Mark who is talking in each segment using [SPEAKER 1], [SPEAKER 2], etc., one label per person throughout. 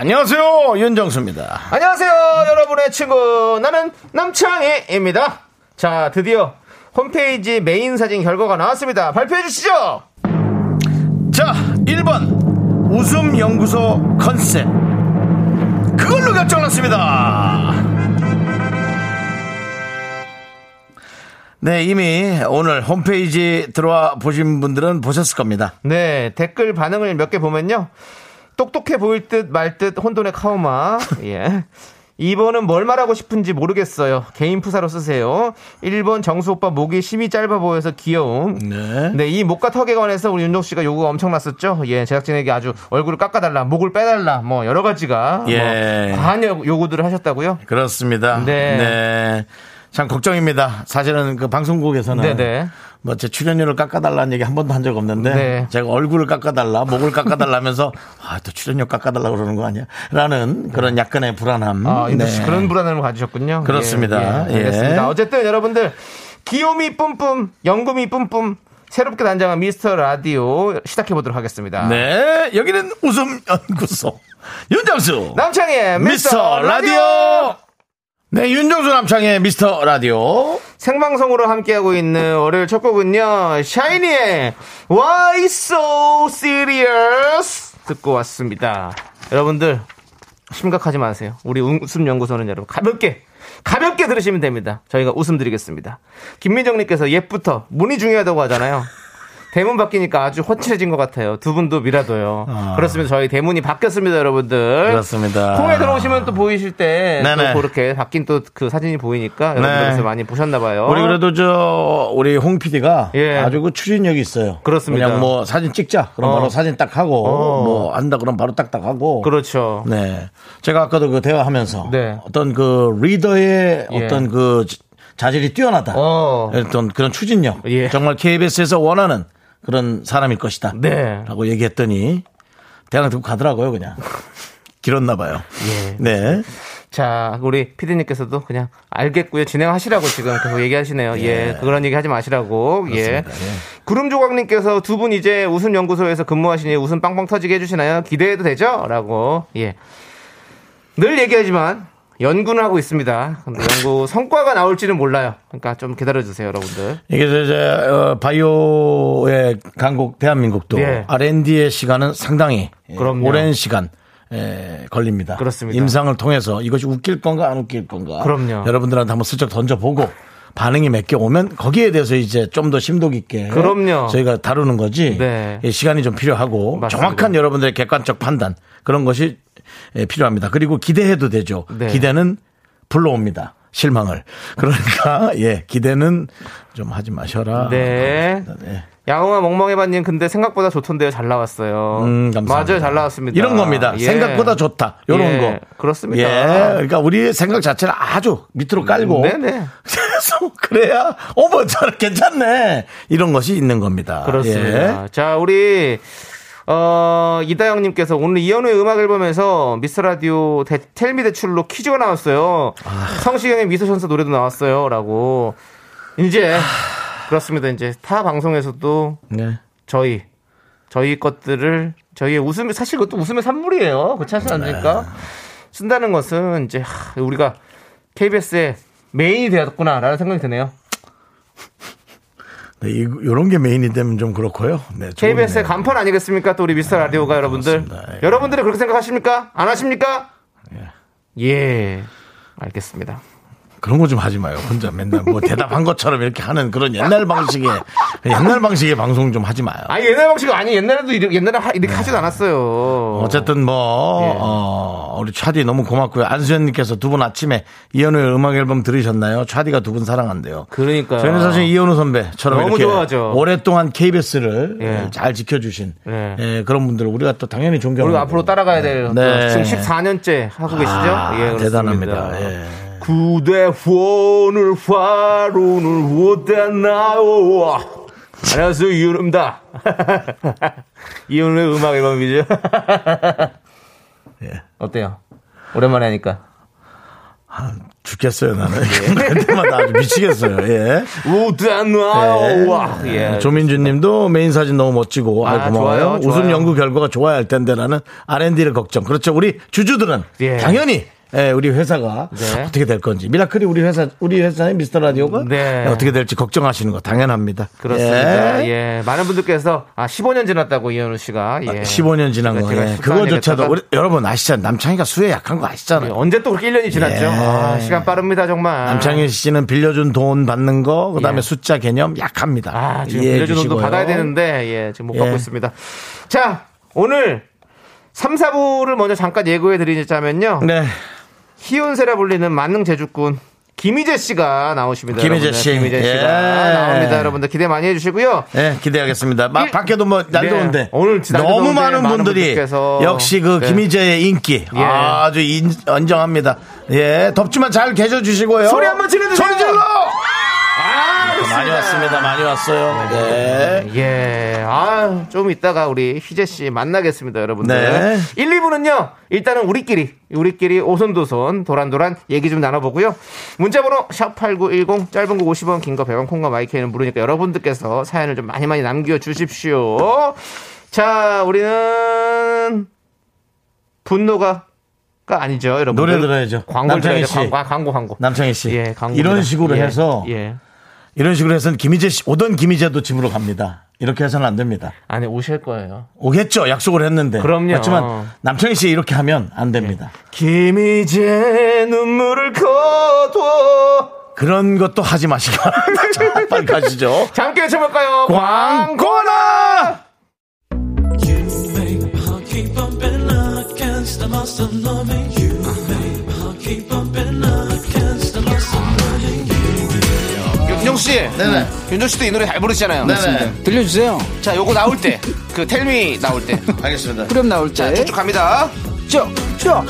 [SPEAKER 1] 안녕하세요 윤정수입니다.
[SPEAKER 2] 안녕하세요, 여러분의 친구. 나는 남창희입니다. 자, 드디어 홈페이지 메인 사진 결과가 나왔습니다. 발표해 주시죠!
[SPEAKER 1] 자 1번 웃음 연구소 컨셉 그걸로 결정났습니다. 네 이미 오늘 홈페이지 들어와 보신 분들은 보셨을 겁니다.
[SPEAKER 2] 네, 댓글 반응을 몇 개 보면요. 똑똑해 보일 듯 말 듯 혼돈의 카오마. 예. 2번은 뭘 말하고 싶은지 모르겠어요. 개인 푸사로 쓰세요. 1번 정수 오빠 목이 심이 짧아 보여서 귀여움.
[SPEAKER 1] 네.
[SPEAKER 2] 네, 이 목과 턱에 관해서 우리 윤종 씨가 요구가 엄청났었죠. 예, 제작진에게 아주 얼굴을 깎아달라, 목을 빼달라, 뭐 여러 가지가
[SPEAKER 1] 예.
[SPEAKER 2] 뭐 과한 요- 요구들을 하셨다고요.
[SPEAKER 1] 그렇습니다.
[SPEAKER 2] 네.
[SPEAKER 1] 네. 참 걱정입니다. 사실은 그 방송국에서는
[SPEAKER 2] 네네.
[SPEAKER 1] 뭐 제 출연료를 깎아달라는 얘기 한 번도 한 적 없는데
[SPEAKER 2] 네.
[SPEAKER 1] 제가 얼굴을 깎아달라, 목을 깎아달라면서 아 또 출연료 깎아달라 그러는 거 아니야? 라는 그런 약간의 불안함.
[SPEAKER 2] 아, 윤종 씨 그런 불안함을 가지셨군요.
[SPEAKER 1] 음? 네. 그렇습니다.
[SPEAKER 2] 예, 예, 알겠습니다.
[SPEAKER 1] 예.
[SPEAKER 2] 어쨌든 여러분들 귀요미 뿜뿜, 연금이 뿜뿜 새롭게 단장한 미스터 라디오 시작해 보도록 하겠습니다.
[SPEAKER 1] 네, 여기는 웃음 연구소 윤정수
[SPEAKER 2] 남창희의
[SPEAKER 1] 미스터 라디오. 네, 윤정수 남창의 미스터 라디오.
[SPEAKER 2] 생방송으로 함께하고 있는 월요일 첫 곡은요 샤이니의 Why So Serious 듣고 왔습니다 여러분들 심각하지 마세요 우리 웃음연구소는 여러분 가볍게 가볍게 들으시면 됩니다 저희가 웃음 드리겠습니다 김민정님께서 옛부터 문이 중요하다고 하잖아요 대문 바뀌니까 아주 훤칠해진 것 같아요 두 분도 미라도요 그렇습니다 저희 대문이 바뀌었습니다 여러분들
[SPEAKER 1] 아. 그렇습니다.
[SPEAKER 2] 콩에 네. 들어오시면 또 보이실 때
[SPEAKER 1] 아. 네네.
[SPEAKER 2] 또 그렇게 바뀐 또 그 사진이 보이니까 여러분들께서
[SPEAKER 1] 네.
[SPEAKER 2] 많이 보셨나 봐요.
[SPEAKER 1] 우리 그래도 저 우리 홍 PD가
[SPEAKER 2] 어? 예.
[SPEAKER 1] 아주 그 추진력이 있어요.
[SPEAKER 2] 그렇습니다.
[SPEAKER 1] 그냥 뭐 사진 찍자 그럼
[SPEAKER 2] 어.
[SPEAKER 1] 바로 사진 딱 하고
[SPEAKER 2] 어.
[SPEAKER 1] 뭐 한다 그럼 바로 딱딱 하고.
[SPEAKER 2] 그렇죠.
[SPEAKER 1] 네. 제가 아까도 그 대화하면서
[SPEAKER 2] 네.
[SPEAKER 1] 어떤 그 리더의
[SPEAKER 2] 예.
[SPEAKER 1] 어떤 그 자- 자질이 뛰어나다.
[SPEAKER 2] 어.
[SPEAKER 1] 어떤 그런 추진력.
[SPEAKER 2] 예.
[SPEAKER 1] 정말 KBS에서 원하는 그런 사람일 것이다.
[SPEAKER 2] 네.
[SPEAKER 1] 라고 얘기했더니 대강 듣고 가더라고요 그냥. 길었나 봐요.
[SPEAKER 2] 예.
[SPEAKER 1] 네.
[SPEAKER 2] 자, 우리 피디님께서도 그냥 알겠고요. 진행하시라고 지금 계속 얘기하시네요. 예. 그런 얘기 하지 마시라고. 예. 구름 조각님께서 두 분 이제 웃음 연구소에서 근무하시니 웃음 빵빵 터지게 해주시나요? 기대해도 되죠? 라고. 예. 늘 얘기하지만 연구는 하고 있습니다. 근데 연구 성과가 나올지는 몰라요. 그러니까 좀 기다려주세요, 여러분들.
[SPEAKER 1] 이게 저 이제 어, 바이오의 강국 대한민국도
[SPEAKER 2] 예.
[SPEAKER 1] R&D의 시간은 상당히 예,
[SPEAKER 2] 그럼요.
[SPEAKER 1] 오랜 시간 예, 걸립니다.
[SPEAKER 2] 그렇습니다.
[SPEAKER 1] 임상을 통해서 이것이 웃길 건가 안 웃길 건가.
[SPEAKER 2] 그럼요.
[SPEAKER 1] 여러분들한테 한번 슬쩍 던져보고 반응이 몇 개 오면 거기에 대해서 이제 좀 더 심도 깊게
[SPEAKER 2] 그럼요.
[SPEAKER 1] 저희가 다루는 거지
[SPEAKER 2] 네.
[SPEAKER 1] 예, 시간이 좀 필요하고
[SPEAKER 2] 맞습니다.
[SPEAKER 1] 정확한 여러분들의 객관적 판단 그런 것이 예, 필요합니다. 그리고 기대해도 되죠.
[SPEAKER 2] 네.
[SPEAKER 1] 기대는 불러옵니다. 실망을. 그러니까 예 기대는 좀 하지 마셔라.
[SPEAKER 2] 네.
[SPEAKER 1] 네.
[SPEAKER 2] 양홍아 멍멍해바님 근데 생각보다 좋던데요 잘 나왔어요.
[SPEAKER 1] 음, 감사합니다.
[SPEAKER 2] 맞아요 잘 나왔습니다.
[SPEAKER 1] 이런 겁니다.
[SPEAKER 2] 예.
[SPEAKER 1] 생각보다 좋다. 이런
[SPEAKER 2] 예,
[SPEAKER 1] 거.
[SPEAKER 2] 그렇습니다. 음,
[SPEAKER 1] 예. 그러니까 우리의 생각 자체를 아주 밑으로 깔고.
[SPEAKER 2] 네네.
[SPEAKER 1] 계속 그래야 어머 저 괜찮네. 이런 것이 있는 겁니다.
[SPEAKER 2] 그렇습니다.
[SPEAKER 1] 예.
[SPEAKER 2] 자 우리 어, 이다영님께서 오늘 이현우의 음악 앨범에서 미스 라디오 대, 텔미 대출로 퀴즈가 나왔어요.
[SPEAKER 1] 아.
[SPEAKER 2] 성시경의 미소 천사 노래도 나왔어요라고 이제
[SPEAKER 1] 아.
[SPEAKER 2] 그렇습니다. 이제 타 방송에서도
[SPEAKER 1] 네.
[SPEAKER 2] 저희 저희 것들을 저희의 웃음 사실 그것도 웃음의 산물이에요. 그렇지
[SPEAKER 1] 네.
[SPEAKER 2] 않습니까? 그러니까 쓴다는 것은 이제 하, 우리가 KBS의 메인이 되었구나라는 생각이 드네요.
[SPEAKER 1] 네, 이- 요런 게 메인이 되면 좀 그렇고요. 네, 좋은
[SPEAKER 2] KBS의
[SPEAKER 1] 네.
[SPEAKER 2] 간판 아니겠습니까? 또 우리 미스터 라디오가 여러분들
[SPEAKER 1] 그렇습니다. 예.
[SPEAKER 2] 여러분들은 예. 그렇게 생각하십니까? 안 하십니까? 예, 알겠습니다.
[SPEAKER 1] 그런 거 좀 하지 마요. 혼자 맨날 뭐 대답한 것처럼 이렇게 하는 그런 옛날 방식의 옛날 방식의 방송 좀 하지 마요.
[SPEAKER 2] 아니 옛날 방식 아니 옛날에도 이렇게 옛날에 하- 이렇게 하진 않았어요.
[SPEAKER 1] 네. 어쨌든 뭐
[SPEAKER 2] 예.
[SPEAKER 1] 어, 우리 차디 너무 고맙고요. 안수현님께서 두 분 아침에 이현우의 음악 앨범 들으셨나요? 차디가 두 분 사랑한대요.
[SPEAKER 2] 그러니까
[SPEAKER 1] 저희는 사실 이현우 선배처럼
[SPEAKER 2] 너무
[SPEAKER 1] 이렇게
[SPEAKER 2] 좋아하죠.
[SPEAKER 1] 오랫동안 KBS를
[SPEAKER 2] 예.
[SPEAKER 1] 잘 지켜주신
[SPEAKER 2] 예.
[SPEAKER 1] 예, 그런 분들 우리가 또 당연히 존경하고
[SPEAKER 2] 우리 앞으로 따라가야 될
[SPEAKER 1] 네.
[SPEAKER 2] 지금 14년째 하고 계시죠? 예,
[SPEAKER 1] 아, 대단합니다.
[SPEAKER 2] 그렇습니다.
[SPEAKER 1] 예.
[SPEAKER 2] 구대 후원을 화로는 못했나요? 안녕하세요 이윤입니다. 이윤의 음악 앨범이죠.
[SPEAKER 1] 예.
[SPEAKER 2] 어때요? 오랜만에 하니까
[SPEAKER 1] 죽겠어요 나는 할 때마다 아주 미치겠어요. 예.
[SPEAKER 2] 못했나요? 와,
[SPEAKER 1] 예.
[SPEAKER 2] 어, 예.
[SPEAKER 1] 조민주님도 메인 사진 너무 멋지고 아,
[SPEAKER 2] 아,
[SPEAKER 1] 고마워요.
[SPEAKER 2] 좋아요, 좋아요.
[SPEAKER 1] 우승 연구 결과가 좋아야 할 텐데라는 R&D를 걱정. 그렇죠. 우리 주주들은
[SPEAKER 2] 예.
[SPEAKER 1] 당연히 예, 우리 회사가
[SPEAKER 2] 네.
[SPEAKER 1] 어떻게 될 건지 미라클이 우리 회사 우리 회사의 미스터 라디오가 예,
[SPEAKER 2] 네.
[SPEAKER 1] 어떻게 될지 걱정하시는 거 당연합니다.
[SPEAKER 2] 그렇습니다.
[SPEAKER 1] 예.
[SPEAKER 2] 예. 많은 분들께서 아 15년 지났다고 이현우 씨가 예.
[SPEAKER 1] 아, 15년 지난
[SPEAKER 2] 제가
[SPEAKER 1] 거 예.
[SPEAKER 2] 시간이
[SPEAKER 1] 그거조차도
[SPEAKER 2] 됐다가
[SPEAKER 1] 우리- 여러분 아시잖아요. 남창이가 수에 약한 거
[SPEAKER 2] 예,
[SPEAKER 1] 아시잖아요.
[SPEAKER 2] 언제 또 그렇게 1년이 지났죠?
[SPEAKER 1] 예.
[SPEAKER 2] 아, 시간 빠릅니다, 정말.
[SPEAKER 1] 남창희 씨는 빌려준 돈 받는 거, 그 다음에
[SPEAKER 2] 예.
[SPEAKER 1] 숫자 개념 약합니다.
[SPEAKER 2] 아, 지금
[SPEAKER 1] 이해해
[SPEAKER 2] 빌려준 돈도
[SPEAKER 1] 주시고요.
[SPEAKER 2] 받아야 되는데, 예, 지금 못
[SPEAKER 1] 예.
[SPEAKER 2] 받고 있습니다. 자, 오늘 3, 4부를 먼저 잠깐 예고해 드리자면요.
[SPEAKER 1] 네.
[SPEAKER 2] 희운세라 불리는 만능 제주꾼. 김희재 씨가 나오십니다.
[SPEAKER 1] 김희재
[SPEAKER 2] 여러분들.
[SPEAKER 1] 씨.
[SPEAKER 2] 김희재
[SPEAKER 1] 예.
[SPEAKER 2] 씨가 나옵니다. 여러분들 기대 많이 해주시고요.
[SPEAKER 1] 예, 기대하겠습니다. 막
[SPEAKER 2] 일-
[SPEAKER 1] 밖에도 뭐 날
[SPEAKER 2] 네,
[SPEAKER 1] 더운데
[SPEAKER 2] 오늘 진짜 날
[SPEAKER 1] 너무
[SPEAKER 2] 더운데
[SPEAKER 1] 많은
[SPEAKER 2] 많은
[SPEAKER 1] 분들이
[SPEAKER 2] 분들께서
[SPEAKER 1] 역시 그
[SPEAKER 2] 네.
[SPEAKER 1] 김희재의 인기
[SPEAKER 2] 예.
[SPEAKER 1] 아주 인, 인정합니다. 예, 덥지만 잘 계셔 주시고요.
[SPEAKER 2] 소리 한번 질러주세요.
[SPEAKER 1] 소리 질러.
[SPEAKER 2] 아,
[SPEAKER 1] 많이 왔습니다. 많이 왔어요. 네.
[SPEAKER 2] 예, 아, 좀 이따가 우리 희재 씨 만나겠습니다, 여러분들.
[SPEAKER 1] 네.
[SPEAKER 2] 1, 2부는요, 일단은 우리끼리, 우리끼리 오손도손, 도란도란 얘기 좀 나눠보고요. 문자번호 샵8910, 짧은 거 50원, 긴 거 100원, 콩과 마이크는 무료니까 여러분들께서 사연을 좀 많이 많이 남겨주십시오. 자, 우리는 분노가 가 아니죠, 여러분.
[SPEAKER 1] 노래 들어야죠.
[SPEAKER 2] 광고
[SPEAKER 1] 남창희
[SPEAKER 2] 들어야죠.
[SPEAKER 1] 씨.
[SPEAKER 2] 광고, 광고, 광고.
[SPEAKER 1] 남창희 씨.
[SPEAKER 2] 예, 광고.
[SPEAKER 1] 이런 식으로
[SPEAKER 2] 예,
[SPEAKER 1] 해서
[SPEAKER 2] 예.
[SPEAKER 1] 이런 식으로 해서는 김희재 씨 오던 김희재도 집으로 갑니다. 이렇게 해서는 안 됩니다.
[SPEAKER 2] 안에 오실 거예요.
[SPEAKER 1] 오겠죠. 약속을 했는데.
[SPEAKER 2] 그럼요. 예.
[SPEAKER 1] 그렇지만 남창희 씨 이렇게 하면 안 됩니다.
[SPEAKER 2] 김이제 눈물을 거둬
[SPEAKER 1] 그런 것도 하지 마시기 바랍니다. 자, 빨리 가시죠.
[SPEAKER 2] 잠깐 쳐볼까요?
[SPEAKER 1] 광고나
[SPEAKER 2] 윤정 씨, 네네. 윤정 씨도 이 노래 잘 부르시잖아요.
[SPEAKER 1] 네네
[SPEAKER 3] 들려주세요.
[SPEAKER 2] 자, 요거 나올 때, 그 텔미 나올 때,
[SPEAKER 1] 알겠습니다
[SPEAKER 3] 그럼 나올 때.
[SPEAKER 2] 쭉 갑니다.
[SPEAKER 3] 쭉, 쭉,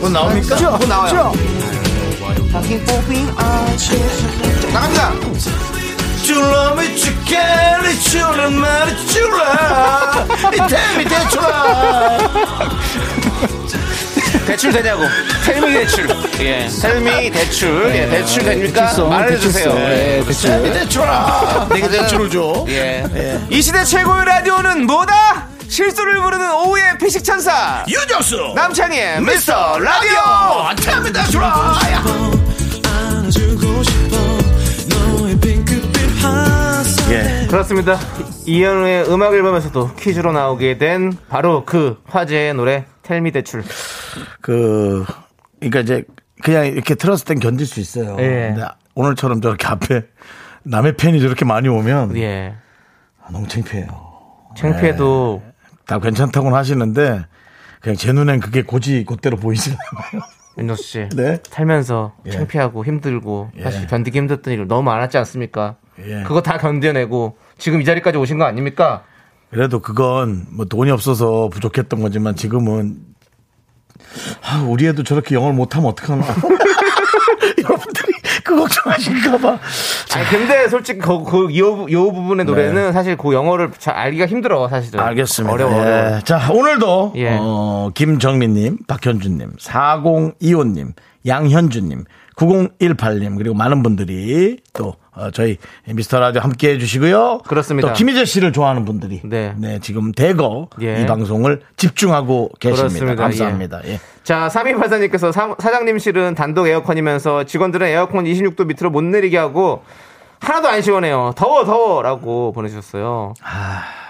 [SPEAKER 1] 곧 나옵니까?
[SPEAKER 3] 쭉,
[SPEAKER 2] 뭐 나와요?
[SPEAKER 3] 쭉.
[SPEAKER 2] 나갑니다.
[SPEAKER 1] You love me, you care, you love me, you love me. Tell me that you love.
[SPEAKER 2] 대출 되냐고? 텔미 대출. 예, 텔미 대출. 예, 대출 됩니까?
[SPEAKER 3] 네, 대출성,
[SPEAKER 2] 말해주세요.
[SPEAKER 3] 대출성. 예, 대출.
[SPEAKER 1] Tell me that you love. 내가 대출을 줘
[SPEAKER 2] 예.
[SPEAKER 1] 예.
[SPEAKER 2] 이 시대 최고의 라디오는 뭐다? 실수를 부르는 오후의 피식 천사
[SPEAKER 1] 유정수 어,
[SPEAKER 2] 남창희의 미스터 라디오.
[SPEAKER 1] 라디오 Tell me that you love. 예.
[SPEAKER 2] 그렇습니다. 이현우의 음악 앨범에서도 퀴즈로 나오게 된 바로 그 화제의 노래 텔미 대출.
[SPEAKER 1] 그 그러니까 이제 그냥 이렇게 틀었을 땐 견딜 수 있어요
[SPEAKER 2] 예.
[SPEAKER 1] 근데 오늘처럼 저렇게 앞에 남의 팬이 저렇게 많이 오면
[SPEAKER 2] 예.
[SPEAKER 1] 아, 너무 창피해요
[SPEAKER 2] 창피해도
[SPEAKER 1] 네. 다 괜찮다고는 하시는데 그냥 제 눈엔 그게 고지 곧대로 보이지 않아요.
[SPEAKER 2] 윤정수 씨
[SPEAKER 1] 네.
[SPEAKER 2] 살면서
[SPEAKER 1] 예.
[SPEAKER 2] 창피하고 힘들고
[SPEAKER 1] 예.
[SPEAKER 2] 사실 견디기 힘들었던 일 너무 많았지 않습니까?
[SPEAKER 1] 예.
[SPEAKER 2] 그거 다 견뎌내고 지금 이 자리까지 오신 거 아닙니까?
[SPEAKER 1] 그래도 그건 뭐 돈이 없어서 부족했던 거지만 지금은 아, 우리 애도 저렇게 영어를 못하면 어떡하나. 여러분들이 그 걱정하실까봐.
[SPEAKER 2] 아니, 근데 솔직히 그, 그, 이, 요, 요 부분의 노래는 사실 그 영어를 잘 알기가 힘들어 사실은.
[SPEAKER 1] 네. 알겠습니다.
[SPEAKER 2] 어려워.
[SPEAKER 1] 예.
[SPEAKER 2] 어려워.
[SPEAKER 1] 자, 오늘도
[SPEAKER 2] 예.
[SPEAKER 1] 어, 김정민님, 박현준님, 4025님, 양현준님, 9018님 그리고 많은 분들이 또 어, 저희 미스터 라디오 함께 해주시고요.
[SPEAKER 2] 그렇습니다.
[SPEAKER 1] 또 김희재 씨를 좋아하는 분들이 네,
[SPEAKER 2] 네.
[SPEAKER 1] 지금 대거
[SPEAKER 2] 예.
[SPEAKER 1] 이 방송을 집중하고 계십니다.
[SPEAKER 2] 그렇습니다.
[SPEAKER 1] 감사합니다. 예.
[SPEAKER 2] 자, 3284님께서 사장님실은 단독 에어컨이면서 직원들은 에어컨 26도 밑으로
[SPEAKER 1] 아.
[SPEAKER 2] 못 내리게 하고 하나도 안 시원해요. 더워, 더워! 라고 보내주셨어요.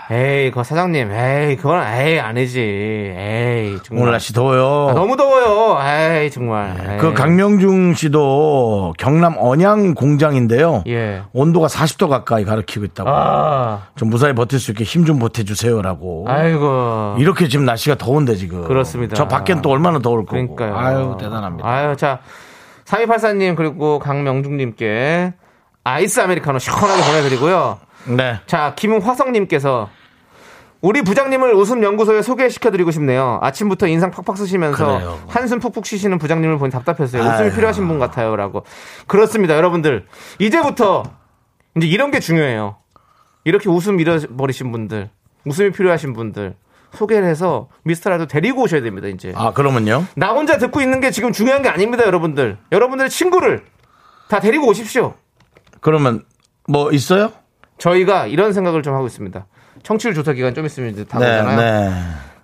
[SPEAKER 2] 에이, 그 사장님, 에이, 그건 에이 아니지. 에이, 정말.
[SPEAKER 1] 오늘 날씨 더워요.
[SPEAKER 2] 아, 너무 네. 더워요. 에이, 정말. 에이.
[SPEAKER 1] 그 강명중 씨도 경남 언양 공장인데요.
[SPEAKER 2] 예.
[SPEAKER 1] 온도가 40도 가까이 가리키고 있다고.
[SPEAKER 2] 아,
[SPEAKER 1] 좀 무사히 버틸 수 있게 힘 좀 보태주세요라고.
[SPEAKER 2] 아이고.
[SPEAKER 1] 이렇게 지금 날씨가 더운데 지금.
[SPEAKER 2] 그렇습니다.
[SPEAKER 1] 저 밖엔 또 얼마나 더울 거고.
[SPEAKER 2] 그러니까요.
[SPEAKER 1] 아유 대단합니다.
[SPEAKER 2] 아유, 자. 3284님, 그리고 강명중님께 아이스 아메리카노 시원하게 보내드리고요.
[SPEAKER 1] 네.
[SPEAKER 2] 자, 김화성님께서 우리 부장님을 웃음연구소에 소개시켜드리고 싶네요. 아침부터 인상 팍팍 쓰시면서
[SPEAKER 1] 그래요.
[SPEAKER 2] 한숨 푹푹 쉬시는 부장님을 보니 답답했어요. 웃음이
[SPEAKER 1] 아유.
[SPEAKER 2] 필요하신 분 같아요. 라고. 그렇습니다. 여러분들. 이제부터 이제 이런 게 중요해요. 이렇게 웃음 잃어버리신 분들, 웃음이 필요하신 분들, 소개를 해서 미스터라도 데리고 오셔야 됩니다. 이제.
[SPEAKER 1] 아 그러면요?
[SPEAKER 2] 나 혼자 듣고 있는 게 지금 중요한 게 아닙니다. 여러분들. 여러분들의 친구를 다 데리고 오십시오.
[SPEAKER 1] 그러면 뭐 있어요?
[SPEAKER 2] 저희가 이런 생각을 좀 하고 있습니다. 청취율 조사 기간 좀 있으면 이제 다
[SPEAKER 1] 네,
[SPEAKER 2] 오잖아요.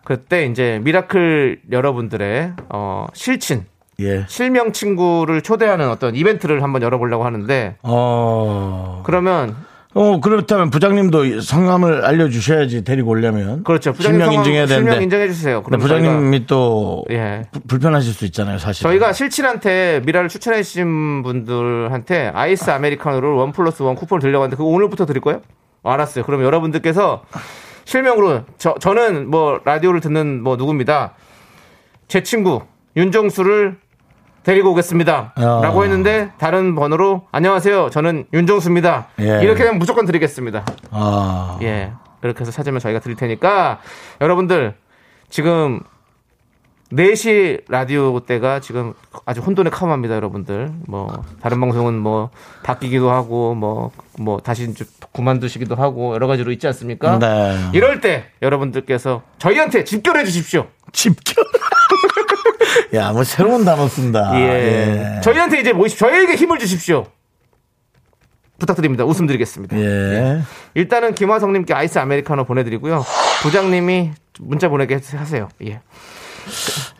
[SPEAKER 2] 그때 이제 미라클 여러분들의 어, 실친
[SPEAKER 1] 네. 예.
[SPEAKER 2] 실명 친구를 초대하는 어떤 이벤트를 한번 열어보려고 하는데
[SPEAKER 1] 어.
[SPEAKER 2] 그러면
[SPEAKER 1] 어 그렇다면 부장님도 성함을 알려주셔야지 데리고 오려면.
[SPEAKER 2] 그렇죠. 부장님
[SPEAKER 1] 실명
[SPEAKER 2] 성함,
[SPEAKER 1] 인증해야 되는데.
[SPEAKER 2] 실명 인증해 주세요.
[SPEAKER 1] 근데
[SPEAKER 2] 그럼
[SPEAKER 1] 부장님이 또
[SPEAKER 2] 저희가, 예.
[SPEAKER 1] 부- 불편하실 수 있잖아요, 사실.
[SPEAKER 2] 저희가 실친한테 미라를 추천해 주신 분들한테 아이스 아메리카노를 원 플러스 원 쿠폰 드리려고 하는데 그거 오늘부터 드릴 거예요? 알았어요. 그럼 여러분들께서 실명으로 저, 저는 뭐 라디오를 듣는 뭐 누굽니다. 제 친구 윤정수를 데리고 오겠습니다.
[SPEAKER 1] 어.
[SPEAKER 2] 라고 했는데 다른 번호로 안녕하세요. 저는 윤정수입니다.
[SPEAKER 1] 예.
[SPEAKER 2] 이렇게 하면 무조건 드리겠습니다.
[SPEAKER 1] 아.
[SPEAKER 2] 예. 그렇게 해서 찾으면 저희가 드릴 테니까 여러분들 지금 4시 라디오 때가 지금 아주 혼돈의 카마입니다, 여러분들. 뭐 다른 방송은 뭐 바뀌기도 하고 뭐 뭐 다시 이제 그만두시기도 하고 여러 가지로 있지 않습니까?
[SPEAKER 1] 네.
[SPEAKER 2] 이럴 때 여러분들께서 저희한테 집결해 주십시오.
[SPEAKER 1] 집결. 야, 뭐 새로운 단어 쓴다.
[SPEAKER 2] 예. 저희한테 이제 모시 저희에게 힘을 주십시오. 부탁드립니다. 웃음 드리겠습니다.
[SPEAKER 1] 예.
[SPEAKER 2] 일단은 김화성님께 아이스 아메리카노 보내드리고요. 부장님이 문자 보내게 하세요. 예.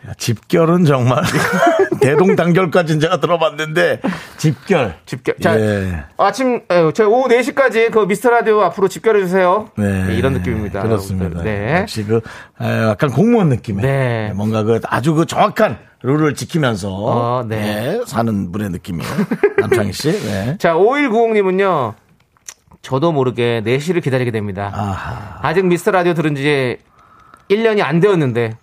[SPEAKER 1] 야, 집결은 정말 대동단결까지는 제가 들어봤는데 집결.
[SPEAKER 2] 집결. 자,
[SPEAKER 1] 예.
[SPEAKER 2] 아침, 에, 저 오후 4시까지 그 미스터 라디오 앞으로 집결해주세요. 예, 이런 느낌입니다.
[SPEAKER 1] 네. 그렇습니다.
[SPEAKER 2] 여러분들. 네.
[SPEAKER 1] 역시 그 에, 약간 공무원 느낌의
[SPEAKER 2] 네.
[SPEAKER 1] 뭔가 그 아주 그 정확한 룰을 지키면서
[SPEAKER 2] 어, 네.
[SPEAKER 1] 예, 사는 분의 느낌이에요. 남창희 씨. 네.
[SPEAKER 2] 자, 5190님은요. 저도 모르게 4시를 기다리게 됩니다.
[SPEAKER 1] 아하.
[SPEAKER 2] 아직 미스터 라디오 들은 지 1년이 안 되었는데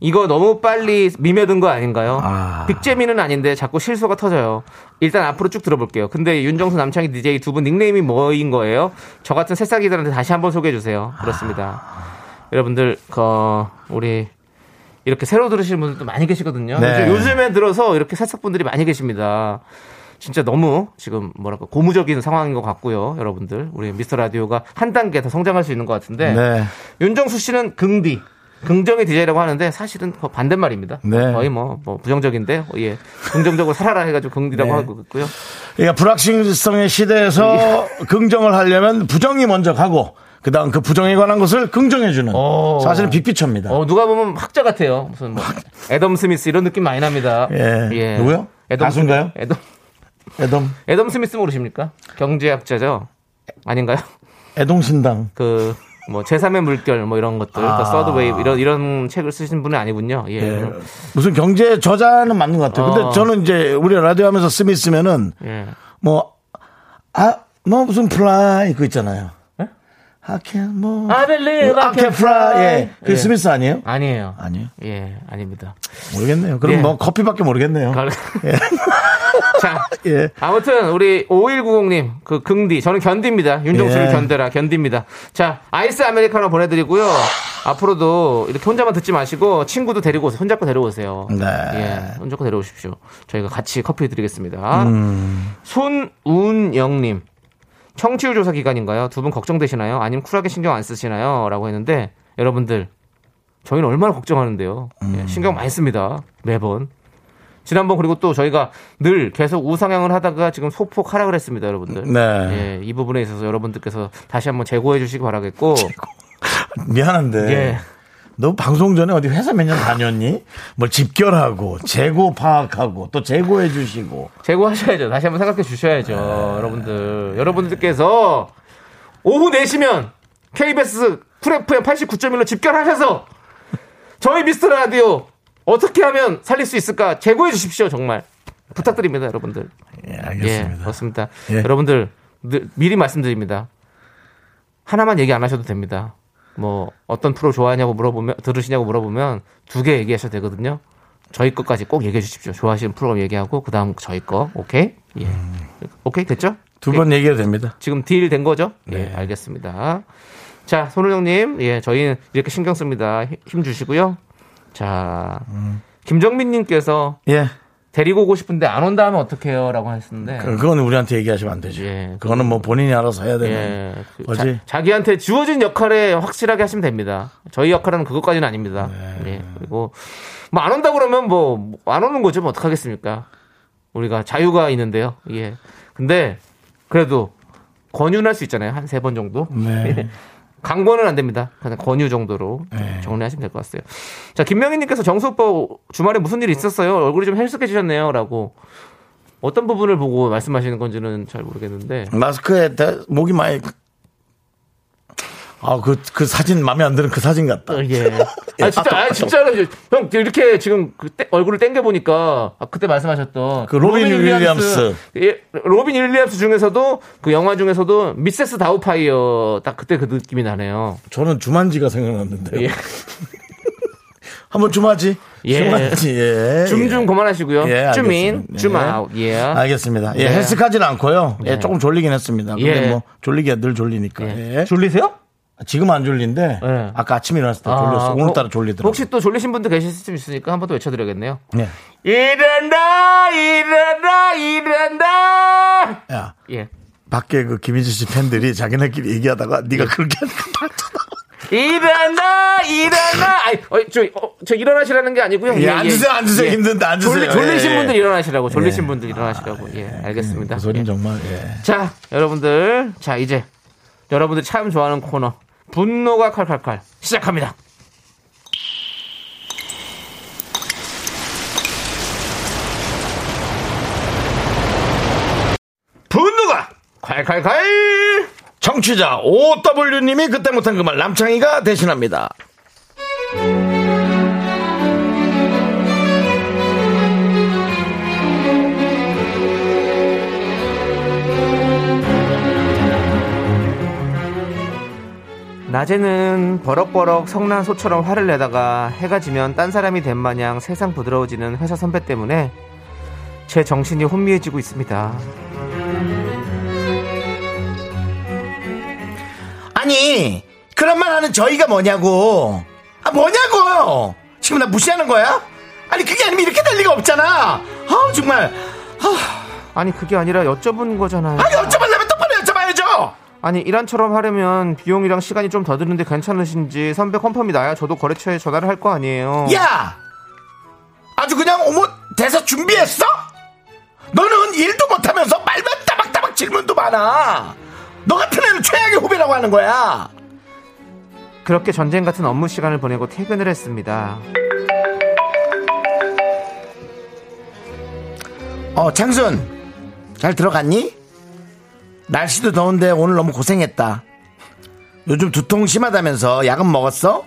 [SPEAKER 2] 이거 너무 빨리 미며든 거 아닌가요?
[SPEAKER 1] 아.
[SPEAKER 2] 빅재미는 아닌데 자꾸 실수가 터져요. 일단 앞으로 쭉 들어볼게요. 근데 윤정수 남창희 DJ 두 분 닉네임이 뭐인 거예요? 저 같은 새싹이들한테 다시 한번 소개해 주세요. 그렇습니다. 여러분들 그 우리 이렇게 새로 들으시는 분들도 많이 계시거든요.
[SPEAKER 1] 네.
[SPEAKER 2] 요즘- 요즘에 들어서 이렇게 새싹분들이 많이 계십니다. 진짜 너무 지금 뭐랄까 고무적인 상황인 것 같고요, 여러분들. 우리 미스터 라디오가 한 단계 더 성장할 수 있는 것 같은데.
[SPEAKER 1] 네.
[SPEAKER 2] 윤정수 씨는 긍디. 긍정의 디자이라고 하는데 사실은 그 반대말입니다.
[SPEAKER 1] 네.
[SPEAKER 2] 거의 뭐, 뭐 부정적인데 예. 긍정적으로 살아라 해가지고 긍디라고
[SPEAKER 1] 네.
[SPEAKER 2] 하고 있고요.
[SPEAKER 1] 그러니까 불확실성의 시대에서
[SPEAKER 2] 예.
[SPEAKER 1] 긍정을 하려면 부정이 먼저 가고 그다음 그 부정에 관한 것을 긍정해주는
[SPEAKER 2] 오.
[SPEAKER 1] 사실은 빅피처입니다.
[SPEAKER 2] 어, 누가 보면 학자 같아요. 무슨 뭐 애덤 스미스 이런 느낌 많이 납니다.
[SPEAKER 1] 예. 누구요? 가수인가요?
[SPEAKER 2] 스미스. 애덤,
[SPEAKER 1] 애덤
[SPEAKER 2] 애덤 스미스 모르십니까? 경제학자죠. 아닌가요?
[SPEAKER 1] 애동신당
[SPEAKER 2] 그 뭐 제3의 물결 뭐 이런 것들
[SPEAKER 1] 아.
[SPEAKER 2] 또 서드 웨이브 이런 이런 책을 쓰신 분은 아니군요. 예.
[SPEAKER 1] 예. 무슨 경제 저자는 맞는 것 같아요. 근데
[SPEAKER 2] 어.
[SPEAKER 1] 저는 이제 우리 라디오 하면서 스미스면은
[SPEAKER 2] 예.
[SPEAKER 1] 뭐 아, 뭐 무슨 플라이 그 있잖아요.
[SPEAKER 2] 예?
[SPEAKER 1] I can 뭐
[SPEAKER 2] I believe 네, I can
[SPEAKER 1] fly. 예. 그
[SPEAKER 2] 예.
[SPEAKER 1] 스미스 아니에요?
[SPEAKER 2] 아니에요.
[SPEAKER 1] 아니요.
[SPEAKER 2] 예, 아닙니다.
[SPEAKER 1] 모르겠네요. 그럼
[SPEAKER 2] 예.
[SPEAKER 1] 뭐 커피밖에 모르겠네요.
[SPEAKER 2] 가- 자,
[SPEAKER 1] 예.
[SPEAKER 2] 아무튼 우리 5190님 그 긍디 저는 견디입니다. 윤종수를
[SPEAKER 1] 예.
[SPEAKER 2] 견뎌라 견디입니다. 자, 아이스 아메리카노 보내드리고요. 앞으로도 이렇게 혼자만 듣지 마시고 친구도 데리고 오세요. 손잡고 데려오세요.
[SPEAKER 1] 네.
[SPEAKER 2] 예, 손잡고 데려오십시오. 저희가 같이 커피 드리겠습니다.
[SPEAKER 1] 음.
[SPEAKER 2] 손운영님 청취율 조사 기간인가요? 두 분 걱정되시나요? 아니면 쿨하게 신경 안 쓰시나요? 라고 했는데 여러분들 저희는 얼마나 걱정하는데요. 예, 신경 많이 씁니다. 매번. 지난번 그리고 또 저희가 늘 계속 우상향을 하다가 지금 소폭 하락을 했습니다, 여러분들.
[SPEAKER 1] 네.
[SPEAKER 2] 예, 이 부분에 있어서 여러분들께서 다시 한번 재고해 주시기 바라겠고.
[SPEAKER 1] 미안한데.
[SPEAKER 2] 예.
[SPEAKER 1] 너 방송 전에 어디 회사 몇 년 다녔니? 뭘 집결하고 재고 파악하고 또 재고해 주시고
[SPEAKER 2] 재고하셔야죠. 다시 한번 생각해 주셔야죠, 여러분들. 여러분들께서 오후 4시면 KBS 네 쿨FM 89.1로 집결하셔서 저희 미스터 라디오 어떻게 하면 살릴 수 있을까 제고해 주십시오 정말 부탁드립니다 여러분들
[SPEAKER 1] 예,
[SPEAKER 2] 예,
[SPEAKER 1] 알겠습니다.
[SPEAKER 2] 그렇습니다.
[SPEAKER 1] 예.
[SPEAKER 2] 여러분들 늘- 미리 말씀드립니다. 하나만 얘기 안 하셔도 됩니다. 뭐 어떤 프로 좋아하냐고 물어보면 들으시냐고 물어보면 두 개 얘기하셔도 되거든요. 저희 것까지 꼭 얘기해 주십시오. 좋아하시는 프로그램 얘기하고 그다음 저희 거 오케이 예
[SPEAKER 1] 음.
[SPEAKER 2] 오케이 됐죠?
[SPEAKER 1] 두 번 얘기해도 됩니다.
[SPEAKER 2] 지금 딜 된 거죠?
[SPEAKER 1] 네.
[SPEAKER 2] 예, 알겠습니다. 자, 손우정님, 예, 저희는 이렇게 신경 씁니다. 힘- 힘 주시고요. 자,
[SPEAKER 1] 음.
[SPEAKER 2] 김정민님께서
[SPEAKER 1] 예.
[SPEAKER 2] 데리고 오고 싶은데 안 온다 하면 어떡해요? 라고 하셨는데.
[SPEAKER 1] 그- 그건 우리한테 얘기하시면 안 되죠.
[SPEAKER 2] 예,
[SPEAKER 1] 그거는 뭐 본인이 알아서 해야 되는
[SPEAKER 2] 예, 그
[SPEAKER 1] 거지.
[SPEAKER 2] 자, 기한테 주어진 역할에 확실하게 하시면 됩니다. 저희 역할은 그것까지는 아닙니다. 예, 그리고 뭐 안 온다 그러면 뭐 안 오는 거죠. 뭐 어떡하겠습니까? 우리가 자유가 있는데요. 예. 근데 그래도 권유는 할 수 있잖아요. 한 세 번 정도.
[SPEAKER 1] 네.
[SPEAKER 2] 강권은 안 됩니다. 그냥 권유 정도로 좀 정리하시면 될 것 같아요. 자, 김명희님께서 정수 오빠 주말에 무슨 일 있었어요? 얼굴이 좀 헬쑥해지셨네요. 라고 어떤 부분을 보고 말씀하시는 건지는 잘 모르겠는데.
[SPEAKER 1] 마스크에 대- 목이 많이 아, 그, 그 사진, 마음에 안 드는 그 사진 같다.
[SPEAKER 2] 어, 예. 아 진짜, 아 진짜로 이제 형 이렇게 지금 그 때- 얼굴을 땡겨 보니까 아, 그때 말씀하셨던
[SPEAKER 1] 그 로빈 윌리엄스.
[SPEAKER 2] 예, 로빈 윌리엄스 중에서도 그 영화 중에서도 미세스 다우파이어 딱 그때 그 느낌이 나네요.
[SPEAKER 1] 저는 주만지가 생각났는데요.
[SPEAKER 2] 예.
[SPEAKER 1] 한번 주마지.
[SPEAKER 2] 예.
[SPEAKER 1] 주만지, 예.
[SPEAKER 2] 줌좀 그만하시고요.
[SPEAKER 1] 예,
[SPEAKER 2] 줌인,
[SPEAKER 1] 알겠습니다.
[SPEAKER 2] 줌
[SPEAKER 1] 예.
[SPEAKER 2] 아웃. 예.
[SPEAKER 1] 예. 알겠습니다. 예,
[SPEAKER 2] 예.
[SPEAKER 1] 헬스까지는 않고요. 예,
[SPEAKER 2] 예.
[SPEAKER 1] 조금 졸리긴 했습니다. 근데
[SPEAKER 2] 예.
[SPEAKER 1] 뭐, 졸리기가 늘 졸리니까. 예.
[SPEAKER 2] 졸리세요?
[SPEAKER 1] 지금 안 졸린데,
[SPEAKER 2] 예.
[SPEAKER 1] 아까 아침에 일어났을 때 졸렸어. 오늘따라 졸리더라고요.
[SPEAKER 2] 혹시 또 졸리신 분들 계실 수 있으니까 한 번 더 외쳐드려야겠네요.
[SPEAKER 1] 예.
[SPEAKER 2] 일어나, 일어나, 일어나.
[SPEAKER 1] 야,
[SPEAKER 2] 예.
[SPEAKER 1] 밖에 그 김희진 씨 팬들이 자기네끼리 얘기하다가 네가 그렇게 하니까 다 쳐다봐.
[SPEAKER 2] 일어나 일어나 아이 어, 저, 어, 저 일어나시라는 게 아니고요
[SPEAKER 1] 예, 앉으세요, 앉으세요. 힘든데 앉으세요.
[SPEAKER 2] 졸리, 졸리신
[SPEAKER 1] 예, 예.
[SPEAKER 2] 분들 일어나시라고 졸리신
[SPEAKER 1] 예.
[SPEAKER 2] 분들 일어나시라고 예, 알겠습니다
[SPEAKER 1] 그 소리는
[SPEAKER 2] 예.
[SPEAKER 1] 정말, 예.
[SPEAKER 2] 자 여러분들 자 이제 여러분들 참 좋아하는 코너 분노가 칼칼칼 시작합니다 분노가 칼칼칼
[SPEAKER 1] 청취자 OW님이 그때 못한 그 말 남창희가 대신합니다.
[SPEAKER 2] 낮에는 버럭버럭 성난소처럼 화를 내다가 해가 지면 딴 사람이 된 마냥 세상 부드러워지는 회사 선배 때문에 제 정신이 혼미해지고 있습니다.
[SPEAKER 1] 아니 그런 말 하는 저희가 뭐냐고 아 뭐냐고 지금 나 무시하는 거야? 아니 그게 아니면 이렇게 될 리가 없잖아 아우 정말
[SPEAKER 2] 아니 그게 아니라 여쭤보는 거잖아요.
[SPEAKER 1] 아니 여쭤보려면 똑바로 여쭤봐야죠
[SPEAKER 2] 아니 이란처럼 하려면 비용이랑 시간이 좀 더 드는데 괜찮으신지 선배 컨펌이 나야 저도 거래처에 전화를 할 거 아니에요.
[SPEAKER 1] 야 아주 그냥 어머 대사 준비했어? 너는 일도 못하면서 말만 따박따박 질문도 많아 너 같은 애는 최악의 후배라고 하는 거야
[SPEAKER 2] 그렇게 전쟁 같은 업무 시간을 보내고 퇴근을 했습니다.
[SPEAKER 1] 어, 창순. 잘 들어갔니? 날씨도 더운데 오늘 너무 고생했다. 요즘 두통 심하다면서 약은 먹었어?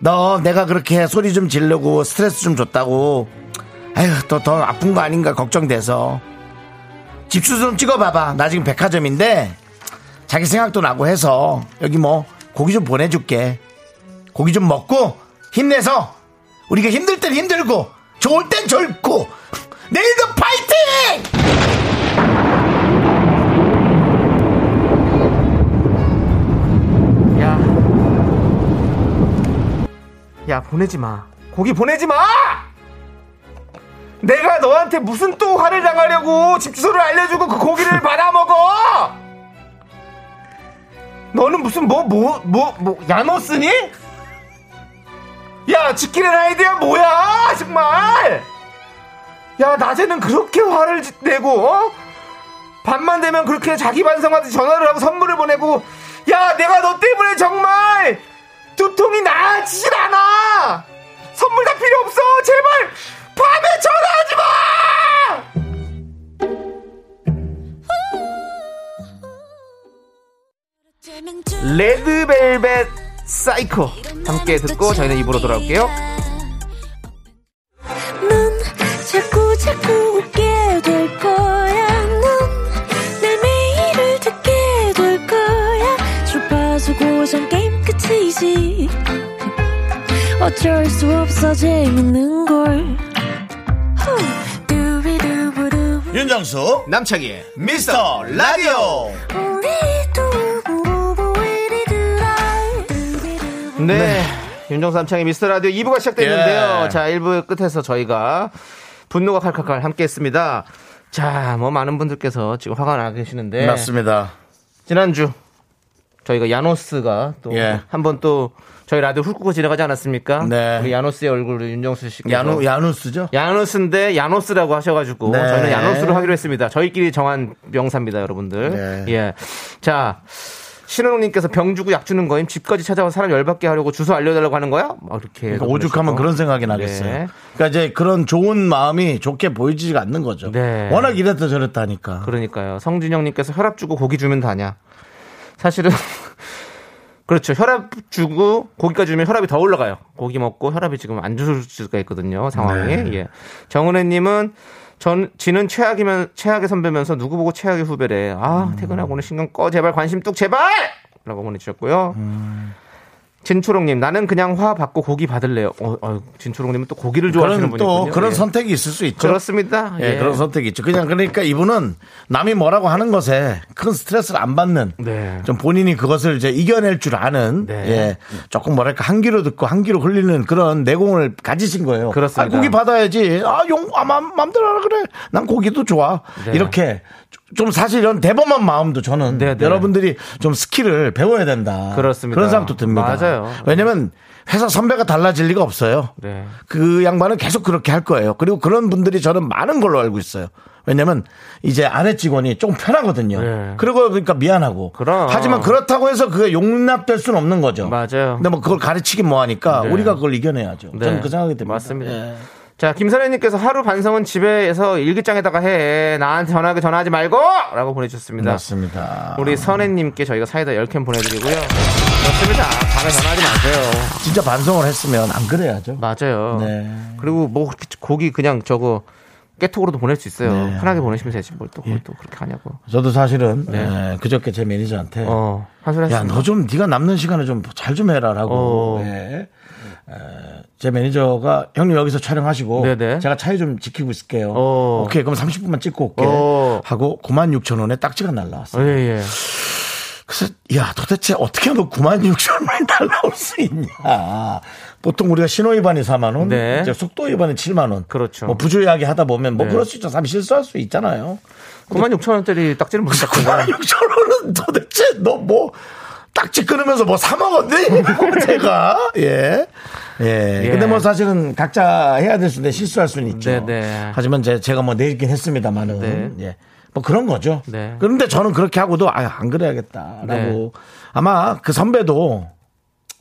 [SPEAKER 1] 너 내가 그렇게 소리 좀 지르고 스트레스 좀 줬다고. 에휴, 또 더 아픈 거 아닌가 걱정돼서. 집수 좀 찍어봐봐. 나 지금 백화점인데 자기 생각도 나고 해서 여기 뭐 고기 좀 보내줄게. 고기 좀 먹고 힘내서 우리가 힘들 땐 힘들고 좋을 땐 좋고 내일도 파이팅!
[SPEAKER 2] 야. 야, 보내지 마. 고기 보내지 마! 내가 너한테 무슨 또 화를 당하려고 집 주소를 알려주고 그 고기를 받아먹어! 너는 무슨 뭐, 뭐, 뭐, 뭐, 야너 쓰니? 야, 지키는 아이디야 뭐야! 정말! 야, 낮에는 그렇게 화를 지- 내고, 어? 밤만 되면 그렇게 자기 반성하듯 전화를 하고 선물을 보내고 야 내가 너 때문에 정말 두통이 나아지질 않아 선물 다 필요 없어 제발 밤에 전화하지 마 레드벨벳 사이코 함께 듣고 저희는 입으로 돌아올게요.
[SPEAKER 3] 넌 자꾸 자꾸 웃게 될 거야. 넌내 매일을 듣게 될 거야. 주파수 고정 게임 끝이지. 어쩔 수 없어 재밌는 걸. 후. 두비두부두부.
[SPEAKER 1] 윤정수
[SPEAKER 2] 남창희의
[SPEAKER 1] 미스터 라디오
[SPEAKER 3] 우리 두부부부 우리들아. 두비두부.
[SPEAKER 2] 네. 윤정수 남창의 미스터 라디오 2부가 시작됐는데요.
[SPEAKER 1] 예.
[SPEAKER 2] 자, 1부 끝에서 저희가 분노가 칼칼칼 함께 했습니다. 자, 뭐 많은 분들께서 지금 화가 나 계시는데.
[SPEAKER 1] 네. 맞습니다
[SPEAKER 2] 지난주 저희가 야노스가 또
[SPEAKER 1] 예.
[SPEAKER 2] 한 번 또 저희 라디오 훑고 지나가지 않았습니까?
[SPEAKER 1] 네.
[SPEAKER 2] 우리 야노스의 얼굴을 윤정수 씨께서
[SPEAKER 1] 야누, 야누스죠
[SPEAKER 2] 야노스인데 야노스라고 하셔가지고
[SPEAKER 1] 네.
[SPEAKER 2] 저희는 야노스로 하기로 했습니다. 저희끼리 정한 명사입니다, 여러분들.
[SPEAKER 1] 네.
[SPEAKER 2] 예. 자. 신은웅님께서 병 주고 약 주는 거임 집까지 찾아와 사람 열받게 하려고 주소 알려달라고 하는 거야? 막 이렇게
[SPEAKER 1] 그러니까 오죽하면
[SPEAKER 2] 보내주시고.
[SPEAKER 1] 그런 생각이 나겠어요
[SPEAKER 2] 네.
[SPEAKER 1] 그러니까 이제 그런 좋은 마음이 좋게 보이지가 않는 거죠
[SPEAKER 2] 네.
[SPEAKER 1] 워낙 이랬다 저랬다 하니까
[SPEAKER 2] 그러니까요. 성준영님께서 혈압 주고 고기 주면 다냐? 사실은 그렇죠. 혈압 주고 고기까지 주면 혈압이 더 올라가요. 고기 먹고 혈압이 지금 안 줄을 수가 있거든요. 상황이.
[SPEAKER 1] 네.
[SPEAKER 2] 예. 정은혜님은 전 지는 최악이면 최악의 선배면서 누구 보고 최악의 후배래. 아
[SPEAKER 1] 음.
[SPEAKER 2] 퇴근하고 오늘 신경 꺼 제발 관심 뚝 제발라고 보내주셨고요.
[SPEAKER 1] 음.
[SPEAKER 2] 진초롱님 나는 그냥 화 받고 고기 받을래요. 어, 어, 진초롱님은 또 고기를 좋아하시는
[SPEAKER 1] 그런 또
[SPEAKER 2] 분이군요.
[SPEAKER 1] 그런
[SPEAKER 2] 예.
[SPEAKER 1] 선택이 있을 수 있죠
[SPEAKER 2] 그렇습니다.
[SPEAKER 1] 예, 그런 선택이 있죠. 그냥 그러니까 이분은 남이 뭐라고 하는 것에 큰 스트레스를 안 받는
[SPEAKER 2] 네.
[SPEAKER 1] 좀 본인이 그것을 이제 이겨낼 줄 아는
[SPEAKER 2] 네.
[SPEAKER 1] 예, 조금 뭐랄까 한 귀로 듣고 한 귀로 흘리는 그런 내공을 가지신 거예요.
[SPEAKER 2] 그렇습니다.
[SPEAKER 1] 아, 고기 받아야지. 아, 용, 아, 맘, 맘대로 하라 그래. 난 고기도 좋아.
[SPEAKER 2] 네.
[SPEAKER 1] 이렇게 좀 사실 이런 대범한 마음도 저는
[SPEAKER 2] 네, 네.
[SPEAKER 1] 여러분들이 좀 스킬을 배워야 된다.
[SPEAKER 2] 그렇습니다.
[SPEAKER 1] 그런 생각도 듭니다.
[SPEAKER 2] 맞아요.
[SPEAKER 1] 왜냐면 회사 선배가 달라질 리가 없어요.
[SPEAKER 2] 네.
[SPEAKER 1] 그 양반은 계속 그렇게 할 거예요. 그리고 그런 분들이 저는 많은 걸로 알고 있어요. 왜냐면 이제 아래 직원이 조금 편하거든요.
[SPEAKER 2] 네.
[SPEAKER 1] 그리고 그러니까 미안하고.
[SPEAKER 2] 그럼.
[SPEAKER 1] 하지만 그렇다고 해서 그게 용납될 수는 없는 거죠.
[SPEAKER 2] 맞아요.
[SPEAKER 1] 근데 뭐 그걸 가르치긴 뭐하니까
[SPEAKER 2] 네.
[SPEAKER 1] 우리가 그걸 이겨내야죠.
[SPEAKER 2] 네.
[SPEAKER 1] 저는 그 생각이 듭니다.
[SPEAKER 2] 맞습니다.
[SPEAKER 1] 예.
[SPEAKER 2] 자, 김선혜님께서 하루 반성은 집에서 일기장에다가 해. 나한테 전화하게 전화하지 말고! 라고 보내주셨습니다.
[SPEAKER 1] 맞습니다.
[SPEAKER 2] 우리 선혜님께 저희가 사이다 10캔 보내드리고요. 그렇습니다. 밤에 전화하지 마세요.
[SPEAKER 1] 진짜 반성을 했으면 안 그래야죠.
[SPEAKER 2] 맞아요.
[SPEAKER 1] 네.
[SPEAKER 2] 그리고 뭐 고기 그냥 저거 깨톡으로도 보낼 수 있어요.
[SPEAKER 1] 네.
[SPEAKER 2] 편하게 보내시면 되지. 뭘 또 그렇게 하냐고.
[SPEAKER 1] 저도 사실은
[SPEAKER 2] 네.
[SPEAKER 1] 예, 그저께 제 매니저한테
[SPEAKER 2] 어, 한술
[SPEAKER 1] 야,
[SPEAKER 2] 했습니다.
[SPEAKER 1] 너 좀 네가 남는 시간을 좀 잘 좀 해라라고.
[SPEAKER 2] 어.
[SPEAKER 1] 예. 에, 제 매니저가 형님 여기서 촬영하시고
[SPEAKER 2] 네네.
[SPEAKER 1] 제가 차에 좀 지키고 있을게요.
[SPEAKER 2] 어.
[SPEAKER 1] 오케이 그럼 30분만 찍고 올게
[SPEAKER 2] 어. 하고
[SPEAKER 1] 하고 9만 6천 원에 딱지가 날라왔어. 요
[SPEAKER 2] 예, 예.
[SPEAKER 1] 그래서 야 도대체 어떻게 하면 9만 6천 원이 날라올 수 있냐. 보통 우리가 신호 위반이 4만 원,
[SPEAKER 2] 네.
[SPEAKER 1] 이제 속도 위반이 7만 원.
[SPEAKER 2] 그렇죠.
[SPEAKER 1] 뭐 부주의하게 하다 보면 뭐
[SPEAKER 2] 네.
[SPEAKER 1] 그럴 수 있죠. 사실 실수할 수 있잖아요.
[SPEAKER 2] 96,000원짜리 딱지는 무슨 딱지인가?
[SPEAKER 1] 9만 6천 원은 아, 도대체 너 뭐 딱지 끊으면서 뭐 사 먹었니? 뭐 제가 예. 예.
[SPEAKER 2] 예.
[SPEAKER 1] 근데 뭐 사실은 각자 해야 될 수인데 실수할 수는 있죠.
[SPEAKER 2] 네네.
[SPEAKER 1] 하지만 제, 제가 뭐 내리긴 했습니다만은
[SPEAKER 2] 네.
[SPEAKER 1] 예. 뭐 그런 거죠.
[SPEAKER 2] 네.
[SPEAKER 1] 그런데 저는 그렇게 하고도 아유 안 그래야겠다라고
[SPEAKER 2] 네.
[SPEAKER 1] 아마 그 선배도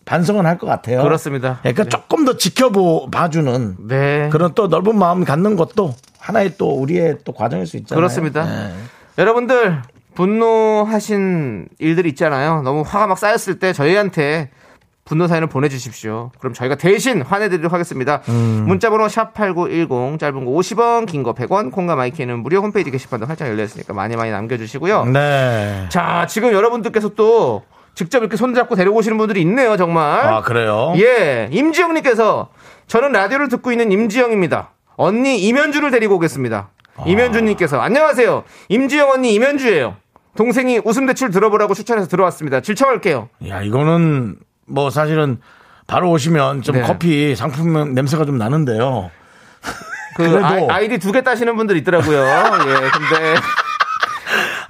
[SPEAKER 1] 반성은 할 것 같아요.
[SPEAKER 2] 그렇습니다.
[SPEAKER 1] 예, 그러니까
[SPEAKER 2] 네.
[SPEAKER 1] 조금 더 지켜보 봐주는
[SPEAKER 2] 네.
[SPEAKER 1] 그런 또 넓은 마음 갖는 것도 하나의 또 우리의 또 과정일 수 있잖아요.
[SPEAKER 2] 그렇습니다.
[SPEAKER 1] 예.
[SPEAKER 2] 여러분들 분노하신 일들이 있잖아요. 너무 화가 막 쌓였을 때 저희한테 분노 사연을 보내주십시오. 그럼 저희가 대신 화내드리도록 하겠습니다.
[SPEAKER 1] 음.
[SPEAKER 2] 문자번호 샵8910 짧은 거 50원 긴 거 100원 콩과 마이키는 무료 홈페이지 게시판도 활짝 열려있으니까 많이 많이 남겨주시고요.
[SPEAKER 1] 네.
[SPEAKER 2] 자 지금 여러분들께서 또 직접 이렇게 손잡고 데리고 오시는 분들이 있네요 정말.
[SPEAKER 1] 아, 그래요?
[SPEAKER 2] 예, 임지영님께서 저는 라디오를 듣고 있는 임지영입니다. 언니 임현주를 데리고 오겠습니다.
[SPEAKER 1] 아.
[SPEAKER 2] 임현주님께서 안녕하세요. 임지영 언니 임현주예요. 동생이 웃음 대출 들어보라고 추천해서 들어왔습니다. 질청할게요.
[SPEAKER 1] 야, 이거는 뭐 사실은 바로 오시면 좀
[SPEAKER 2] 네.
[SPEAKER 1] 커피 상품 냄새가 좀 나는데요.
[SPEAKER 2] 그
[SPEAKER 1] 그래도-
[SPEAKER 2] 아, 이디 두 개 따시는 분들 있더라고요. 예, 근데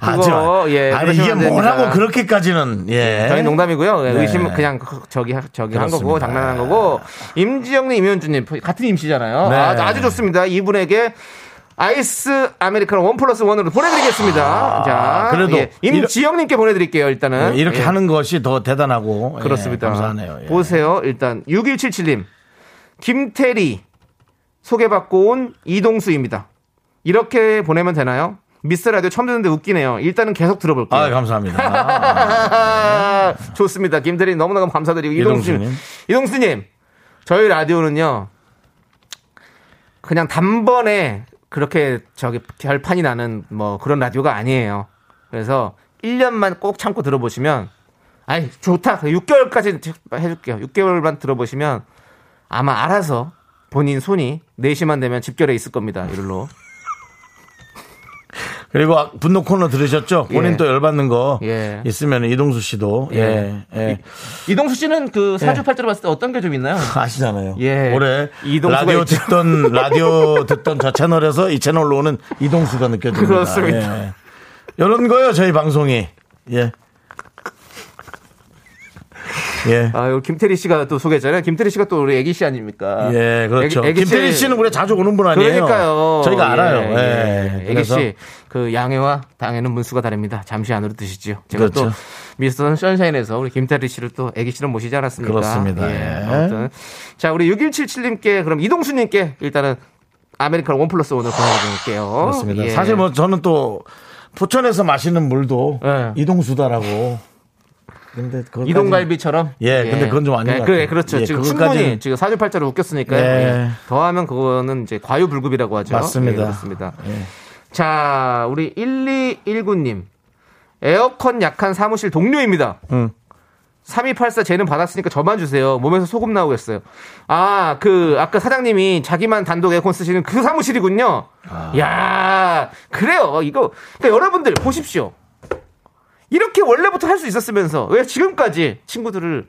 [SPEAKER 2] 그거,
[SPEAKER 1] 하지만
[SPEAKER 2] 예,
[SPEAKER 1] 아니,
[SPEAKER 2] 그러시면
[SPEAKER 1] 이게
[SPEAKER 2] 안 됩니다.
[SPEAKER 1] 뭐라고 그렇게까지는 예.
[SPEAKER 2] 저희 농담이고요. 예,
[SPEAKER 1] 네.
[SPEAKER 2] 의심은 그냥 그- 저기 하- 저기 한 거고
[SPEAKER 1] 그렇습니다.
[SPEAKER 2] 장난한 거고 임지영님, 임현주님 같은 임씨잖아요.
[SPEAKER 1] 네.
[SPEAKER 2] 아, 주 좋습니다. 이분에게. 아이스 아메리카노 원 플러스 원으로 보내드리겠습니다. 자,
[SPEAKER 1] 아, 그래도
[SPEAKER 2] 예, 임지영님께 보내드릴게요. 일단은
[SPEAKER 1] 예, 이렇게
[SPEAKER 2] 예.
[SPEAKER 1] 하는 것이 더 대단하고 예,
[SPEAKER 2] 그렇습니다.
[SPEAKER 1] 감사하네요. 예.
[SPEAKER 2] 보세요. 일단 6177님. 김태리 소개받고 온 이동수입니다. 이렇게 보내면 되나요? 미스 라디오 처음 듣는데 웃기네요. 일단은 계속 들어볼게요.
[SPEAKER 1] 아, 감사합니다.
[SPEAKER 2] 아, 좋습니다. 김대리 너무너무 감사드리고 이동수님,
[SPEAKER 1] 이동수님.
[SPEAKER 2] 이동수님, 저희 라디오는요 그냥 단번에 그렇게 저기 결판이 나는 뭐 그런 라디오가 아니에요. 그래서 1년만 꼭 참고 들어보시면, 아이 좋다. 6개월까지 해줄게요. 6개월만 들어보시면 아마 알아서 본인 손이 4시만 되면 집결해 있을 겁니다. 이걸로.
[SPEAKER 1] 그리고 아- 분노 코너 들으셨죠? 본인
[SPEAKER 2] 예.
[SPEAKER 1] 또 열받는 거
[SPEAKER 2] 예.
[SPEAKER 1] 있으면 이동수 씨도 예. 예.
[SPEAKER 2] 이동수 씨는 그 사주팔자로 봤을 때 어떤 게 좀 있나요?
[SPEAKER 1] 아시잖아요.
[SPEAKER 2] 예.
[SPEAKER 1] 올해
[SPEAKER 2] 이동수가
[SPEAKER 1] 라디오
[SPEAKER 2] 있죠.
[SPEAKER 1] 듣던 라디오 듣던 저 채널에서 이 채널로 오는 이동수가 느껴집니다.
[SPEAKER 2] 그렇습니다.
[SPEAKER 1] 예. 이런 거요 저희 방송이 예. 예.
[SPEAKER 2] 아, 이거 김태리 씨가 또 소개했잖아요. 김태리 씨가 또 우리 애기 씨 아닙니까?
[SPEAKER 1] 예, 그렇죠.
[SPEAKER 2] 애기- 애기
[SPEAKER 1] 김태리
[SPEAKER 2] 씨-
[SPEAKER 1] 씨는 우리 자주 오는 분 아니에요?
[SPEAKER 2] 그러니까요.
[SPEAKER 1] 저희가
[SPEAKER 2] 예,
[SPEAKER 1] 알아요.
[SPEAKER 2] 예.
[SPEAKER 1] 예.
[SPEAKER 2] 애기 씨, 그 양해와 당해는 문수가 다릅니다. 잠시 안으로 드시지요. 제가 또
[SPEAKER 1] 그렇죠.
[SPEAKER 2] 미스터 선샤인에서 우리 김태리 씨를 또 애기 씨를 모시지 않았습니까?
[SPEAKER 1] 그렇습니다.
[SPEAKER 2] 예,
[SPEAKER 1] 예.
[SPEAKER 2] 아무튼 자, 우리 6177님께 그럼 이동수님께 일단은 아메리카노 원 플러스 원을 보내드릴게요.
[SPEAKER 1] 그렇습니다.
[SPEAKER 2] 예.
[SPEAKER 1] 사실 뭐 저는 또 포천에서 마시는 물도
[SPEAKER 2] 예.
[SPEAKER 1] 이동수다라고. 근데 그것까지-
[SPEAKER 2] 이동갈비처럼
[SPEAKER 1] 예, 근데 그건 좀 아닌 것
[SPEAKER 2] 그래,
[SPEAKER 1] 같아요.
[SPEAKER 2] 그렇죠.
[SPEAKER 1] 예,
[SPEAKER 2] 지금
[SPEAKER 1] 그것까지는-
[SPEAKER 2] 충분히 지금 사주팔자로 웃겼으니까요.
[SPEAKER 1] 예.
[SPEAKER 2] 예. 더하면 그거는 이제 과유불급이라고 하죠.
[SPEAKER 1] 맞습니다.
[SPEAKER 2] 예, 그렇습니다.
[SPEAKER 1] 예.
[SPEAKER 2] 자, 우리 1219님. 에어컨 약한 사무실 동료입니다.
[SPEAKER 1] 응.
[SPEAKER 2] 3284 쟤는 받았으니까 저만 주세요. 몸에서 소금 나오겠어요. 아, 그, 아까 사장님이 자기만 단독 에어컨 쓰시는 그 사무실이군요. 야 그래요. 이거. 그러니까 여러분들 보십시오. 이렇게 원래부터 할 수 있었으면서 왜 지금까지 친구들을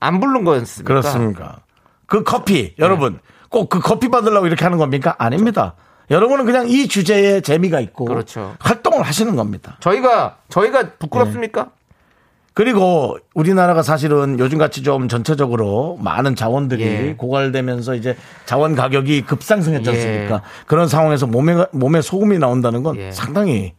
[SPEAKER 2] 안 부른 거였습니까? 네.
[SPEAKER 1] 그렇습니까? 그 커피 여러분 꼭 그 커피 받으려고 이렇게 하는 겁니까? 아닙니다. 여러분은 그냥 이 주제에 재미가 있고
[SPEAKER 2] 그렇죠.
[SPEAKER 1] 활동을 하시는 겁니다.
[SPEAKER 2] 저희가, 저희가 부끄럽습니까?
[SPEAKER 1] 그리고 우리나라가 사실은 요즘같이 좀 전체적으로 많은 자원들이
[SPEAKER 2] 예.
[SPEAKER 1] 고갈되면서 이지 자원 가격이 급상승했지
[SPEAKER 2] 예.
[SPEAKER 1] 않습니까? 그런 상황에서 몸에 몸에 소금이 나온다는 건
[SPEAKER 2] 예.
[SPEAKER 1] 상당히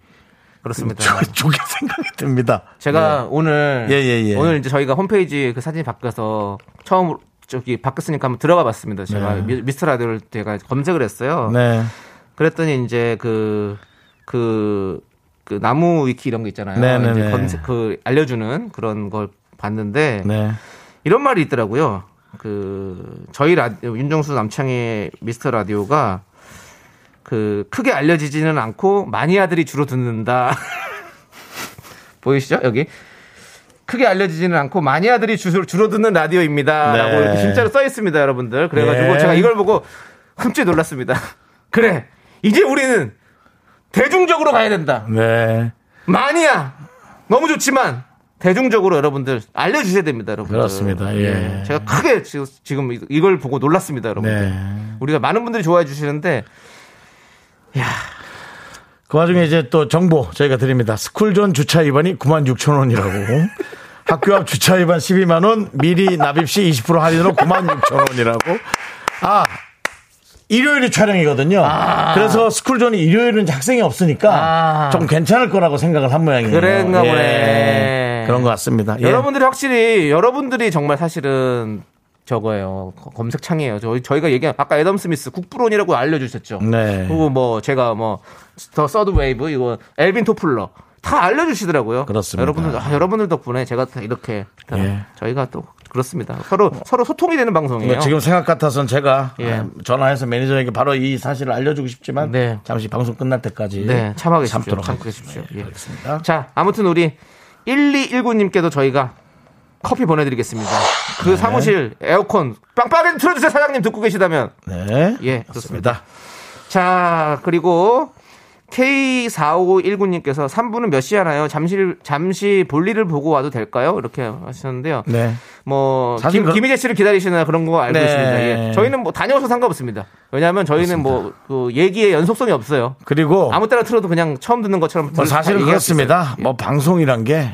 [SPEAKER 2] 그렇습니다.
[SPEAKER 1] 좋게 생각이 듭니다.
[SPEAKER 2] 제가 오늘
[SPEAKER 1] 예, 예, 예.
[SPEAKER 2] 오늘 이제 저희가 홈페이지 그 사진 바꿔서 처음 저기 바꿨으니까 한번 들어가 봤습니다. 제가
[SPEAKER 1] 네.
[SPEAKER 2] 미- 미스터 라디오를 제가 검색을 했어요.
[SPEAKER 1] 네.
[SPEAKER 2] 그랬더니 이제 그, 그, 그 나무 위키 이런 거 있잖아요.
[SPEAKER 1] 네네네.
[SPEAKER 2] 이제 검색, 그 알려주는 그런 걸 봤는데
[SPEAKER 1] 네.
[SPEAKER 2] 이런 말이 있더라고요. 그 저희 라디오 윤정수 남창의 미스터 라디오가 그 크게 알려지지는 않고 마니아들이 주로 듣는다. 보이시죠? 여기. 크게 알려지지는 않고 마니아들이 주로, 주로 듣는 라디오입니다라고
[SPEAKER 1] 네.
[SPEAKER 2] 이렇게 진짜로 써 있습니다, 여러분들. 그래 가지고
[SPEAKER 1] 네.
[SPEAKER 2] 제가 이걸 보고 흠칫 놀랐습니다. 그래. 이제 우리는 대중적으로 가야 된다.
[SPEAKER 1] 네.
[SPEAKER 2] 마니아 너무 좋지만 대중적으로 여러분들 알려주셔야 됩니다, 여러분.
[SPEAKER 1] 그렇습니다. 예.
[SPEAKER 2] 제가 크게 지- 지금 이- 이걸 보고 놀랐습니다, 여러분.
[SPEAKER 1] 네.
[SPEAKER 2] 우리가 많은 분들이 좋아해 주시는데
[SPEAKER 1] 그 와중에 이제 또 정보 저희가 드립니다. 스쿨존 주차 위반이 9만 6천 원이라고. 학교 앞 주차 위반 12만 원, 미리 납입 시 20% 할인으로 9만 6천 원이라고. 아, 일요일이 촬영이거든요. 그래서 스쿨존이 일요일은 학생이 없으니까
[SPEAKER 2] 아.
[SPEAKER 1] 좀 괜찮을 거라고 생각을 한 모양이에요.
[SPEAKER 2] 그랬나
[SPEAKER 1] 예.
[SPEAKER 2] 보네.
[SPEAKER 1] 그런 것 같습니다. 예.
[SPEAKER 2] 여러분들이 확실히 여러분들이 정말 사실은 저거예요. 거- 검색창이에요. 저희 저희가 얘기한 아까 애덤 스미스 국부론이라고 알려주셨죠.
[SPEAKER 1] 네.
[SPEAKER 2] 그리고 뭐 제가 뭐 더 서드 웨이브 이거 엘빈 토플러 다 알려주시더라고요.
[SPEAKER 1] 그렇습니다.
[SPEAKER 2] 여러분들 아, 여러분들 덕분에 제가 다 이렇게 다
[SPEAKER 1] 예.
[SPEAKER 2] 저희가 또 그렇습니다. 서로 서로 소통이 되는 방송이에요.
[SPEAKER 1] 뭐 지금 생각 같아서는 제가
[SPEAKER 2] 예.
[SPEAKER 1] 아, 전화해서 매니저에게 바로 이 사실을 알려주고 싶지만
[SPEAKER 2] 네. 잠시
[SPEAKER 1] 잠시 방송 끝날 때까지
[SPEAKER 2] 네 참아 계십시오.
[SPEAKER 1] 참도록
[SPEAKER 2] 참고
[SPEAKER 1] 하겠습니다. 네,
[SPEAKER 2] 계십시오. 예.
[SPEAKER 1] 알겠습니다.
[SPEAKER 2] 자 아무튼 우리 1219님께도 저희가 커피 보내드리겠습니다. 그
[SPEAKER 1] 네.
[SPEAKER 2] 사무실 에어컨 빵빵하게 틀어주세요 사장님 듣고 계시다면.
[SPEAKER 1] 네.
[SPEAKER 2] 예,
[SPEAKER 1] 그렇습니다.
[SPEAKER 2] 자, 그리고 K4519님께서 3분은 몇 시 하나요? 잠시, 잠시 볼일을 보고 와도 될까요? 이렇게 하셨는데요.
[SPEAKER 1] 네.
[SPEAKER 2] 뭐,
[SPEAKER 1] 사실
[SPEAKER 2] 김,
[SPEAKER 1] 그-
[SPEAKER 2] 김희재 씨를 기다리시나 그런 거 알고
[SPEAKER 1] 네.
[SPEAKER 2] 있습니다. 예. 저희는 뭐 다녀와서 상관없습니다. 왜냐하면 저희는 뭐, 그 얘기의 연속성이 없어요.
[SPEAKER 1] 그리고
[SPEAKER 2] 아무 때나 틀어도 그냥 처음 듣는 것처럼.
[SPEAKER 1] 뭐
[SPEAKER 2] 들-
[SPEAKER 1] 사실은
[SPEAKER 2] 얘기할 수 있어요.
[SPEAKER 1] 그렇습니다. 뭐 방송이란 게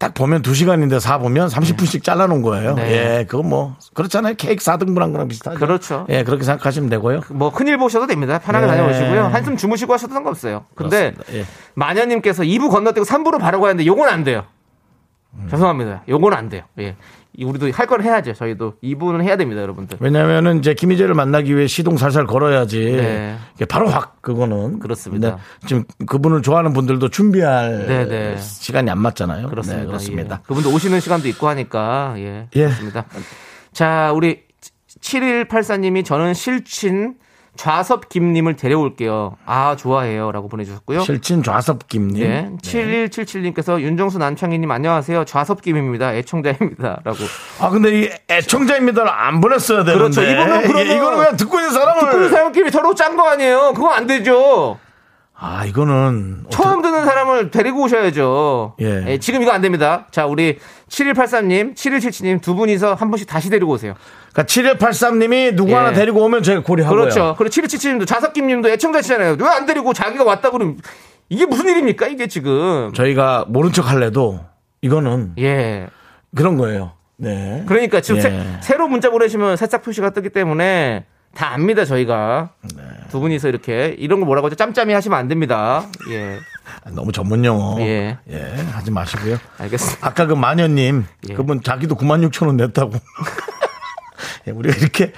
[SPEAKER 1] 딱
[SPEAKER 2] 예.
[SPEAKER 1] 보면 2시간인데 사 보면 30분씩 잘라놓은 거예요.
[SPEAKER 2] 네.
[SPEAKER 1] 예, 그건 뭐 그렇잖아요. 케이크 4등분한 거랑 비슷하죠.
[SPEAKER 2] 그렇죠.
[SPEAKER 1] 예, 그렇게 생각하시면 되고요.
[SPEAKER 2] 뭐 큰일 보셔도 됩니다. 편하게
[SPEAKER 1] 네.
[SPEAKER 2] 다녀오시고요. 한숨 주무시고 하셔도 상관없어요. 근데
[SPEAKER 1] 그렇습니다. 예.
[SPEAKER 2] 마녀님께서 2부 건너뛰고 3부로 바로 가는데 요건 안 돼요.
[SPEAKER 1] 음.
[SPEAKER 2] 죄송합니다. 요건 안 돼요. 예. 이 우리도 할 걸 해야죠. 저희도 이분은 해야 됩니다,
[SPEAKER 1] 네,
[SPEAKER 2] 여러분들.
[SPEAKER 1] 왜냐면은 이제 김희재를 만나기 위해 시동 살살 걸어야지.
[SPEAKER 2] 네.
[SPEAKER 1] 이게 바로 확 그거는 네.
[SPEAKER 2] 그렇습니다.
[SPEAKER 1] 지금 그분을 좋아하는 분들도 준비할
[SPEAKER 2] 네, 네.
[SPEAKER 1] 시간이 안 맞잖아요.
[SPEAKER 2] 그렇습니다.
[SPEAKER 1] 네, 그렇습니다.
[SPEAKER 2] 예. 그분도 오시는 시간도 있고 하니까 예.
[SPEAKER 1] 예.
[SPEAKER 2] 그렇습니다. 자, 우리 7184님이 저는 실친 좌섭 김님을 데려올게요. 아, 좋아해요라고 보내주셨고요.
[SPEAKER 1] 실친 좌섭김님.
[SPEAKER 2] 예. 네. 7177님께서 윤정수 남창희님 안녕하세요. 좌섭김입니다. 애청자입니다라고.
[SPEAKER 1] 아 근데 이 애청자입니다를 안 보냈어야 되는데.
[SPEAKER 2] 그렇죠. 이거는 그러면
[SPEAKER 1] 이게- 이거는 그냥 듣고 있는 사람을.
[SPEAKER 2] 듣는 사람끼리 서로 짠 거 아니에요? 그거 안 되죠.
[SPEAKER 1] 아 이거는
[SPEAKER 2] 처음 듣는 사람을 데리고 오셔야죠.
[SPEAKER 1] 예.
[SPEAKER 2] 예, 지금 이거 안 됩니다. 자, 우리 7183님, 7177님 두 분이서 한 분씩 다시 데리고 오세요.
[SPEAKER 1] 그러니까 7183님이 누구
[SPEAKER 2] 예.
[SPEAKER 1] 하나 데리고 오면 저희가 고려하고요.
[SPEAKER 2] 그렇죠. 그리고 7177님도 자석김님도 애청자시잖아요. 왜 안 데리고 자기가 왔다 그러면 이게 무슨 일입니까? 이게 지금.
[SPEAKER 1] 저희가 모른 척 할래도 이거는
[SPEAKER 2] 예.
[SPEAKER 1] 그런 거예요. 네.
[SPEAKER 2] 그러니까 지금
[SPEAKER 1] 예.
[SPEAKER 2] 새, 로 문자 보내시면 새싹 표시가 뜨기 때문에 다 압니다, 저희가.
[SPEAKER 1] 네.
[SPEAKER 2] 두 분이서 이렇게 이런 거 뭐라고 하죠? 짬짬이 하시면 안 됩니다. 예.
[SPEAKER 1] 아, 너무 전문 용어.
[SPEAKER 2] 예.
[SPEAKER 1] 예, 하지 마시고요.
[SPEAKER 2] 알겠습니다.
[SPEAKER 1] 아까 그 마녀님
[SPEAKER 2] 예.
[SPEAKER 1] 그분 자기도 9만 6천 원 냈다고. 예, 우리가 이렇게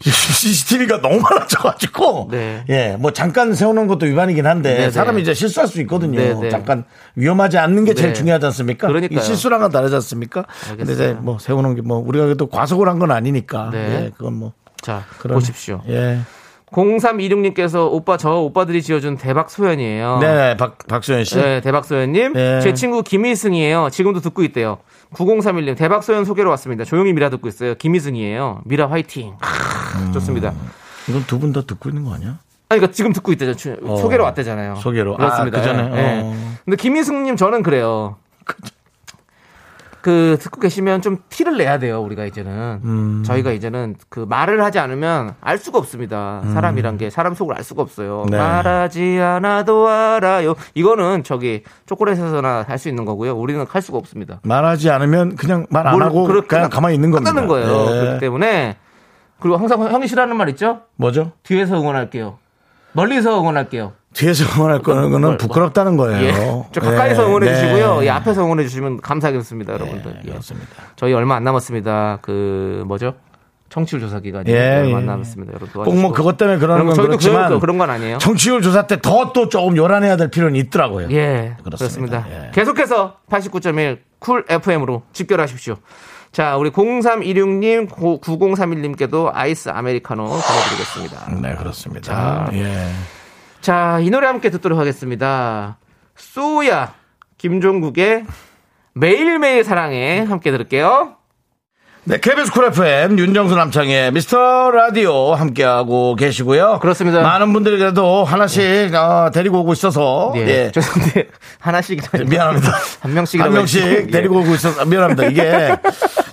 [SPEAKER 1] CCTV가 너무 많아져가지고
[SPEAKER 2] 네.
[SPEAKER 1] 예, 뭐 잠깐 세우는 것도 위반이긴 한데
[SPEAKER 2] 네,
[SPEAKER 1] 사람이
[SPEAKER 2] 네.
[SPEAKER 1] 이제 실수할 수 있거든요.
[SPEAKER 2] 네, 네.
[SPEAKER 1] 잠깐 위험하지 않는 게 제일
[SPEAKER 2] 네.
[SPEAKER 1] 중요하지 않습니까?
[SPEAKER 2] 그러니까요.
[SPEAKER 1] 이 실수랑은 다르지 않습니까? 근데 이제
[SPEAKER 2] 알겠습니다.
[SPEAKER 1] 뭐 세우는 게 뭐 우리가 그래도 과속을 한 건 아니니까
[SPEAKER 2] 네.
[SPEAKER 1] 예, 그건 뭐
[SPEAKER 2] 자,
[SPEAKER 1] 그런-
[SPEAKER 2] 보십시오.
[SPEAKER 1] 예,
[SPEAKER 2] 0326님께서 오빠 저 오빠들이 지어준 대박 소연이에요.
[SPEAKER 1] 네, 박 박수현 씨.
[SPEAKER 2] 아. 네, 대박소연님.
[SPEAKER 1] 네.
[SPEAKER 2] 제 친구 김희승이에요. 지금도 듣고 있대요. 9031님, 대박소연 소개로 왔습니다. 조용히 미라 듣고 있어요. 김희승이에요. 미라 화이팅. 아, 좋습니다.
[SPEAKER 1] 이건 두 분 다 듣고 있는 거 아니야?
[SPEAKER 2] 아니, 그러니까 지금 듣고 있대요. 주-
[SPEAKER 1] 어.
[SPEAKER 2] 소개로 왔대잖아요.
[SPEAKER 1] 소개로. 아,
[SPEAKER 2] 그렇습니다.
[SPEAKER 1] 그 전에?
[SPEAKER 2] 예, 예.
[SPEAKER 1] 어.
[SPEAKER 2] 근데 김희승님, 저는 그래요. 그 듣고 계시면 좀 티를 내야 돼요 우리가 이제는
[SPEAKER 1] 음.
[SPEAKER 2] 저희가 이제는 그 말을 하지 않으면 알 수가 없습니다 사람이란 게 사람 속을 알 수가 없어요
[SPEAKER 1] 음. 네.
[SPEAKER 2] 말하지 않아도 알아요 이거는 저기 초콜릿에서나 할 수 있는 거고요 우리는 할 수가 없습니다
[SPEAKER 1] 말하지 않으면 그냥 말 안
[SPEAKER 2] 뭘
[SPEAKER 1] 하고
[SPEAKER 2] 그렇게
[SPEAKER 1] 그냥 가만히 있는 겁니다.
[SPEAKER 2] 끝나는 거예요
[SPEAKER 1] 예.
[SPEAKER 2] 그렇기 때문에 그리고 항상 형이 싫어하는 말 있죠
[SPEAKER 1] 뭐죠?
[SPEAKER 2] 뒤에서 응원할게요 멀리서 응원할게요
[SPEAKER 1] 뒤에서 응원할 거는 그거는 부끄럽다는 거예요.
[SPEAKER 2] 예. 좀 가까이서
[SPEAKER 1] 예,
[SPEAKER 2] 응원해
[SPEAKER 1] 네.
[SPEAKER 2] 주시고요. 예, 앞에서 응원해 주시면 감사하겠습니다, 여러분들.
[SPEAKER 1] 네,
[SPEAKER 2] 예.
[SPEAKER 1] 그렇습니다.
[SPEAKER 2] 저희 얼마 안 남았습니다. 그 뭐죠? 청취율 조사 기간이
[SPEAKER 1] 예,
[SPEAKER 2] 얼마
[SPEAKER 1] 예.
[SPEAKER 2] 안 남았습니다. 여러분
[SPEAKER 1] 꼭 뭐 그것 때문에 그러는 건
[SPEAKER 2] 저희도
[SPEAKER 1] 그렇지만
[SPEAKER 2] 그런, 그런 건 아니에요.
[SPEAKER 1] 청취율 조사 때 더 또 조금 요란해야 될 필요는 있더라고요.
[SPEAKER 2] 예,
[SPEAKER 1] 그렇습니다.
[SPEAKER 2] 그렇습니다.
[SPEAKER 1] 예.
[SPEAKER 2] 계속해서 89.1 쿨 FM으로 집결하십시오. 자, 우리 0316님, 9031님께도 아이스 아메리카노 보내드리겠습니다.
[SPEAKER 1] 네, 그렇습니다.
[SPEAKER 2] 자.
[SPEAKER 1] 예.
[SPEAKER 2] 자, 이 노래 함께 듣도록 하겠습니다. 쏘야 김종국의 매일매일 사랑해 함께 들을게요.
[SPEAKER 1] 네, KBS 쿨 FM 윤정수 남창의 미스터 라디오 함께하고 계시고요.
[SPEAKER 2] 그렇습니다.
[SPEAKER 1] 많은 분들이 그래도 하나씩 어, 데리고 오고 있어서
[SPEAKER 2] 예,
[SPEAKER 1] 예. 네.
[SPEAKER 2] 죄송한데 하나씩
[SPEAKER 1] 미안합니다.
[SPEAKER 2] 한 예. 명씩
[SPEAKER 1] 한 명씩 데리고 오고 있어서 미안합니다. 이게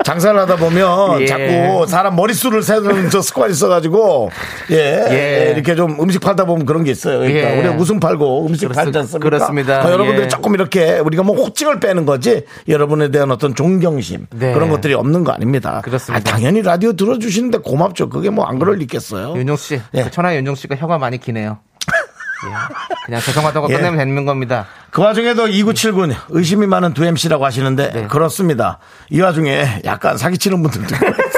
[SPEAKER 1] 장사를 하다 보면
[SPEAKER 2] 예.
[SPEAKER 1] 자꾸 사람 머릿수를 세는 저 습관이 있어가지고 예.
[SPEAKER 2] 예.
[SPEAKER 1] 예, 이렇게 좀 음식 팔다 보면 그런 게 있어요. 그러니까
[SPEAKER 2] 예.
[SPEAKER 1] 우리가 웃음 팔고 음식
[SPEAKER 2] 그렇습-
[SPEAKER 1] 팔지 않습니까?
[SPEAKER 2] 그렇습니다.
[SPEAKER 1] 어, 여러분들이
[SPEAKER 2] 예.
[SPEAKER 1] 조금 이렇게 우리가 뭐 호칭을 빼는 거지 여러분에 대한 어떤 존경심
[SPEAKER 2] 네.
[SPEAKER 1] 그런 것들이 없는 거 아닙니다.
[SPEAKER 2] 그렇습니다.
[SPEAKER 1] 아, 당연히 라디오 들어주시는데 고맙죠. 그게 뭐 안 그럴 리 있겠어요.
[SPEAKER 2] 윤정수 씨,
[SPEAKER 1] 예.
[SPEAKER 2] 그 천하 윤정수 씨가 혀가 많이 기네요. 예. 그냥 죄송하다고
[SPEAKER 1] 예.
[SPEAKER 2] 끝내면 되는 겁니다.
[SPEAKER 1] 그 와중에도 2979는 의심이 많은 두 MC라고 하시는데
[SPEAKER 2] 네.
[SPEAKER 1] 그렇습니다. 이 와중에 약간 사기치는 분들도 있어요.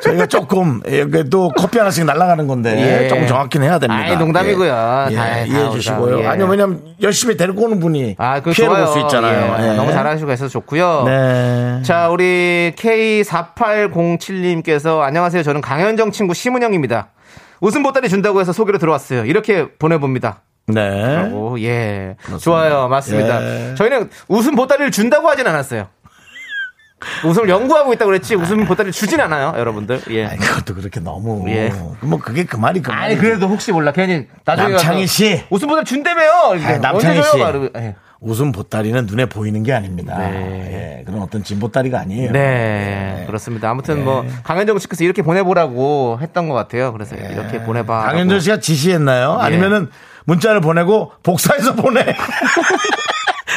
[SPEAKER 1] 저희가 조금 예, 그래도 커피 하나씩 날아가는 건데
[SPEAKER 2] 예.
[SPEAKER 1] 조금 정확히는 해야 됩니다.
[SPEAKER 2] 아이, 농담이고요.
[SPEAKER 1] 예,
[SPEAKER 2] 다- 다
[SPEAKER 1] 이해해
[SPEAKER 2] 오다.
[SPEAKER 1] 주시고요.
[SPEAKER 2] 예.
[SPEAKER 1] 아니요 왜냐면 열심히 데리고 오는 분이
[SPEAKER 2] 아, 그
[SPEAKER 1] 피해를
[SPEAKER 2] 좋아요.
[SPEAKER 1] 볼 수 있잖아요.
[SPEAKER 2] 예.
[SPEAKER 1] 예.
[SPEAKER 2] 너무 잘하시고 해서 좋고요.
[SPEAKER 1] 네.
[SPEAKER 2] 자, 우리 K4807님께서 안녕하세요. 저는 강현정 친구 심은영입니다. 웃음 보따리 준다고 해서 소개로 들어왔어요. 이렇게 보내봅니다.
[SPEAKER 1] 네.
[SPEAKER 2] 오, 예. 좋아요. 맞습니다.
[SPEAKER 1] 예.
[SPEAKER 2] 저희는 웃음 보따리를 준다고 하진 않았어요. 웃음을 연구하고 있다고 그랬지 웃음 보따리를 주진 않아요, 여러분들. 예.
[SPEAKER 1] 아니, 그것도 그렇게 너무
[SPEAKER 2] 예.
[SPEAKER 1] 뭐 그게 그 말이 그
[SPEAKER 2] 아니
[SPEAKER 1] 말이
[SPEAKER 2] 그래도 혹시 몰라 괜히 나중에
[SPEAKER 1] 남창희
[SPEAKER 2] 가서
[SPEAKER 1] 씨.
[SPEAKER 2] 웃음보다 준대매요
[SPEAKER 1] 아, 남창희 씨.
[SPEAKER 2] 네.
[SPEAKER 1] 웃음 보따리는 눈에 보이는 게 아닙니다.
[SPEAKER 2] 네.
[SPEAKER 1] 예, 그런 어떤 진보따리가 아니에요. 예.
[SPEAKER 2] 네, 그렇습니다 아무튼 뭐 강현정 씨께서 이렇게 보내보라고 했던 것 같아요 그래서 이렇게 네, 보내봐
[SPEAKER 1] 네. 강현준 씨가 지시했나요?
[SPEAKER 2] 예.
[SPEAKER 1] 아니면은 문자를 보내고 복사해서 보내.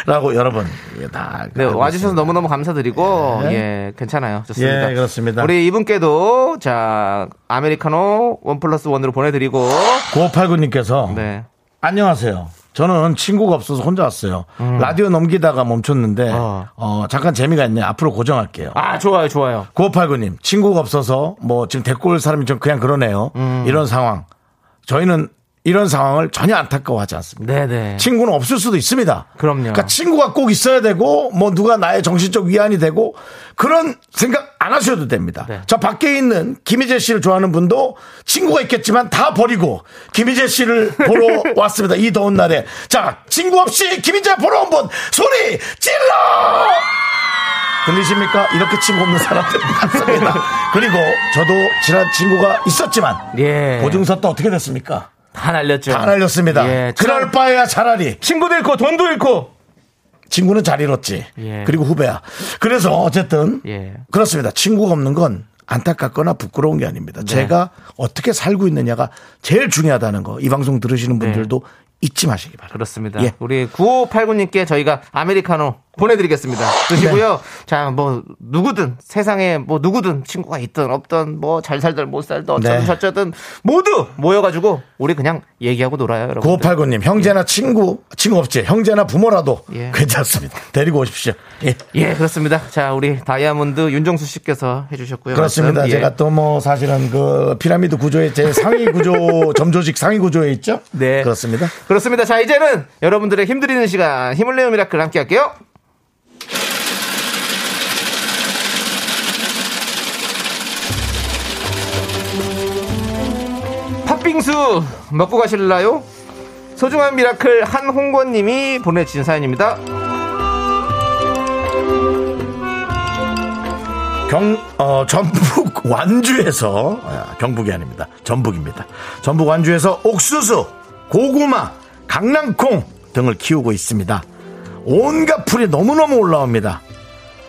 [SPEAKER 1] 라고 여러분 예, 다
[SPEAKER 2] 네,
[SPEAKER 1] 알고
[SPEAKER 2] 와주셔서
[SPEAKER 1] 있습니다.
[SPEAKER 2] 너무너무 감사드리고
[SPEAKER 1] 예.
[SPEAKER 2] 예, 괜찮아요 좋습니다
[SPEAKER 1] 예, 그렇습니다.
[SPEAKER 2] 우리 이분께도 자 아메리카노 원 플러스 원으로 보내드리고
[SPEAKER 1] 9589님께서
[SPEAKER 2] 네
[SPEAKER 1] 안녕하세요. 저는 친구가 없어서 혼자 왔어요. 라디오 넘기다가 멈췄는데
[SPEAKER 2] 음. 어.
[SPEAKER 1] 어, 잠깐 재미가 있네. 앞으로 고정할게요.
[SPEAKER 2] 아, 좋아요, 좋아요.
[SPEAKER 1] 9589님, 친구가 없어서 뭐 지금 댓글 사람이 좀 그냥 그러네요.
[SPEAKER 2] 음.
[SPEAKER 1] 이런 상황. 저희는 이런 상황을 전혀 안타까워하지 않습니다.
[SPEAKER 2] 네네.
[SPEAKER 1] 친구는 없을 수도 있습니다.
[SPEAKER 2] 그럼요.
[SPEAKER 1] 러니까 친구가 꼭 있어야 되고 뭐 누가 나의 정신적 위안이 되고 그런 생각 안 하셔도 됩니다.
[SPEAKER 2] 네.
[SPEAKER 1] 저 밖에 있는 김희재 씨를 좋아하는 분도 친구가 있겠지만 다 버리고 김희재 씨를 보러 왔습니다. 이 더운 날에 자 친구 없이 김희재 보러 온 분 소리 질러! 들리십니까? 이렇게 친구 없는 사람들 많습니다. 그리고 저도 지난 친구가 있었지만
[SPEAKER 2] 예.
[SPEAKER 1] 보증서 또 어떻게 됐습니까?
[SPEAKER 2] 다 날렸죠.
[SPEAKER 1] 다 날렸습니다.
[SPEAKER 2] 예,
[SPEAKER 1] 그럴
[SPEAKER 2] 그럴
[SPEAKER 1] 바에야 차라리
[SPEAKER 2] 친구도 잃고 돈도 잃고.
[SPEAKER 1] 친구는 잘 잃었지.
[SPEAKER 2] 예.
[SPEAKER 1] 그리고 후배야. 그래서 어쨌든
[SPEAKER 2] 예.
[SPEAKER 1] 그렇습니다. 친구가 없는 건 안타깝거나 부끄러운 게 아닙니다.
[SPEAKER 2] 네.
[SPEAKER 1] 제가 어떻게 살고 있느냐가 제일 중요하다는 거. 이 방송 들으시는 분들도 잊지 마시기 바랍니다.
[SPEAKER 2] 네. 그렇습니다.
[SPEAKER 1] 예.
[SPEAKER 2] 우리 9589님께 저희가 아메리카노 보내드리겠습니다.
[SPEAKER 1] 네.
[SPEAKER 2] 드시고요. 자, 뭐, 누구든, 세상에 뭐, 누구든, 친구가 있든, 없든, 뭐, 잘 살든, 못 살든, 어쩌든,
[SPEAKER 1] 네.
[SPEAKER 2] 저쩌든, 모두 모여가지고, 우리 그냥 얘기하고 놀아요, 여러분.
[SPEAKER 1] 9589님, 형제나 친구, 친구 없지. 형제나 부모라도
[SPEAKER 2] 예.
[SPEAKER 1] 괜찮습니다. 데리고 오십시오. 예.
[SPEAKER 2] 예, 그렇습니다. 자, 우리 다이아몬드 윤정수 씨께서 해주셨고요.
[SPEAKER 1] 그렇습니다.
[SPEAKER 2] 말씀. 예.
[SPEAKER 1] 제가 또 뭐 사실은 그 피라미드 구조의 제 상위 구조, 점조직 상위 구조에 있죠?
[SPEAKER 2] 네.
[SPEAKER 1] 그렇습니다.
[SPEAKER 2] 그렇습니다. 자, 이제는 여러분들의 힘드리는 시간, 힘을 내요 미라클 함께 할게요. 팥빙수 먹고 가실래요? 소중한 미라클 한홍권님이 보내주신 사연입니다.
[SPEAKER 1] 경, 어, 전북 완주에서, 아, 경북이 아닙니다. 전북입니다. 전북 완주에서 옥수수, 고구마, 강낭콩 등을 키우고 있습니다. 온갖 풀이 너무너무 올라옵니다.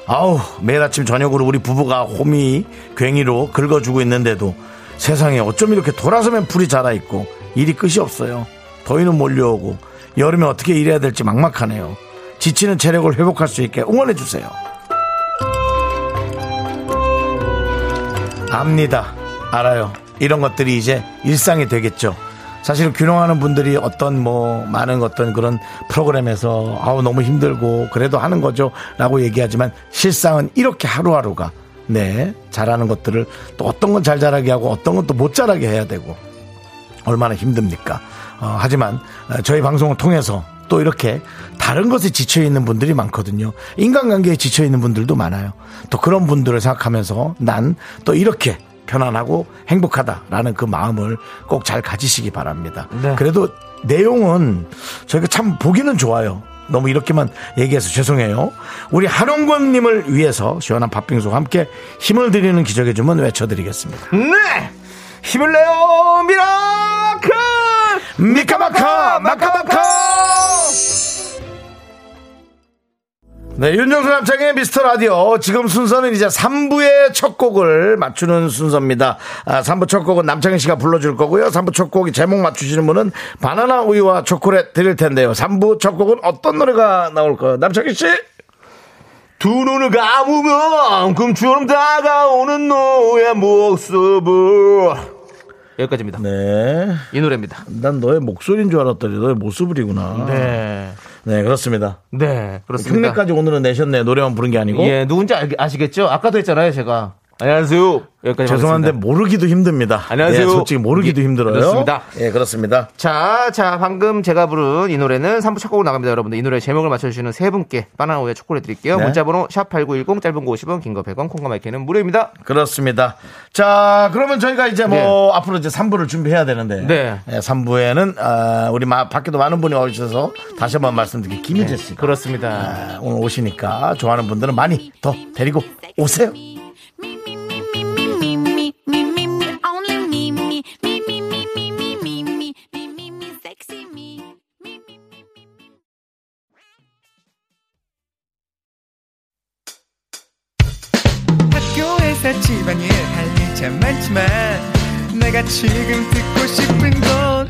[SPEAKER 1] 아우, 매일 아침 저녁으로 우리 부부가 호미, 괭이로 긁어주고 있는데도 세상에 어쩜 이렇게 돌아서면 풀이 자라있고 일이 끝이 없어요. 더위는 몰려오고 여름에 어떻게 일해야 될지 막막하네요. 지치는 체력을 회복할 수 있게 응원해주세요. 압니다. 알아요. 이런 것들이 이제 일상이 되겠죠. 사실 귀농하는 분들이 어떤 뭐 많은 어떤 그런 프로그램에서 아우 너무 힘들고 그래도 하는 거죠라고 얘기하지만 실상은 이렇게 하루하루가 네 잘하는 것들을 또 어떤 건 잘 자라게 하고 어떤 건 또 못 자라게 해야 되고 얼마나 힘듭니까? 어, 하지만 어, 저희 방송을 통해서 또 이렇게 다른 것에 지쳐 있는 분들이 많거든요. 인간관계에 지쳐 있는 분들도 많아요. 또 그런 분들을 생각하면서 난 또 이렇게 편안하고 행복하다라는 그 마음을 꼭 잘 가지시기 바랍니다.
[SPEAKER 2] 네.
[SPEAKER 1] 그래도 내용은 저희가 참 보기는 좋아요. 너무 이렇게만 얘기해서 죄송해요. 우리 한홍권님을 위해서 시원한 팥빙수와 함께 힘을 드리는 기적의 주문 외쳐드리겠습니다.
[SPEAKER 2] 네! 힘을 내요 미라클!
[SPEAKER 1] 미카마카 마카마카 네, 윤정수 남창의 미스터 라디오. 지금 순서는 이제 3부의 첫 곡을 맞추는 순서입니다. 아, 3부 첫 곡은 남창희 씨가 불러줄 거고요. 3부 첫 곡이 제목 맞추시는 분은 바나나 우유와 초콜릿 드릴 텐데요. 3부 첫 곡은 어떤 노래가 나올까요? 남창희 씨?
[SPEAKER 2] 두 눈을 감으면 금처럼 다가오는 너의 모습을 여기까지입니다.
[SPEAKER 1] 네.
[SPEAKER 2] 이 노래입니다.
[SPEAKER 1] 난 너의 목소리인 줄 알았더니 너의 모습이구나.
[SPEAKER 2] 네.
[SPEAKER 1] 네, 그렇습니다.
[SPEAKER 2] 네, 그렇습니다.
[SPEAKER 1] 흉내까지 뭐? 오늘은 내셨네요. 노래만 부른 게 아니고.
[SPEAKER 2] 예, 누군지 알, 아시겠죠? 아까도 했잖아요, 제가. 안녕하세요. 여기까지
[SPEAKER 1] 죄송한데
[SPEAKER 2] 하겠습니다.
[SPEAKER 1] 모르기도 힘듭니다.
[SPEAKER 2] 안녕하세요.
[SPEAKER 1] 예, 솔직히 모르기도
[SPEAKER 2] 예,
[SPEAKER 1] 힘들어요.
[SPEAKER 2] 그렇습니다.
[SPEAKER 1] 예, 그렇습니다.
[SPEAKER 2] 자, 자, 방금 제가 부른 이 노래는 3부 첫 곡으로 나갑니다, 여러분들. 이 노래 제목을 맞춰주시는 세 분께 바나나 우유 초콜릿 드릴게요.
[SPEAKER 1] 네.
[SPEAKER 2] 문자번호 샵8910, 짧은 거 50원, 긴 거 100원, 콩과 마이크는 무료입니다.
[SPEAKER 1] 그렇습니다. 자, 그러면 저희가 이제 뭐 앞으로 이제 3부를 준비해야 되는데
[SPEAKER 2] 예. 네.
[SPEAKER 1] 예, 3부에는 아, 우리 마- 밖에도 많은 분이 오셔서 다시 한번 말씀드릴게요. 김희재 씨.
[SPEAKER 2] 네, 그렇습니다.
[SPEAKER 1] 아, 오늘 오시니까 좋아하는 분들은 많이 더 데리고 오세요.
[SPEAKER 4] 학교에서 집안일 할 일 참 많지만 내가 지금 듣고 싶은 건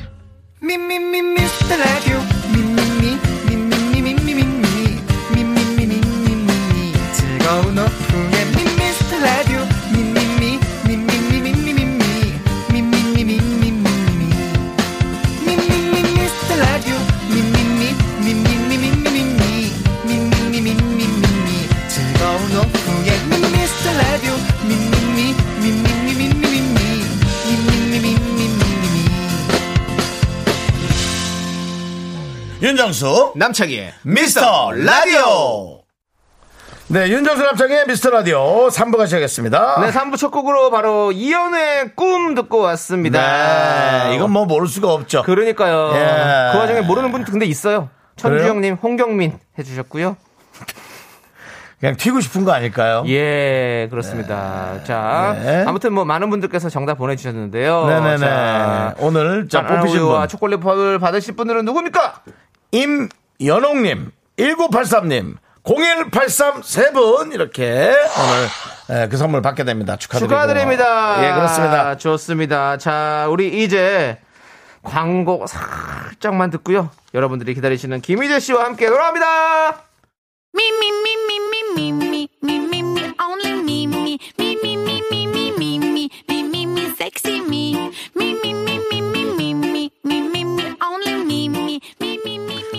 [SPEAKER 4] 미미미 미스터 라디오 미미미 미미미 미미미 미미미 미미미 즐거운 오후에 미스터 라디오 미미미 미미미 미미미 미미미 미미미 미미미 미미미 미스터 라디오 미미미
[SPEAKER 5] 윤정수
[SPEAKER 2] 남창희의
[SPEAKER 5] 미스터 라디오
[SPEAKER 1] 네, 윤정수 남창의 미스터 라디오 3부가 시작했습니다.
[SPEAKER 2] 네, 3부 첫 곡으로 바로 이연의 꿈 듣고 왔습니다.
[SPEAKER 1] 네, 이건 뭐 모를 수가 없죠.
[SPEAKER 2] 그러니까요.
[SPEAKER 1] 예.
[SPEAKER 2] 그 와중에 모르는 분 근데 있어요. 천주영님, 홍경민 해주셨고요.
[SPEAKER 1] 그냥 튀고 싶은 거 아닐까요?
[SPEAKER 2] 예, 그렇습니다. 자,
[SPEAKER 1] 네.
[SPEAKER 2] 아무튼 뭐 많은 분들께서 정답 보내주셨는데요.
[SPEAKER 1] 네네네.
[SPEAKER 2] 자,
[SPEAKER 1] 어, 오늘 자
[SPEAKER 2] 바나나
[SPEAKER 1] 뽑히신
[SPEAKER 2] 우유와
[SPEAKER 1] 분
[SPEAKER 2] 초콜릿 팝을 받으실 분들은 누굽니까?
[SPEAKER 1] 임연옥님, 1983님, 0183 세 분 이렇게 오늘 예, 그 선물 받게 됩니다. 축하드립니다.
[SPEAKER 2] 축하드립니다.
[SPEAKER 1] 예, 그렇습니다.
[SPEAKER 2] 좋습니다. 자, 우리 이제 광고 살짝만 듣고요. 여러분들이 기다리시는 김희재 씨와 함께 돌아옵니다.
[SPEAKER 3] Me, me, me, me, me, me, me, me, me, me, only me, me, me, me, me, me, me, me, me, me, me, me, sexy me. Me, me, me, me, me, me, me, me, me, me, only me, me, me, me, me.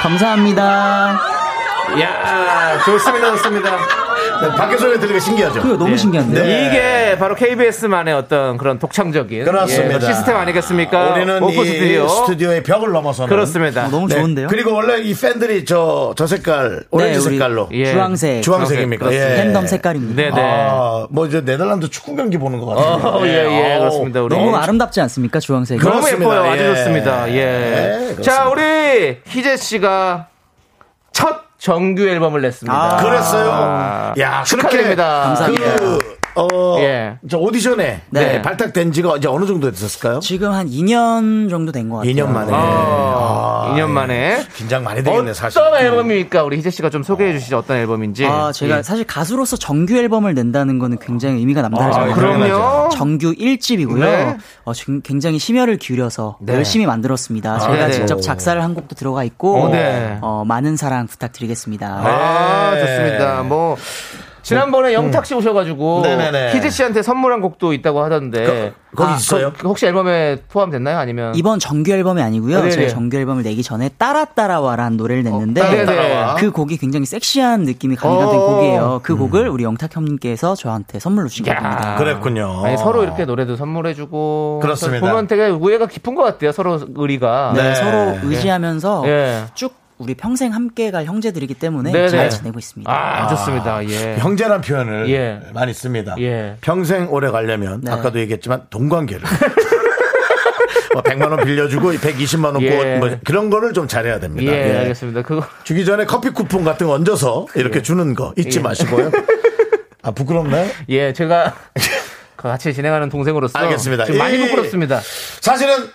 [SPEAKER 6] 감사합니다.
[SPEAKER 2] 야, 좋습니다, 좋습니다.
[SPEAKER 1] 네, 밖에 소리 들리게 신기하죠?
[SPEAKER 6] 그거 너무
[SPEAKER 2] 예.
[SPEAKER 6] 신기한데요?
[SPEAKER 1] 네.
[SPEAKER 2] 이게 바로 KBS만의 어떤 그런 독창적인
[SPEAKER 1] 그렇습니다.
[SPEAKER 2] 예, 시스템 아니겠습니까?
[SPEAKER 1] 우리는
[SPEAKER 2] 오프
[SPEAKER 1] 이
[SPEAKER 2] 스튜디오.
[SPEAKER 1] 스튜디오의 벽을 넘어서는
[SPEAKER 2] 그렇습니다.
[SPEAKER 6] 어, 너무
[SPEAKER 1] 네.
[SPEAKER 6] 좋은데요? 네,
[SPEAKER 1] 그리고 원래 이 팬들이 저, 저 색깔, 오렌지
[SPEAKER 6] 우리
[SPEAKER 1] 색깔로.
[SPEAKER 2] 예.
[SPEAKER 6] 주황색.
[SPEAKER 1] 주황색입니까?
[SPEAKER 2] 그렇습니다.
[SPEAKER 1] 예.
[SPEAKER 6] 팬덤 색깔입니다.
[SPEAKER 2] 네, 네.
[SPEAKER 1] 아, 뭐 이제 네덜란드 축구 경기 보는 것 같아요.
[SPEAKER 2] 어, 예, 예,
[SPEAKER 1] 아우,
[SPEAKER 2] 그렇습니다. 우리
[SPEAKER 6] 너무 아름답지 않습니까, 주황색이?
[SPEAKER 1] 그럼-
[SPEAKER 2] 너무
[SPEAKER 1] 그렇습니다.
[SPEAKER 2] 예뻐요. 아주
[SPEAKER 1] 예.
[SPEAKER 2] 좋습니다.
[SPEAKER 1] 예,
[SPEAKER 2] 예.
[SPEAKER 1] 그렇습니다.
[SPEAKER 2] 자, 우리 희재 씨가 첫 정규 앨범을 냈습니다.
[SPEAKER 6] 아.
[SPEAKER 1] 그랬어요. 야, 그렇게
[SPEAKER 2] 축하드립니다.
[SPEAKER 6] 감사합니다.
[SPEAKER 1] 그, 어,
[SPEAKER 2] 예.
[SPEAKER 1] 저 오디션에
[SPEAKER 6] 네.
[SPEAKER 1] 네, 발탁된 지가 이제 어느 정도 됐었을까요?
[SPEAKER 6] 지금 한 2년 정도 된 것 같아요.
[SPEAKER 1] 2년 만에.
[SPEAKER 2] 어,
[SPEAKER 1] 예. 아,
[SPEAKER 2] 2년 만에.
[SPEAKER 1] 긴장 많이 되겠네,
[SPEAKER 2] 어떤
[SPEAKER 1] 사실. 음.
[SPEAKER 2] 앨범입니까? 우리 희재 씨가 좀 소개해 주시죠. 어떤 앨범인지. 예.
[SPEAKER 6] 아, 제가 사실 가수로서 정규 앨범을 낸다는 거는 굉장히 의미가 남다르잖아요.
[SPEAKER 2] 아, 그럼요.
[SPEAKER 6] 정규 1집이고요. 어,
[SPEAKER 2] 네.
[SPEAKER 6] 지금 굉장히 심혈을 기울여서 열심히 만들었습니다. 제가
[SPEAKER 2] 아, 네네.
[SPEAKER 6] 직접 작사를 한 곡도 들어가 있고
[SPEAKER 2] 어, 네.
[SPEAKER 6] 어, 많은 사랑 부탁드리겠습니다.
[SPEAKER 2] 아,
[SPEAKER 1] 네.
[SPEAKER 2] 좋습니다. 뭐 지난번에 영탁 씨 오셔가지고
[SPEAKER 1] 음. 네네네.
[SPEAKER 2] 희재 씨한테 선물한 곡도 있다고 하던데
[SPEAKER 1] 그, 거- 거기 있어요?
[SPEAKER 2] 거- 혹시 앨범에 포함됐나요? 아니면
[SPEAKER 6] 이번 정규 앨범이 아니고요.
[SPEAKER 2] 네네. 어,
[SPEAKER 6] 저희 정규 앨범을 내기 전에 따라 따라와라는 노래를 냈는데
[SPEAKER 2] 따라 따라와.
[SPEAKER 6] 그 곡이 굉장히 섹시한 느낌이 가미가된
[SPEAKER 2] 어.
[SPEAKER 6] 곡이에요. 그 곡을 우리 영탁 형님께서 저한테 선물로 주신
[SPEAKER 2] 야.
[SPEAKER 6] 곡입니다.
[SPEAKER 1] 음, 그랬군요.
[SPEAKER 2] 아, 아니, 서로 이렇게 노래도 선물해주고
[SPEAKER 1] 그렇습니다.
[SPEAKER 2] 보면 되게 우애가 깊은 것 같아요. 서로 의리가
[SPEAKER 6] 네,
[SPEAKER 1] 네.
[SPEAKER 6] 서로 의지하면서
[SPEAKER 2] 예.
[SPEAKER 6] 쭉 우리 평생 함께 갈 형제들이기 때문에
[SPEAKER 2] 네네.
[SPEAKER 6] 잘 지내고 있습니다.
[SPEAKER 2] 아, 좋습니다. 예.
[SPEAKER 1] 형제란 표현을
[SPEAKER 2] 예.
[SPEAKER 1] 많이 씁니다.
[SPEAKER 2] 예.
[SPEAKER 1] 평생 오래 가려면 아까도 얘기했지만 동관계를 뭐 100만 원 빌려주고 120만 원
[SPEAKER 2] 예.
[SPEAKER 1] 꼬- 뭐 그런 거를 좀 잘해야 됩니다.
[SPEAKER 2] 예,
[SPEAKER 1] 예.
[SPEAKER 2] 알겠습니다. 그거
[SPEAKER 1] 주기 전에 커피 쿠폰 같은 거 얹어서 이렇게 주는 거 잊지 마시고요. 아 부끄럽나요?
[SPEAKER 2] 예, 제가 같이 진행하는 동생으로서
[SPEAKER 1] 알겠습니다. 예.
[SPEAKER 2] 지금 많이
[SPEAKER 1] 이-
[SPEAKER 2] 부끄럽습니다.
[SPEAKER 1] 사실은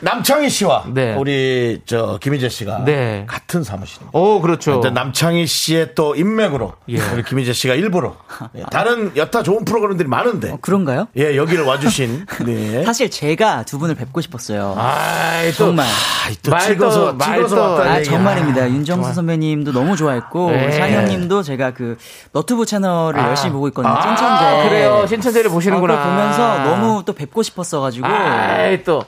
[SPEAKER 1] 남창희 씨와
[SPEAKER 2] 네.
[SPEAKER 1] 우리 저 김희재 씨가
[SPEAKER 2] 네.
[SPEAKER 1] 같은 사무실입니다.
[SPEAKER 2] 오, 그렇죠.
[SPEAKER 1] 근데 남창희 씨의 또 인맥으로
[SPEAKER 2] 예.
[SPEAKER 1] 우리 김희재 씨가 일부러 예, 다른 여타 좋은 프로그램들이 많은데
[SPEAKER 6] 그런가요?
[SPEAKER 1] 예 여기를 와주신 네.
[SPEAKER 6] 사실 제가 두 분을 뵙고 싶었어요.
[SPEAKER 2] 아이, 또
[SPEAKER 6] 정말.
[SPEAKER 1] 아이, 또
[SPEAKER 2] 말도-
[SPEAKER 1] 찍어서
[SPEAKER 2] 말도-
[SPEAKER 1] 찍어서 왔다는
[SPEAKER 6] 아,
[SPEAKER 1] 얘기.
[SPEAKER 6] 정말입니다. 윤정수 선배님도 너무 좋아했고
[SPEAKER 2] 네.
[SPEAKER 6] 찬이 형님도 제가 그 너튜브 채널을
[SPEAKER 2] 아.
[SPEAKER 6] 열심히 보고 있거든요.
[SPEAKER 2] 아,
[SPEAKER 6] 찐천재.
[SPEAKER 2] 그래요. 신천재를 보시는구나.
[SPEAKER 6] 그걸 보면서 너무 또 뵙고 싶었어가지고
[SPEAKER 2] 아이, 예. 또.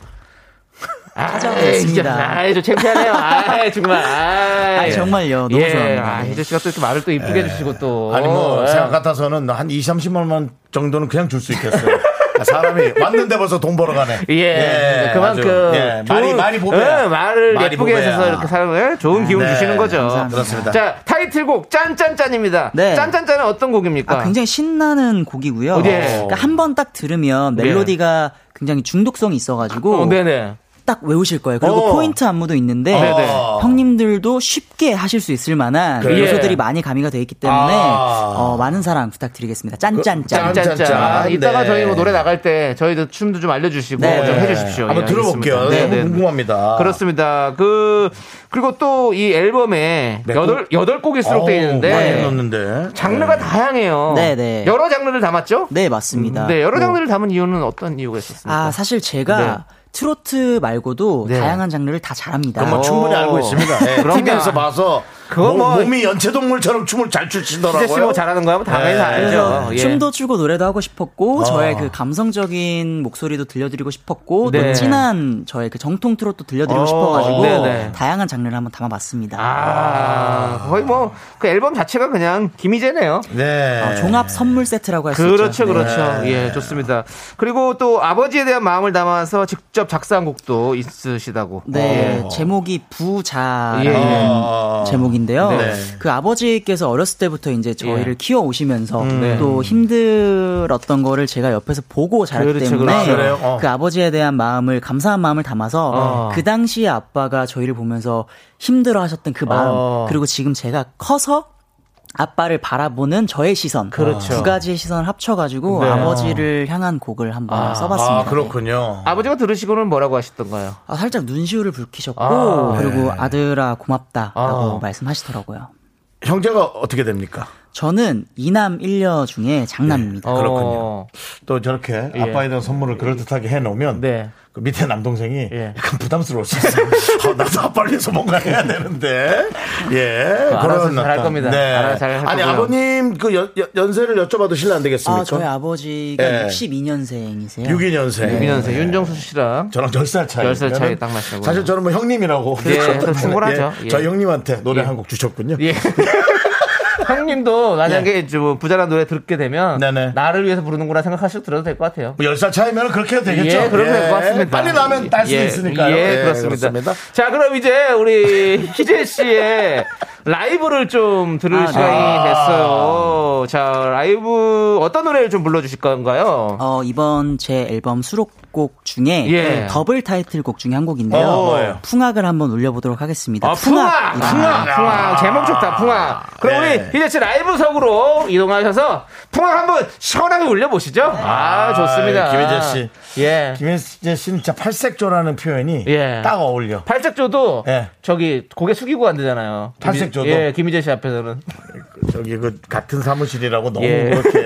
[SPEAKER 6] 찾아오겠습니다.
[SPEAKER 2] 진짜, 아이, 저 창피하네요. 아이, 정말. 아이.
[SPEAKER 6] 아이, 정말요. 너무
[SPEAKER 2] 예.
[SPEAKER 6] 좋아합니다. 예.
[SPEAKER 2] 아, 희재 씨가 또 이렇게 말을 또 이쁘게 해주시고 또.
[SPEAKER 1] 아니 뭐
[SPEAKER 2] 예.
[SPEAKER 1] 생각 같아서는 한 2, 30만 원 정도는 그냥 줄 수 있겠어요. 아, 사람이 왔는데 벌써 돈 벌어 가네.
[SPEAKER 2] 예, 그만큼
[SPEAKER 1] 아주, 예, 많이
[SPEAKER 2] 좋은-
[SPEAKER 1] 많이 보배야.
[SPEAKER 2] 예, 말을
[SPEAKER 1] 많이
[SPEAKER 2] 예쁘게
[SPEAKER 1] 보배야.
[SPEAKER 2] 해서 이렇게 사람을 좋은 기운
[SPEAKER 1] 네,
[SPEAKER 2] 주시는 거죠.
[SPEAKER 6] 아, 감사합니다.
[SPEAKER 1] 그렇습니다.
[SPEAKER 2] 자 타이틀곡 짠짠짠입니다.
[SPEAKER 6] 네.
[SPEAKER 2] 짠짠짠은 어떤 곡입니까?
[SPEAKER 6] 아, 굉장히 신나는 곡이고요. 그러니까
[SPEAKER 2] 예.
[SPEAKER 6] 한 번 딱 들으면 멜로디가 굉장히 중독성이 있어가지고
[SPEAKER 2] 네. 어, 네네.
[SPEAKER 6] 딱 외우실 거예요. 그리고
[SPEAKER 1] 어.
[SPEAKER 6] 포인트 안무도 있는데
[SPEAKER 2] 아, 네네.
[SPEAKER 6] 형님들도 쉽게 하실 수 있을 만한
[SPEAKER 1] 그래요.
[SPEAKER 6] 요소들이 많이 가미가 돼 있기 때문에
[SPEAKER 1] 아.
[SPEAKER 6] 어, 많은 사랑 부탁드리겠습니다. 짠짠짠.
[SPEAKER 1] 짠.
[SPEAKER 2] 그 짠짠짠. 이따가
[SPEAKER 1] 네.
[SPEAKER 2] 저희 뭐 노래 나갈 때 저희도 춤도 좀 알려주시고
[SPEAKER 6] 네.
[SPEAKER 2] 좀 해주십시오.
[SPEAKER 1] 한번
[SPEAKER 2] 예,
[SPEAKER 1] 들어볼게요.
[SPEAKER 2] 알겠습니다.
[SPEAKER 1] 너무 궁금합니다.
[SPEAKER 2] 그렇습니다. 그 그리고 또 이 앨범에
[SPEAKER 1] 네,
[SPEAKER 2] 여덟 여덟 곡이 수록되어
[SPEAKER 1] 어우, 많이
[SPEAKER 2] 있는데
[SPEAKER 1] 넣었는데. 네.
[SPEAKER 2] 장르가 다양해요.
[SPEAKER 6] 네네.
[SPEAKER 2] 여러 장르를 담았죠?
[SPEAKER 6] 네 맞습니다.
[SPEAKER 2] 네, 여러 장르를 담은 이유는 어떤 이유가 있었습니까?
[SPEAKER 6] 아 사실 제가 트로트 말고도
[SPEAKER 2] 네.
[SPEAKER 6] 다양한 장르를 다 잘합니다.
[SPEAKER 1] 그건 뭐 충분히 알고 있습니다. 예,
[SPEAKER 2] 어. 그럼요.
[SPEAKER 1] TV에서 봐서
[SPEAKER 2] 그거
[SPEAKER 1] 몸-
[SPEAKER 2] 뭐-
[SPEAKER 1] 몸이 연체동물처럼 춤을 잘
[SPEAKER 2] 희재 씨뭐
[SPEAKER 1] 추시더라고요.
[SPEAKER 2] 잘하는 거야? 뭐 당연히 다
[SPEAKER 6] 그래서
[SPEAKER 2] 알죠. 예. 아.
[SPEAKER 6] 춤도 추고 노래도 하고 싶었고
[SPEAKER 1] 어.
[SPEAKER 6] 저의 그 감성적인 목소리도 들려드리고 싶었고
[SPEAKER 2] 네.
[SPEAKER 6] 또 진한 저의 그 정통 트롯도 들려드리고
[SPEAKER 2] 어.
[SPEAKER 6] 싶어가지고
[SPEAKER 2] 네네.
[SPEAKER 6] 다양한 장르를 한번 담아봤습니다.
[SPEAKER 2] 아, 거의 뭐 그 앨범 자체가 그냥 김희재네요.
[SPEAKER 1] 네.
[SPEAKER 2] 아,
[SPEAKER 6] 어, 종합 선물 세트라고 할 수 있죠.
[SPEAKER 2] 그렇죠, 그렇죠. 예, 좋습니다. 그리고 또 아버지에 대한 마음을 담아서 직접 작사한 곡도 있으시다고.
[SPEAKER 6] 네,
[SPEAKER 1] 어.
[SPEAKER 6] 제목이 부자라는
[SPEAKER 2] 예, 아, 예.
[SPEAKER 1] 어.
[SPEAKER 6] 제목인데요.
[SPEAKER 1] 네.
[SPEAKER 6] 그 아버지께서 어렸을 때부터 이제 저희를
[SPEAKER 2] 예.
[SPEAKER 6] 키워 오시면서
[SPEAKER 2] 네.
[SPEAKER 6] 또 힘들었던 거를 제가 옆에서 보고 자랐기
[SPEAKER 2] 그렇죠,
[SPEAKER 6] 때문에
[SPEAKER 2] 그렇죠.
[SPEAKER 1] 그래요? 어.
[SPEAKER 6] 그 아버지에 대한 마음을 감사한 마음을 담아서
[SPEAKER 2] 어.
[SPEAKER 6] 그 당시에 아빠가 저희를 보면서 힘들어하셨던 그 마음
[SPEAKER 2] 어.
[SPEAKER 6] 그리고 지금 제가 커서 아빠를 바라보는 저의 시선
[SPEAKER 2] 그렇죠.
[SPEAKER 6] 두 가지의 시선을 합쳐가지고
[SPEAKER 2] 네.
[SPEAKER 6] 아버지를 향한 곡을 한번 써봤습니다.
[SPEAKER 1] 아, 그렇군요.
[SPEAKER 2] 아버지가 들으시고는 뭐라고 하셨던가요?
[SPEAKER 6] 아, 살짝 눈시울을 붉히셨고
[SPEAKER 2] 아,
[SPEAKER 6] 그리고 아들아 고맙다라고
[SPEAKER 2] 아.
[SPEAKER 6] 말씀하시더라고요.
[SPEAKER 1] 형제가 어떻게 됩니까?
[SPEAKER 6] 저는 이남 1녀 중에 장남입니다.
[SPEAKER 1] 그렇군요.
[SPEAKER 2] 어,
[SPEAKER 1] 또 저렇게
[SPEAKER 2] 예.
[SPEAKER 1] 아빠에 대한 선물을 그럴듯하게 해놓으면
[SPEAKER 2] 네.
[SPEAKER 1] 그 밑에 남동생이
[SPEAKER 2] 예.
[SPEAKER 1] 약간 부담스러울 수 있어요. 어, 나도 아빠를 위해서 뭔가 해야 되는데. 예.
[SPEAKER 2] 알아서
[SPEAKER 1] 그런
[SPEAKER 2] 잘할
[SPEAKER 1] 어떤- 네.
[SPEAKER 2] 겁니다. 알아서 잘할
[SPEAKER 1] 아니,
[SPEAKER 2] 거고요.
[SPEAKER 1] 아버님 그 연, 연- 연세를 여쭤봐도 실례 안 되겠습니까?
[SPEAKER 6] 아, 저희 아버지가
[SPEAKER 1] 어, 예.
[SPEAKER 6] 62년생이세요.
[SPEAKER 1] 62년생.
[SPEAKER 2] 6년생 윤정수 씨랑
[SPEAKER 1] 저랑 10살 차이.
[SPEAKER 2] 10살 차이 딱 나시고요.
[SPEAKER 1] 사실 저는 뭐 형님이라고.
[SPEAKER 2] 예, 충분하죠. 예.
[SPEAKER 1] 저희 형님한테 노래 한 곡 주셨군요.
[SPEAKER 2] 예. 형님도 만약에 이제 뭐 부자란 노래 듣게 되면
[SPEAKER 1] 네네.
[SPEAKER 2] 나를 위해서 부르는구나 생각하시고 들어도 될 것 같아요.
[SPEAKER 1] 뭐 10살 차이면 그렇게 해도 되겠죠?
[SPEAKER 2] 예, 그러면 될것 같습니다.
[SPEAKER 1] 빨리 나면 딸 수
[SPEAKER 2] 예,
[SPEAKER 1] 있으니까요.
[SPEAKER 2] 예, 그렇습니다. 자, 그럼 이제 우리 희재 씨의 라이브를 좀 들을
[SPEAKER 6] 아, 네.
[SPEAKER 2] 시간이 됐어요. 자, 라이브 어떤 노래를 좀 불러주실 건가요?
[SPEAKER 6] 어, 이번 제 앨범 수록곡 중에
[SPEAKER 2] 예.
[SPEAKER 6] 더블 타이틀곡 중에 한 곡인데요.
[SPEAKER 1] 어, 뭐예요?
[SPEAKER 6] 풍악을 한번 올려보도록 하겠습니다.
[SPEAKER 2] 아, 풍악!
[SPEAKER 6] 풍악이라는
[SPEAKER 2] 풍악! 풍악! 제목 좋다, 풍악! 그럼
[SPEAKER 1] 네.
[SPEAKER 2] 우리 희재 씨 라이브석으로 이동하셔서 풍악 한번 시원하게 울려보시죠. 아, 좋습니다.
[SPEAKER 1] 김희재 씨.
[SPEAKER 2] 예.
[SPEAKER 1] 김혜재 씨는 진짜 팔색조라는 표현이
[SPEAKER 2] 예.
[SPEAKER 1] 딱 어울려.
[SPEAKER 2] 팔색조도
[SPEAKER 1] 예.
[SPEAKER 2] 저기 고개 숙이고 안 되잖아요.
[SPEAKER 1] 팔색조도?
[SPEAKER 2] 예, 김희재 씨 앞에서는.
[SPEAKER 1] 저기 그 같은 사무실이라고 너무
[SPEAKER 2] 예.
[SPEAKER 1] 그렇게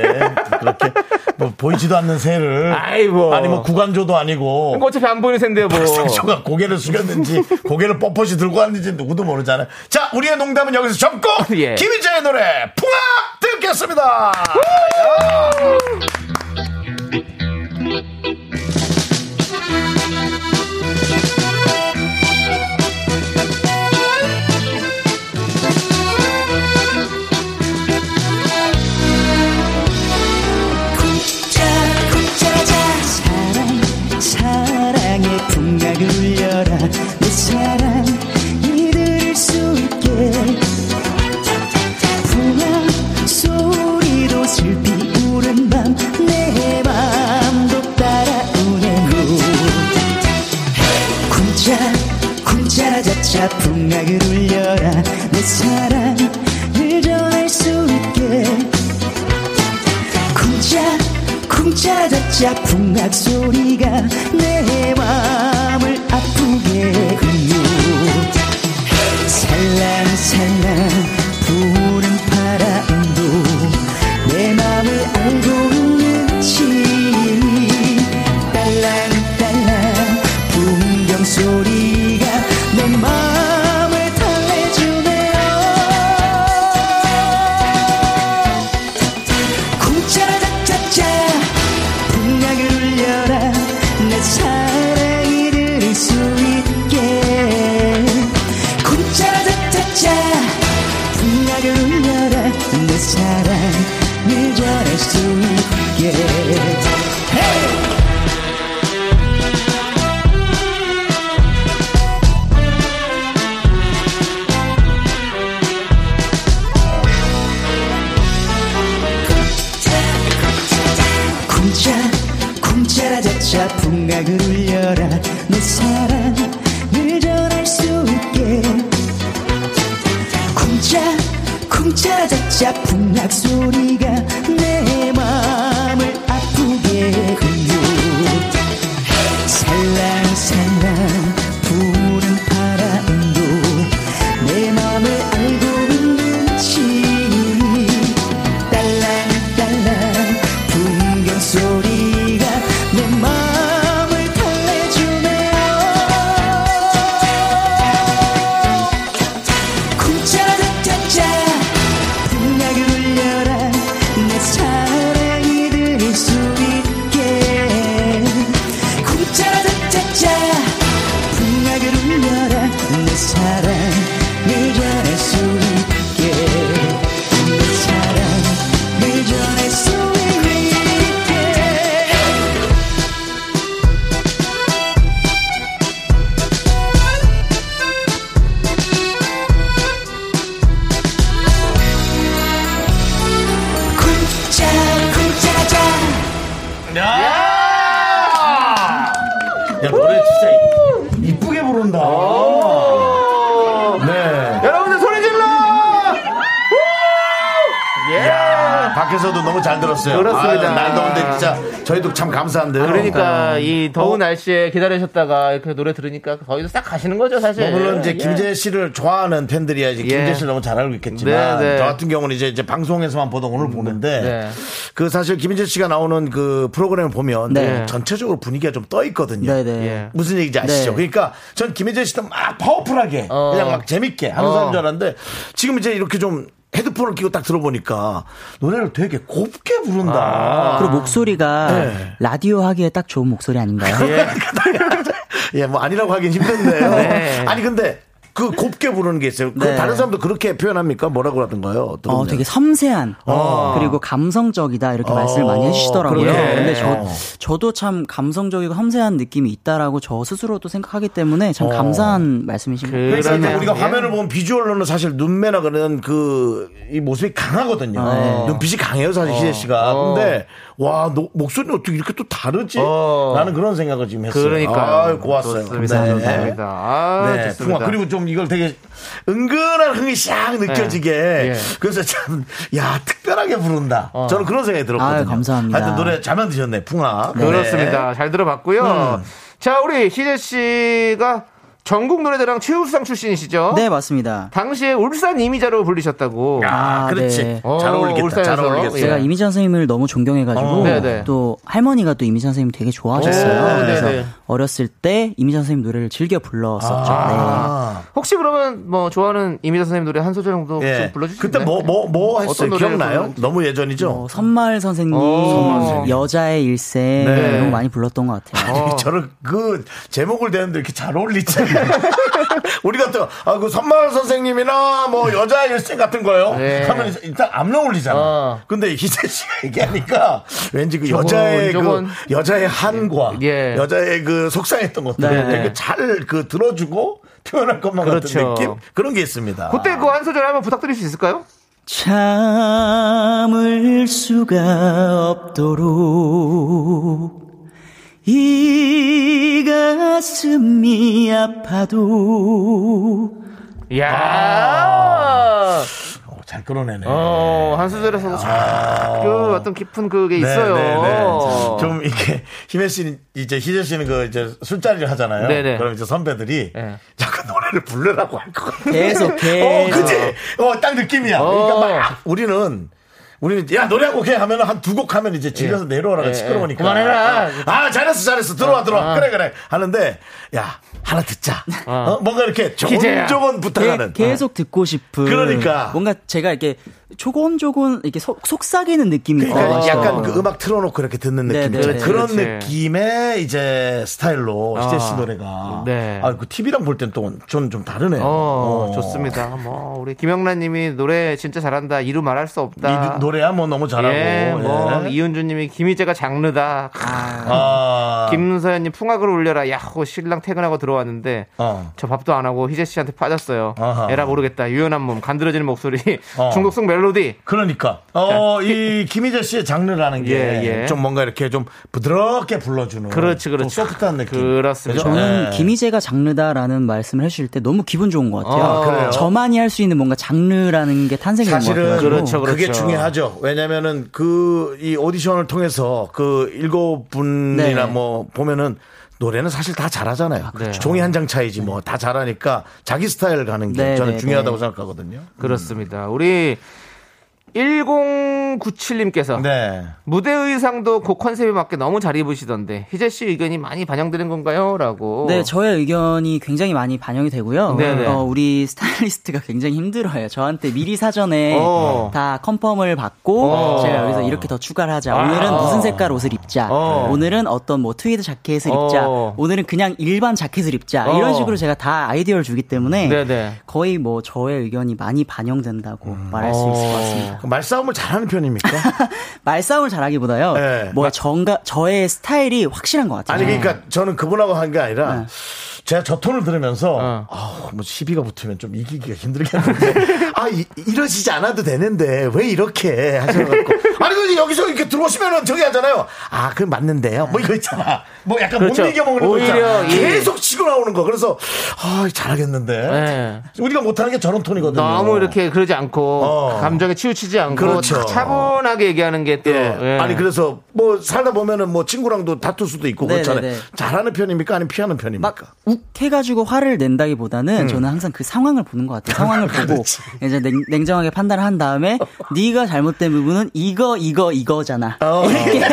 [SPEAKER 1] 그렇게 뭐 보이지도 않는 새를
[SPEAKER 2] 아이고.
[SPEAKER 1] 아니 뭐 구간조도
[SPEAKER 2] 그거
[SPEAKER 1] 아니고
[SPEAKER 2] 어차피 안 보이는 샌데요, 뭐.
[SPEAKER 1] 상처가 고개를 숙였는지 고개를 뻣뻣이 들고 왔는지 누구도 모르잖아요. 자 우리의 농담은 여기서 접고
[SPEAKER 2] 예.
[SPEAKER 1] 김희재의 노래 풍악 듣게
[SPEAKER 5] 드리겠습니다.
[SPEAKER 7] 사랑의 풍악을 울려라 내 사랑 이들을 수 있게 풍악 소리도 슬피 우는 밤 내 맘도 따라오네 쿵짜 쿵짜라자차 풍악을 울려라 내 사랑 일전할 수 있게 쿵짝 쿵짝 자짝 풍악 소리가 내 마음을 아프게 군요 살랑살랑 부는 바람도 내 맘을 알고 있는지 딸랑딸랑 풍경 소리가 내 마음을 달래주네요 쿵짜라짜짜짜 풍악을 울려라 내 사랑이 들을 수 있게 쿵짜라짜짜짜 풍악을 울려라 내 사랑을 전할 수 있게 헤이! 쿵짝 쿵짜라자차 풍악을 울려라 내 사랑 늘 전할 수 있게 쿵짝 쿵짜라자차 풍악 소리가 내 마음을 아프게 흔들 살랑살랑 부는 바람도 내 맘을 알고 있는지 딸랑딸랑 풍경 소리가 내 마음을 달래주네요 쿵짜라짜짜 풍악을 울려라 내 사랑이 들을 수 있게 쿵짜라짜짜 풍악을 울려라 내 사랑을 전할 수 있게 내 사랑을 전할 수 있게 쿵짜 쿵짜자
[SPEAKER 1] 야, 노래 진짜 이쁘게 부른다. 네.
[SPEAKER 2] 여러분들 소리 질러!
[SPEAKER 1] 야, 밖에서도 너무 잘 들었어요.
[SPEAKER 2] 그렇습니다.
[SPEAKER 1] 아유, 날 더운데 진짜 저희도 참 감사한데요.
[SPEAKER 2] 그러니까 이 더운 날씨에 기다리셨다가 이렇게 노래 들으니까 거기서 싹 가시는 거죠 사실.
[SPEAKER 1] 뭐 물론 이제
[SPEAKER 2] 예.
[SPEAKER 1] 김재 씨를 좋아하는 팬들이야지 김재 씨를 너무 잘 알고 있겠지만
[SPEAKER 2] 네, 네.
[SPEAKER 1] 저 같은 경우는 이제, 이제 방송에서만 보던 오늘 보는데
[SPEAKER 2] 네.
[SPEAKER 1] 그 사실 김재 씨가 나오는 그 프로그램을 보면
[SPEAKER 6] 네.
[SPEAKER 1] 전체적으로 분위기가 좀 떠 있거든요.
[SPEAKER 6] 네네.
[SPEAKER 2] 예.
[SPEAKER 1] 무슨 얘기인지 아시죠?
[SPEAKER 6] 네.
[SPEAKER 1] 그러니까 전 김혜재 씨도 막 파워풀하게
[SPEAKER 2] 어.
[SPEAKER 1] 그냥 막 재밌게 하는
[SPEAKER 2] 어.
[SPEAKER 1] 사람인 줄 알았는데 지금 이제 이렇게 좀 헤드폰을 끼고 딱 들어보니까 노래를 되게 곱게
[SPEAKER 2] 아.
[SPEAKER 1] 부른다.
[SPEAKER 6] 그리고 목소리가
[SPEAKER 1] 네.
[SPEAKER 6] 라디오 하기에 딱 좋은 목소리 아닌가요?
[SPEAKER 1] 예, 뭐 아니라고 하긴 힘든데요.
[SPEAKER 2] 네.
[SPEAKER 1] 아니 근데 그 곱게 부르는 게 있어요. 그
[SPEAKER 6] 네.
[SPEAKER 1] 다른 사람도 그렇게 표현합니까? 뭐라고 하던가요? 어떤
[SPEAKER 6] 어,
[SPEAKER 1] 분들은?
[SPEAKER 6] 되게 섬세한 그리고 감성적이다 이렇게 말씀을 많이 해주시더라고요.
[SPEAKER 1] 그러네.
[SPEAKER 6] 근데 저,
[SPEAKER 1] 어.
[SPEAKER 6] 저도 참 감성적이고 섬세한 느낌이 있다라고 저 스스로도 생각하기 때문에 참 감사한 말씀이신 것
[SPEAKER 1] 그래서 그러니까 이제
[SPEAKER 2] 그러네요.
[SPEAKER 1] 우리가
[SPEAKER 2] 예.
[SPEAKER 1] 화면을 보면 비주얼로는 사실 눈매나 그런 그 이 모습이 강하거든요.
[SPEAKER 6] 네.
[SPEAKER 1] 눈빛이 강해요, 사실 희재 씨가.
[SPEAKER 2] 어.
[SPEAKER 1] 근데 와 노- 목소리는 어떻게 이렇게 또 다르지?
[SPEAKER 2] 어.
[SPEAKER 1] 라는 그런 생각을 지금 했어요.
[SPEAKER 2] 그러니까
[SPEAKER 1] 아유, 고왔어요.
[SPEAKER 2] 좋습니다.
[SPEAKER 1] 네.
[SPEAKER 2] 감사합니다. 아,
[SPEAKER 1] 네,
[SPEAKER 2] 좋습니다.
[SPEAKER 1] 풍화. 그리고 좀 이걸 되게 은근한 흥이 싹 느껴지게
[SPEAKER 2] 예. 어.
[SPEAKER 1] 그래서 참 야 특별하게 부른다. 저는 그런 생각이 들었거든요.
[SPEAKER 6] 아유, 감사합니다.
[SPEAKER 1] 하여튼 노래 잘 만드셨네, 풍화. 네.
[SPEAKER 2] 그렇습니다. 잘 들어봤고요. 자, 우리 희재 씨가 전국 노래대랑 최우수상 출신이시죠?
[SPEAKER 6] 네, 맞습니다.
[SPEAKER 2] 당시에 울산 이미자로 불리셨다고.
[SPEAKER 5] 아,
[SPEAKER 6] 아,
[SPEAKER 5] 그렇지. 잘
[SPEAKER 6] 네.
[SPEAKER 2] 어,
[SPEAKER 5] 어울리겠다. 잘
[SPEAKER 2] 울산에서.
[SPEAKER 1] 네.
[SPEAKER 5] 어울리겠어.
[SPEAKER 6] 제가
[SPEAKER 2] 예.
[SPEAKER 6] 이미지 선생님을 너무 존경해가지고
[SPEAKER 2] 어. 네네.
[SPEAKER 6] 또 할머니가 또 이미지 선생님 되게 좋아하셨어요.
[SPEAKER 2] 오,
[SPEAKER 6] 그래서
[SPEAKER 2] 네네.
[SPEAKER 6] 어렸을 때 이미지 선생님 노래를 즐겨 불렀었죠.
[SPEAKER 2] 혹시 그러면 뭐 좋아하는 이미자 선생님 노래 한 소절 정도 좀 불러주시죠.
[SPEAKER 1] 그때 뭐, 뭐, 뭐 했어요?
[SPEAKER 2] 어떤 노래를
[SPEAKER 1] 기억나요?
[SPEAKER 2] 부르는지. 뭐
[SPEAKER 1] 너무
[SPEAKER 6] 네.
[SPEAKER 1] 예전이죠?
[SPEAKER 6] 어, 선말 선생님,
[SPEAKER 2] 오. 선말 선생님.
[SPEAKER 6] 여자의 일생
[SPEAKER 1] 네.
[SPEAKER 6] 이런 거 많이 불렀던 것 같아요.
[SPEAKER 2] 어.
[SPEAKER 1] 저를 그 제목을 대는데 이렇게 잘 어울리지. 우리가 또, 아, 그 선마을 선생님이나 뭐 여자 일생 같은 거요.
[SPEAKER 2] 네.
[SPEAKER 1] 하면 일단 안 어울리잖아.
[SPEAKER 2] 어.
[SPEAKER 1] 근데 희재 씨가 얘기하니까 왠지 그 여자의
[SPEAKER 2] 저건.
[SPEAKER 1] 그, 여자의 한과
[SPEAKER 2] 예.
[SPEAKER 1] 여자의 그 속상했던 것들
[SPEAKER 6] 네.
[SPEAKER 1] 되게 잘그 들어주고 표현할 것만 같은
[SPEAKER 2] 그렇죠.
[SPEAKER 1] 느낌? 그런 게 있습니다.
[SPEAKER 2] 그때 그 한 소절 한번 부탁드릴 수 있을까요?
[SPEAKER 6] 참을 수가 없도록 이 가슴이 아파도
[SPEAKER 2] 이야.
[SPEAKER 1] 어, 잘 끌어내네.
[SPEAKER 2] 아. 어, 한 소절에서도
[SPEAKER 1] 아.
[SPEAKER 2] 참, 그 어떤 깊은 그게 있어요.
[SPEAKER 1] 네, 좀 이렇게 희재 씨는 이제 희재 씨는 그 이제 술자리를 하잖아요.
[SPEAKER 2] 네, 네.
[SPEAKER 1] 그럼 이제 선배들이
[SPEAKER 2] 네.
[SPEAKER 1] 자꾸 노래를 부르라고 할 것 같아.
[SPEAKER 6] 계속,
[SPEAKER 1] 어,
[SPEAKER 6] 계속.
[SPEAKER 1] 그지? 어, 딱 느낌이야. 그러니까 막 우리는 우리는 야 노래하고 오케이 하면 한 두 곡 하면 이제 질려서 내려오라가 시끄러우니까.
[SPEAKER 2] 예. 그만해라.
[SPEAKER 1] 아 잘했어 잘했어 들어와 들어와 그래 그래 하는데 야 하나 듣자. 어, 뭔가 이렇게
[SPEAKER 2] 희재야.
[SPEAKER 1] 조곤조곤 부탁하는. 네.
[SPEAKER 6] 게- 계속 듣고 싶은
[SPEAKER 1] 그러니까.
[SPEAKER 6] 뭔가 제가 이렇게 조곤조곤 이렇게 속, 속삭이는 느낌이
[SPEAKER 2] 아,
[SPEAKER 1] 그러니까
[SPEAKER 2] 그렇죠.
[SPEAKER 6] 있어요.
[SPEAKER 1] 약간 그 음악 틀어놓고 이렇게 듣는
[SPEAKER 6] 네,
[SPEAKER 1] 느낌
[SPEAKER 6] 네,
[SPEAKER 1] 있잖아요.
[SPEAKER 6] 네.
[SPEAKER 1] 그런
[SPEAKER 2] 그렇지. 아,
[SPEAKER 1] 느낌의 이제 스타일로 시제씨 노래가.
[SPEAKER 2] 네.
[SPEAKER 1] 아, 그 TV랑 볼 땐 또 저는 좀 다르네요.
[SPEAKER 2] 어,
[SPEAKER 1] 어.
[SPEAKER 2] 좋습니다. 뭐, 우리 김영란 님이 노래 진짜 잘한다. 이루 말할 수 없다.
[SPEAKER 1] 이 노래야 뭐 너무 잘하고.
[SPEAKER 2] 예, 뭐,
[SPEAKER 1] 예.
[SPEAKER 2] 이은주 님이 김희재가 장르다. 아.
[SPEAKER 1] 아,
[SPEAKER 2] 김서연 님 풍악을 울려라. 야호, 신랑 퇴근하고 들어왔는데.
[SPEAKER 1] 어.
[SPEAKER 2] 저 밥도 안 하고 희재 씨한테 빠졌어요.
[SPEAKER 1] 아하.
[SPEAKER 2] 에라 모르겠다. 유연한 몸, 간드러지는 목소리,
[SPEAKER 1] 어.
[SPEAKER 2] 중독성 멜로디.
[SPEAKER 1] 그러니까 어, 이 김희재 씨의 장르라는 게 좀
[SPEAKER 2] 예, 예.
[SPEAKER 1] 뭔가 이렇게 좀 부드럽게 불러주는
[SPEAKER 2] 그렇지,
[SPEAKER 1] 좀
[SPEAKER 2] 그렇지.
[SPEAKER 1] 소프트한 느낌
[SPEAKER 2] 그렇습니다.
[SPEAKER 1] 그죠?
[SPEAKER 6] 저는
[SPEAKER 1] 예.
[SPEAKER 6] 김희재가 음, 장르다라는 말씀을 해주실 때 너무 기분 좋은 것 같아요.
[SPEAKER 2] 아,
[SPEAKER 1] 그래요?
[SPEAKER 6] 저만이 할 수 있는 뭔가 장르라는 게 탄생된 것
[SPEAKER 1] 사실은
[SPEAKER 6] 같아요.
[SPEAKER 2] 그렇죠, 그렇죠.
[SPEAKER 1] 게 중요하죠. 왜냐면은 그 이 오디션을 통해서 그 일곱 분이나
[SPEAKER 6] 네.
[SPEAKER 1] 뭐 보면은 노래는 사실 다 잘하잖아요.
[SPEAKER 2] 그렇죠.
[SPEAKER 1] 종이 한 장 차이지 뭐 다 잘하니까 자기 스타일 가는 게
[SPEAKER 6] 네,
[SPEAKER 1] 저는
[SPEAKER 6] 네,
[SPEAKER 1] 중요하다고
[SPEAKER 6] 네.
[SPEAKER 1] 생각하거든요.
[SPEAKER 2] 그렇습니다. 우리 1097님께서
[SPEAKER 1] 네.
[SPEAKER 2] 무대 의상도 그 컨셉에 맞게 너무 잘 입으시던데 희재 씨 의견이 많이 반영되는 건가요?라고.
[SPEAKER 6] 네, 저의 의견이 굉장히 많이 반영이 되고요.
[SPEAKER 2] 네네.
[SPEAKER 6] 어, 우리 스타일리스트가 굉장히 힘들어요. 저한테 미리 사전에
[SPEAKER 2] 어.
[SPEAKER 6] 다 컨펌을 받고
[SPEAKER 2] 어. 아.
[SPEAKER 6] 제가 여기서 이렇게 더 추가를 하자. 오늘은 무슨 색깔 옷을 입자.
[SPEAKER 2] 어.
[SPEAKER 6] 오늘은 어떤 뭐 트위드 자켓을 입자.
[SPEAKER 2] 어.
[SPEAKER 6] 오늘은 그냥 일반 자켓을 입자. 이런
[SPEAKER 2] 어.
[SPEAKER 6] 식으로 제가 다 아이디어를 주기 때문에
[SPEAKER 2] 네네. 음.
[SPEAKER 6] 거의 뭐 저의 의견이 많이 반영된다고 말할 수 있을 것
[SPEAKER 2] 어.
[SPEAKER 6] 같습니다.
[SPEAKER 1] 그 말싸움을 잘하는 편입니까?
[SPEAKER 6] 말싸움을 잘하기보다요.
[SPEAKER 1] 네.
[SPEAKER 6] 뭐 정가 저의 스타일이 확실한 것 같아요.
[SPEAKER 1] 아니
[SPEAKER 2] 네.
[SPEAKER 1] 그러니까 저는 그분하고 한 게 아니라
[SPEAKER 6] 네.
[SPEAKER 1] 제가 저 톤을 들으면서
[SPEAKER 2] 어.
[SPEAKER 1] 아우 뭐 시비가 붙으면 좀 이기기가 힘들겠는데 아 이, 이러시지 않아도 되는데 왜 이렇게 하셔가지고 아니 근데 여기서 이렇게 들어오시면은 저기 하잖아요 아 그 맞는데요 뭐 이거 있잖아 뭐 약간
[SPEAKER 2] 그렇죠.
[SPEAKER 1] 못 이겨 먹는 거
[SPEAKER 2] 오히려
[SPEAKER 1] 있잖아
[SPEAKER 2] 예. 이-
[SPEAKER 1] 계속 치고 나오는 거 그래서 아 잘하겠는데
[SPEAKER 2] 네.
[SPEAKER 1] 우리가 못하는 게 저런 톤이거든요
[SPEAKER 2] 너무 이렇게 그러지 않고
[SPEAKER 1] 어.
[SPEAKER 2] 감정에 치우치지 않고
[SPEAKER 1] 그렇죠.
[SPEAKER 2] 차분하게 얘기하는 게 또.
[SPEAKER 1] 예. 아니 그래서 뭐 살다 보면은 뭐 친구랑도 다툴 수도 있고
[SPEAKER 6] 네,
[SPEAKER 1] 그렇잖아요
[SPEAKER 6] 네, 네.
[SPEAKER 1] 잘하는 편입니까 아니면 피하는 편입니까
[SPEAKER 6] 막 욱해가지고 화를 낸다기보다는
[SPEAKER 2] 음.
[SPEAKER 6] 저는 항상 그 상황을 보는 것 같아요. 상황을 보고 이제 냉, 정하게 판단을 한 다음에 네가 잘못된 부분은 이거 이거 이거잖아.
[SPEAKER 2] 어.
[SPEAKER 6] 이렇게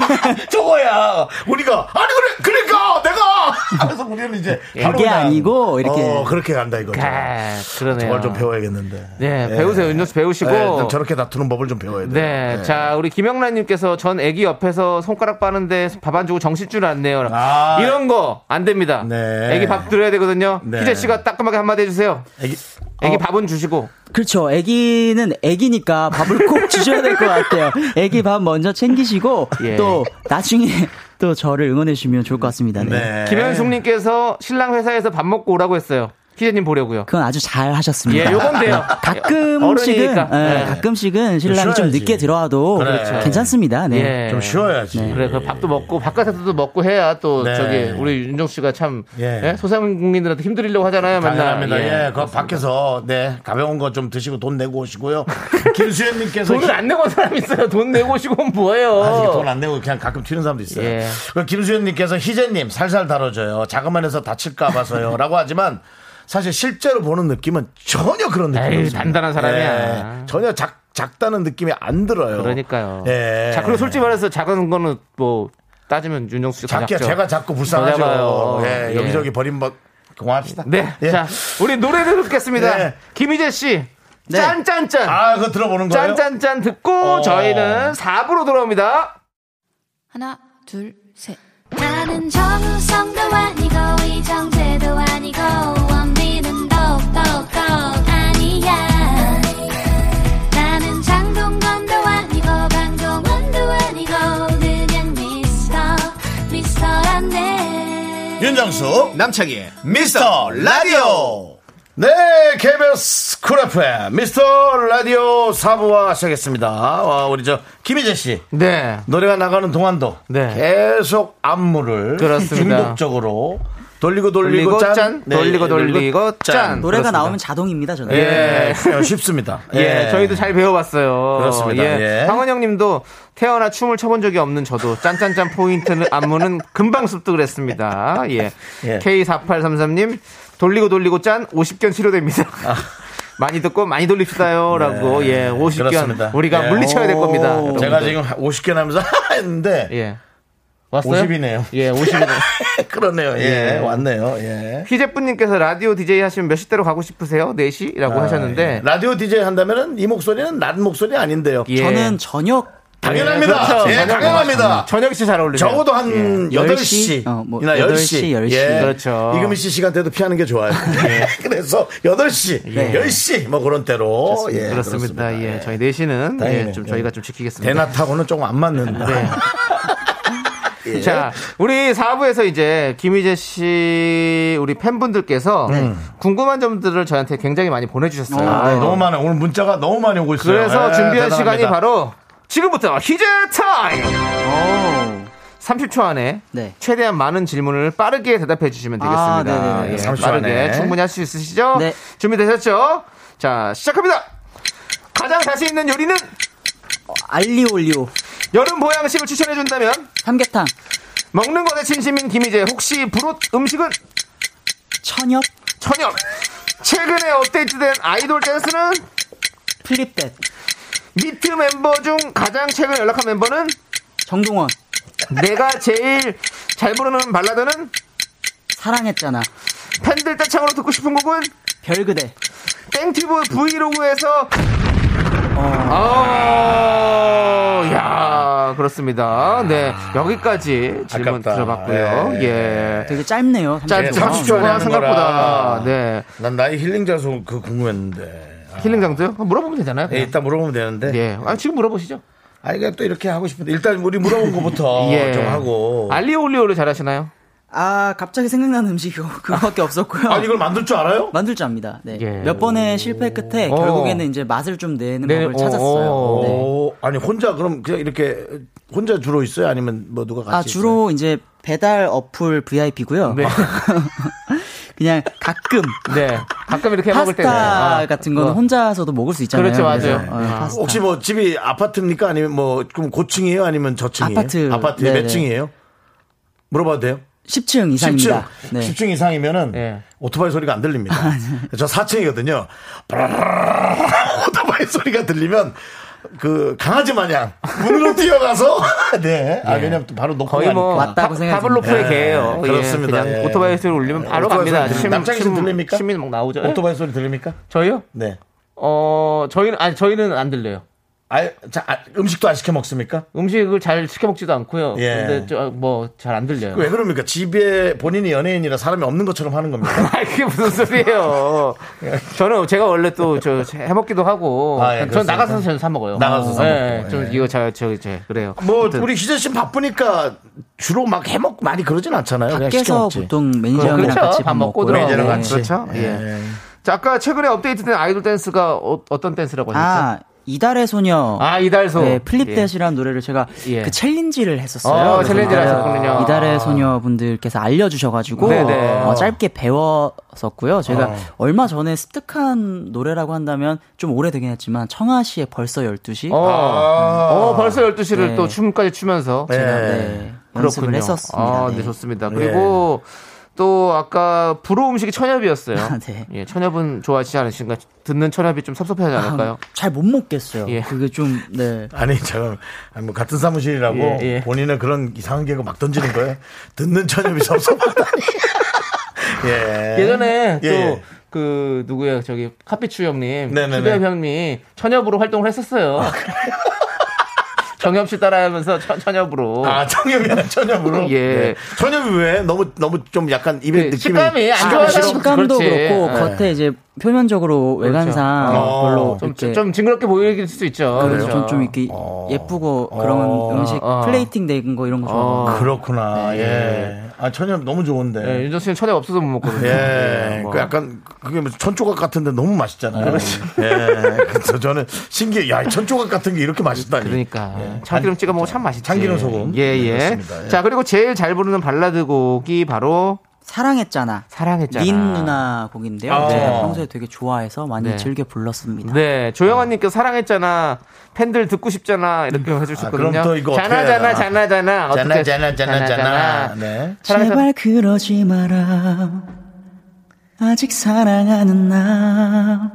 [SPEAKER 1] 저거야 우리가 아니 그래 그러니까 내가 그래서 우리는 이제 바로
[SPEAKER 6] 그게
[SPEAKER 1] 그냥,
[SPEAKER 6] 아니고 이렇게.
[SPEAKER 1] 어, 그렇게 간다 이거죠
[SPEAKER 2] 아, 그러네요.
[SPEAKER 1] 저걸 좀 배워야겠는데
[SPEAKER 2] 네, 배우세요. 윤정수 배우시고.
[SPEAKER 1] 네, 일단 저렇게 다투는 법을 좀 배워야 돼요
[SPEAKER 2] 네. 자, 우리 김영란님께서 전 애기 옆에서 손가락 빠는데 밥 안 주고 정신 줄 안네요.
[SPEAKER 1] 아.
[SPEAKER 2] 이런 거 안 됩니다.
[SPEAKER 1] 네.
[SPEAKER 2] 애기 밥 드려야 되거든요.
[SPEAKER 1] 네. 어.
[SPEAKER 2] 희재 씨가 따끔하게 한마디 해주세요.
[SPEAKER 1] 애기,
[SPEAKER 2] 애기 밥은 주시고.
[SPEAKER 6] 그렇죠. 애기는 애기니까 밥을 꼭 주셔야 될 것 같아요. 애기 밥 먼저 챙기시고
[SPEAKER 2] 예.
[SPEAKER 6] 또 나중에 또 저를 응원해 주시면 좋을 것 같습니다. 네.
[SPEAKER 1] 네.
[SPEAKER 2] 김현숙님께서 신랑 회사에서 밥 먹고 오라고 했어요. 기자님 보려고요.
[SPEAKER 6] 그건 아주 잘 하셨습니다.
[SPEAKER 2] 예, 요건 돼요.
[SPEAKER 6] 네, 가끔씩은
[SPEAKER 2] 어른이니까.
[SPEAKER 6] 예,
[SPEAKER 2] 네. 그렇죠.
[SPEAKER 6] 가끔씩은 신랑이 좀
[SPEAKER 1] 쉬어야지.
[SPEAKER 6] 늦게 들어와도
[SPEAKER 1] 그래.
[SPEAKER 6] 괜찮습니다. 네.
[SPEAKER 2] 예.
[SPEAKER 1] 음, 좀 쉬어야지.
[SPEAKER 2] 그래, 그 밥도 먹고 바깥에서도 먹고 해야 또
[SPEAKER 1] 네.
[SPEAKER 2] 저기 우리 윤정 씨가 참
[SPEAKER 1] 예.
[SPEAKER 2] 예? 소상공인들한테 힘들려고 하잖아요. 맨날.
[SPEAKER 1] 당연합니다. 예, 그 밖에서 네 가벼운 거 좀 드시고 돈 내고 오시고요. 김수현님께서
[SPEAKER 2] 돈을 안 내고 온 사람 있어요. 돈 내고 오시고 면 뭐예요?
[SPEAKER 1] 돈안 내고 그냥 가끔 튀는 사람도 있어요.
[SPEAKER 2] 어. 예.
[SPEAKER 1] 그 김수현님께서 희재님 살살 다뤄줘요. 자그만해서 다칠까 봐서요.라고 하지만 사실 실제로 보는 느낌은 전혀 그런 느낌이
[SPEAKER 2] 에이,
[SPEAKER 1] 없습니다.
[SPEAKER 2] 단단한 사람이야.
[SPEAKER 1] 예, 전혀 작 작다는 느낌이 안 들어요.
[SPEAKER 2] 그러니까요.
[SPEAKER 1] 예.
[SPEAKER 2] 자, 그리고 솔직히 말해서 작은 거는 뭐 따지면 윤정 씨가
[SPEAKER 1] 작게
[SPEAKER 2] 작죠.
[SPEAKER 1] 제가 자꾸
[SPEAKER 2] 더
[SPEAKER 1] 불쌍하죠.
[SPEAKER 2] 작아요.
[SPEAKER 1] 예,
[SPEAKER 2] 예.
[SPEAKER 1] 여기저기 버린 법 공합시다.
[SPEAKER 2] 네.
[SPEAKER 1] 예.
[SPEAKER 2] 자, 우리 노래를 듣겠습니다.
[SPEAKER 1] 예.
[SPEAKER 2] 김희재 씨. 짠짠짠.
[SPEAKER 1] 아, 그거 들어보는 거예요? 어.
[SPEAKER 2] 짠짠짠 듣고 저희는 4부로 돌아옵니다.
[SPEAKER 3] 하나, 둘, 셋. 나는 정우성도 아니고, 이정재도 아니고, 원빈은 더욱더 아니야. 나는 장동건도 아니고, 방종원도 아니고, 그냥 미스터, 미스터란데.
[SPEAKER 1] 윤정수 남창희 미스터 라디오 네 KBS 쿨 FM 미스터 라디오 4부와 시작했습니다 와, 우리 저 김희재 씨
[SPEAKER 2] 네.
[SPEAKER 1] 노래가 나가는 동안도
[SPEAKER 2] 네.
[SPEAKER 1] 계속 안무를
[SPEAKER 2] 그렇습니다.
[SPEAKER 1] 중독적으로 돌리고 돌리고,
[SPEAKER 2] 돌리고
[SPEAKER 1] 짠,
[SPEAKER 2] 짠,
[SPEAKER 1] 네,
[SPEAKER 2] 돌리고 돌리고 짠.
[SPEAKER 6] 노래가
[SPEAKER 2] 그렇습니다.
[SPEAKER 6] 나오면 자동입니다. 저는.
[SPEAKER 1] 예, 그래요. 쉽습니다
[SPEAKER 2] 예, 저희도 잘 배워봤어요.
[SPEAKER 1] 그렇습니다. 예.
[SPEAKER 2] 황은영 님도 태어나 춤을 춰본 적이 없는 저도 짠짠짠 포인트는 안무는 금방 습득을 했습니다. 예.
[SPEAKER 1] 예.
[SPEAKER 2] K4833님, 돌리고 돌리고 짠, 50견 치료됩니다.
[SPEAKER 1] 아.
[SPEAKER 2] 많이 듣고 많이 돌립시다요. 라고, 예, 50견.
[SPEAKER 1] 네. 그렇습니다.
[SPEAKER 2] 우리가
[SPEAKER 1] 예.
[SPEAKER 2] 물리쳐야 될 겁니다. 여러분들.
[SPEAKER 1] 제가 지금 50개 나면서 했는데
[SPEAKER 2] 예. 왔어요?
[SPEAKER 1] 50이네요.
[SPEAKER 2] 예, 50이네요.
[SPEAKER 1] 그러네요 예,
[SPEAKER 2] 예.
[SPEAKER 1] 왔네요 예.
[SPEAKER 2] 희재분님께서 라디오 DJ 하시면 몇 시대로 가고 싶으세요? 4시? 라고 하셨는데.
[SPEAKER 1] 아, 예. 라디오 DJ 한다면은 이 목소리는 낮은 목소리 아닌데요
[SPEAKER 2] 예.
[SPEAKER 6] 저는 저녁
[SPEAKER 1] 당연합니다.
[SPEAKER 2] 그렇죠.
[SPEAKER 1] 예,
[SPEAKER 2] 저녁-
[SPEAKER 1] 당연합니다.
[SPEAKER 2] 저녁 시잘 어울리네요.
[SPEAKER 1] 적어도 한
[SPEAKER 6] 예.
[SPEAKER 1] 8시,
[SPEAKER 6] 어, 뭐
[SPEAKER 1] 이나 10시, 예.
[SPEAKER 6] 8시, 10시.
[SPEAKER 2] 그렇죠. 예.
[SPEAKER 1] 이금희 씨 시간대도 피하는 게 좋아요. 그래서 8시, 10시 뭐 그런 때로 예,
[SPEAKER 2] 그렇습니다. 예, 저희 4시는
[SPEAKER 1] 다행이네요.
[SPEAKER 2] 예, 좀
[SPEAKER 1] 예.
[SPEAKER 2] 저희가 좀 지키겠습니다.
[SPEAKER 1] 대낮하고는 조금 안 맞는다.
[SPEAKER 2] 네. 자, 우리 4부에서 이제 김희재 씨 우리 팬분들께서 궁금한 점들을 저한테 굉장히 많이 보내주셨어요.
[SPEAKER 1] 네. 아, 너무 많아. 오늘 문자가 너무 많이 오고 있어요.
[SPEAKER 2] 그래서
[SPEAKER 1] 예,
[SPEAKER 2] 준비한
[SPEAKER 1] 대단합니다.
[SPEAKER 2] 시간이 바로 지금부터 희재 타임! 30초 안에
[SPEAKER 6] 네.
[SPEAKER 2] 최대한 많은 질문을 빠르게 대답해 주시면
[SPEAKER 6] 아,
[SPEAKER 2] 되겠습니다.
[SPEAKER 6] 네네네.
[SPEAKER 2] 예,
[SPEAKER 1] 30초
[SPEAKER 2] 빠르게
[SPEAKER 1] 안에.
[SPEAKER 2] 충분히 할 수 있으시죠?
[SPEAKER 6] 네.
[SPEAKER 2] 준비되셨죠? 자, 시작합니다! 가장 자신 있는 요리는
[SPEAKER 6] 알리올리오
[SPEAKER 2] 여름 보양식을 추천해 준다면
[SPEAKER 6] 삼계탕
[SPEAKER 2] 먹는 것에 진심인 김희재 혹시 불옷 음식은
[SPEAKER 6] 천엽
[SPEAKER 2] 전혀 최근에 업데이트된 아이돌 댄스는
[SPEAKER 6] 플립댓
[SPEAKER 2] 미트 멤버 중 가장 최근 연락한 멤버는
[SPEAKER 6] 정동원
[SPEAKER 2] 내가 제일 잘 부르는 발라드는
[SPEAKER 6] 사랑했잖아
[SPEAKER 2] 팬들 따창으로 듣고 싶은 곡은
[SPEAKER 6] 별그대
[SPEAKER 2] 땡튜브 브이로그에서 어... 야 그렇습니다. 네 여기까지 질문
[SPEAKER 1] 아깝다.
[SPEAKER 2] 들어봤고요.
[SPEAKER 1] 예,
[SPEAKER 2] 예.
[SPEAKER 6] 되게 짧네요.
[SPEAKER 2] 짧-
[SPEAKER 6] 30초.
[SPEAKER 1] 30초 안에
[SPEAKER 2] 짧지만
[SPEAKER 1] 하는
[SPEAKER 2] 생각보다
[SPEAKER 1] 거라.
[SPEAKER 2] 네
[SPEAKER 1] 난 나의 힐링 자소 그 궁금했는데. 아,
[SPEAKER 2] 힐링 장소요? 한번 물어보면 되잖아요.
[SPEAKER 1] 예,
[SPEAKER 2] 그냥.
[SPEAKER 1] 이따 물어보면 되는데.
[SPEAKER 2] 네. 예, 아, 지금 물어보시죠.
[SPEAKER 1] 아니, 그냥 또 이렇게 하고 싶은데. 일단 우리 물어본 거부터
[SPEAKER 2] 예.
[SPEAKER 1] 좀 하고.
[SPEAKER 2] 알리올리오를 잘하시나요?
[SPEAKER 6] 아 갑자기 생각나는 음식이 그거밖에 없었고요.
[SPEAKER 1] 아니, 이걸 만들 줄 알아요?
[SPEAKER 6] 만들 줄 압니다. 네.
[SPEAKER 2] 예.
[SPEAKER 6] 몇 번의 실패 끝에
[SPEAKER 2] 오.
[SPEAKER 6] 결국에는 이제 맛을 좀 내는
[SPEAKER 2] 네,
[SPEAKER 6] 법을
[SPEAKER 2] 오,
[SPEAKER 6] 찾았어요. 네.
[SPEAKER 1] 오, 아니 혼자 그럼 그냥 이렇게 혼자 주로 있어요? 아니면 뭐 누가 같이?
[SPEAKER 6] 아 주로 이제 배달 어플 VIP고요.
[SPEAKER 2] 네.
[SPEAKER 6] 그냥 가끔
[SPEAKER 2] 네. 가끔 이렇게 해 먹을 아, 뭐, 때.
[SPEAKER 6] 파스타 같은 거는 혼자서도 먹을 수 있잖아요.
[SPEAKER 2] 그렇죠, 맞아요.
[SPEAKER 6] 그래서,
[SPEAKER 2] 네.
[SPEAKER 1] 있어요?
[SPEAKER 6] 파스타.
[SPEAKER 1] 혹시 뭐 집이 아파트입니까? 아니면 뭐 그럼 고층이에요? 아니면 저층이에요?
[SPEAKER 6] 아파트.
[SPEAKER 1] 아파트에 몇
[SPEAKER 6] 네네.
[SPEAKER 1] 층이에요? 물어봐도 돼요?
[SPEAKER 6] 10층
[SPEAKER 1] 10층.
[SPEAKER 6] 이상입니다. 네. 아,
[SPEAKER 1] 10층 이상이면은
[SPEAKER 2] 예.
[SPEAKER 1] 오토바이 소리가 안 들립니다. 저 4층이거든요. 오토바이 소리가 들리면 그 강아지 마냥 문으로 뛰어가서 네. 아 왜냐면 또 바로 놓고
[SPEAKER 2] 거의 뭐
[SPEAKER 1] 가니까.
[SPEAKER 6] 왔다고 생각해요.
[SPEAKER 2] 파블로프의
[SPEAKER 1] 예,
[SPEAKER 2] 개예요. 예,
[SPEAKER 1] 그렇습니다.
[SPEAKER 2] 그냥
[SPEAKER 1] 예.
[SPEAKER 2] 오토바이 소리 올리면 바로
[SPEAKER 1] 오토바이 소리
[SPEAKER 2] 갑니다.
[SPEAKER 1] 들립니다.
[SPEAKER 2] 침-
[SPEAKER 1] 아, 남창희 씨
[SPEAKER 2] 침-
[SPEAKER 1] 들립니까?
[SPEAKER 2] 침이 막 나오죠.
[SPEAKER 1] 오토바이 소리 들립니까?
[SPEAKER 2] 저희요?
[SPEAKER 1] 네.
[SPEAKER 2] 어, 저희는 아니 저희는 안 들려요.
[SPEAKER 1] 아 아, 자, 아, 음식도 안 시켜 먹습니까?
[SPEAKER 2] 음식을 잘 시켜 먹지도 않고요.
[SPEAKER 1] 예.
[SPEAKER 2] 근데 뭐 잘 안 들려요.
[SPEAKER 1] 왜 그럽니까? 집에 본인이 연예인이라 사람이 없는 것처럼 하는 겁니까?
[SPEAKER 2] 아, 그게 무슨 소리예요? 저는 제가 원래 또 저 해먹기도 하고,
[SPEAKER 1] 아, 예,
[SPEAKER 2] 저는
[SPEAKER 1] 그렇습니다.
[SPEAKER 2] 나가서 저는 사 먹어요.
[SPEAKER 1] 나가서 사 먹고,
[SPEAKER 2] 저는
[SPEAKER 1] 예.
[SPEAKER 2] 이거 잘, 저, 저, 그래요.
[SPEAKER 1] 뭐
[SPEAKER 2] 아무튼.
[SPEAKER 1] 우리 희재 씨는 바쁘니까 주로 막 해먹고 많이 그러진 않잖아요. 그냥 시켜
[SPEAKER 6] 밖에서
[SPEAKER 1] 먹지.
[SPEAKER 6] 보통 매니저랑
[SPEAKER 2] 그렇죠.
[SPEAKER 6] 같이
[SPEAKER 2] 밥 먹고
[SPEAKER 6] 먹고요. 네.
[SPEAKER 1] 매니저랑
[SPEAKER 2] 들어가고.
[SPEAKER 1] 같이.
[SPEAKER 2] 그렇죠. 예.
[SPEAKER 1] 예.
[SPEAKER 2] 자, 아까 최근에 업데이트된 아이돌 댄스가 어, 떤 댄스라고 하셨죠?
[SPEAKER 6] 아 이달의 소녀.
[SPEAKER 2] 아, 이달소.
[SPEAKER 6] 네, 플립댓이라는 노래를 제가
[SPEAKER 2] 예.
[SPEAKER 6] 그 챌린지를 했었어요.
[SPEAKER 2] 어,
[SPEAKER 6] 그래서
[SPEAKER 2] 챌린지를
[SPEAKER 6] 이달-
[SPEAKER 2] 하셨군요. 아.
[SPEAKER 6] 이달의 소녀분들께서 알려주셔가지고
[SPEAKER 2] 네네. 어.
[SPEAKER 6] 어, 짧게 배웠었고요. 제가 얼마 전에 습득한 노래라고 한다면 좀 오래되긴 했지만 청아 씨의 벌써 12시
[SPEAKER 2] 어,
[SPEAKER 1] 아.
[SPEAKER 2] 어, 벌써 12시를
[SPEAKER 6] 네.
[SPEAKER 2] 또 춤까지 추면서.
[SPEAKER 1] 예.
[SPEAKER 6] 제가 네, 연습을 했었습니다.
[SPEAKER 2] 아,
[SPEAKER 6] 네.
[SPEAKER 2] 네, 좋습니다. 그리고 또 아까 불호 음식이 천엽이었어요.
[SPEAKER 6] 아, 네.
[SPEAKER 2] 예, 천엽은 좋아하시지 않으신가? 듣는 천엽이 좀 섭섭해하지 않을까요?
[SPEAKER 6] 잘 못 먹겠어요.
[SPEAKER 2] 예.
[SPEAKER 6] 그게 좀 네.
[SPEAKER 1] 아니 잠깐 아니, 뭐 같은 사무실이라고
[SPEAKER 2] 예, 예.
[SPEAKER 1] 본인은 그런 이상한 개그 막 던지는 거예요. 듣는 천엽이 섭섭하다니. 예.
[SPEAKER 2] 예전에
[SPEAKER 1] 예, 예.
[SPEAKER 2] 또 그 누구야 저기 카피추 형님,
[SPEAKER 1] 네네네. 아,
[SPEAKER 2] 추대엽 형님이 천엽으로 활동을 했었어요. 정엽 씨 따라하면서 천, 천엽으로.
[SPEAKER 1] 아 천엽이랑 천엽으로.
[SPEAKER 2] 예.
[SPEAKER 1] 천엽이 왜 너무 너무 좀 약간 입에
[SPEAKER 2] 그
[SPEAKER 1] 느낌이
[SPEAKER 2] 식감이 안
[SPEAKER 6] 아,
[SPEAKER 2] 좋아서
[SPEAKER 6] 식감도
[SPEAKER 2] 그렇죠. 그렇지.
[SPEAKER 6] 그렇고
[SPEAKER 2] 예. 그렇죠.
[SPEAKER 6] 겉에 이제 표면적으로 외관상
[SPEAKER 1] 어.
[SPEAKER 6] 별로
[SPEAKER 2] 좀,
[SPEAKER 6] 이렇게
[SPEAKER 2] 좀 아, 징그럽게 보일 수도 있죠.
[SPEAKER 6] 그래서 좀, 좀 이렇게 예쁘고 그런 음식
[SPEAKER 2] 어.
[SPEAKER 6] 플레이팅 된 거 이런 거 좋아하고
[SPEAKER 1] 그렇구나.
[SPEAKER 2] 네.
[SPEAKER 1] 예. 아 천엽 너무
[SPEAKER 2] 예,
[SPEAKER 1] 좋은데.
[SPEAKER 2] 윤정 씨는 천엽 없어서 못 먹거든요.
[SPEAKER 1] 예,
[SPEAKER 2] 뭐. 네.
[SPEAKER 1] 그 약간 그게 뭐 천조각 같은데 너무 맛있잖아요. 예, 그래서 저는 신기해. 야, 이 천조각 같은 게 이렇게 맛있다니.
[SPEAKER 2] 그러니까 참기름 찍어 먹으면 참 맛있지.
[SPEAKER 1] 예. 참기름 소금.
[SPEAKER 2] 예,
[SPEAKER 1] 네,
[SPEAKER 2] 예.
[SPEAKER 1] 그렇습니다. 예.
[SPEAKER 2] 자, 그리고 제일 잘 부르는 발라드 곡이 바로
[SPEAKER 6] 사랑했잖아.
[SPEAKER 2] 사랑했잖아.
[SPEAKER 6] 린 누나 곡인데요.
[SPEAKER 1] 아.
[SPEAKER 6] 제가 평소에 되게 좋아해서 많이
[SPEAKER 2] 네.
[SPEAKER 6] 즐겨 불렀습니다.
[SPEAKER 2] 네, 조영아님께서 사랑했잖아. 팬들 듣고 싶잖아. 이렇게 해주셨거든요.
[SPEAKER 1] 아, 그럼 또 이거 어떻게 해야
[SPEAKER 2] 자나자나,
[SPEAKER 1] 되나?
[SPEAKER 2] 자나자나. 어떻게
[SPEAKER 1] 자나,
[SPEAKER 2] 해야
[SPEAKER 1] 자나, 자나, 자나.
[SPEAKER 2] 자나자나.
[SPEAKER 1] 네.
[SPEAKER 2] 사랑했잖아.
[SPEAKER 6] 제발 그러지 마라. 아직 사랑하는 나.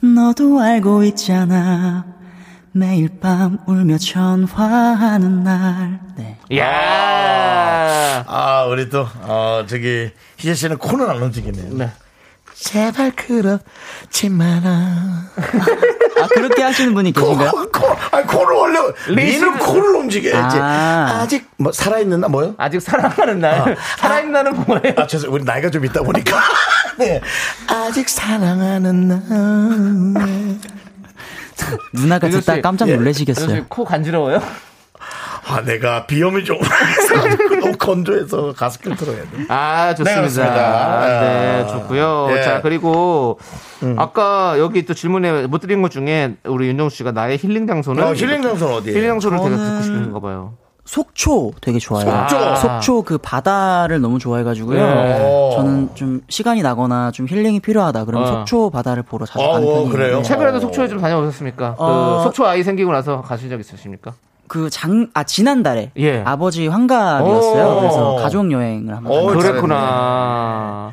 [SPEAKER 6] 너도 알고 있잖아. 매일 밤 울며 전화하는 날. 네.
[SPEAKER 2] 야
[SPEAKER 1] 아, 우리 또, 어, 저기, 희재 씨는 코는 안 움직이네요.
[SPEAKER 2] 네.
[SPEAKER 1] 제발 그렇지 마라.
[SPEAKER 6] 아, 그렇게 하시는 분이
[SPEAKER 1] 코,
[SPEAKER 6] 계신가요?
[SPEAKER 1] 코, 아니, 코를 원래,
[SPEAKER 2] 그
[SPEAKER 1] 리는 코를 움직여야지.
[SPEAKER 6] 아.
[SPEAKER 1] 아. 직 뭐, 살아있는, 나 뭐요?
[SPEAKER 2] 아직 사랑하는 날. 살아있는 날은 뭐예요?
[SPEAKER 1] 아, 죄송, 우리 나이가 좀 있다 보니까. 네. 아직 사랑하는 네. 나.
[SPEAKER 6] 누나가
[SPEAKER 2] 민수
[SPEAKER 6] 듣다
[SPEAKER 2] 씨.
[SPEAKER 6] 깜짝
[SPEAKER 2] 윤정
[SPEAKER 6] 놀라시겠어요.
[SPEAKER 2] 씨, 코 간지러워요?
[SPEAKER 1] 아, 내가 비염이 좀, 너무 건조해서 가습기를 틀어야 돼.
[SPEAKER 2] 아,
[SPEAKER 1] 네,
[SPEAKER 2] 좋습니다.
[SPEAKER 1] 그렇습니다.
[SPEAKER 2] 네,
[SPEAKER 1] 아.
[SPEAKER 2] 좋고요.
[SPEAKER 1] 예. 음.
[SPEAKER 2] 자, 그리고 아까 여기 또 질문에 못 드린 것 중에 우리 윤정수 씨가 나의 힐링 장소는
[SPEAKER 1] 어, 힐링 장소는 어디예요?
[SPEAKER 2] 힐링 장소를 되게
[SPEAKER 6] 저는-
[SPEAKER 2] 듣고 싶은가 봐요.
[SPEAKER 6] 속초 되게 좋아요.
[SPEAKER 1] 속초.
[SPEAKER 6] 속초 그 바다를 너무 좋아해가지고요.
[SPEAKER 1] 네.
[SPEAKER 6] 저는 좀 시간이 나거나 좀 힐링이 필요하다. 그러면
[SPEAKER 2] 어.
[SPEAKER 6] 속초 바다를 보러 자주
[SPEAKER 1] 어,
[SPEAKER 6] 가는
[SPEAKER 1] 어,
[SPEAKER 6] 편이에요.
[SPEAKER 1] 그래요?
[SPEAKER 6] 네.
[SPEAKER 2] 최근에도 속초에 좀 다녀오셨습니까?
[SPEAKER 6] 어.
[SPEAKER 2] 그 속초 아이 생기고 나서 가신 적 있으십니까?
[SPEAKER 6] 그 장, 아, 지난달에
[SPEAKER 2] 예.
[SPEAKER 6] 아버지 환갑이었어요.
[SPEAKER 1] 오.
[SPEAKER 6] 그래서 가족 여행을 한번
[SPEAKER 1] 오,
[SPEAKER 6] 갔어요.
[SPEAKER 2] 그랬구나.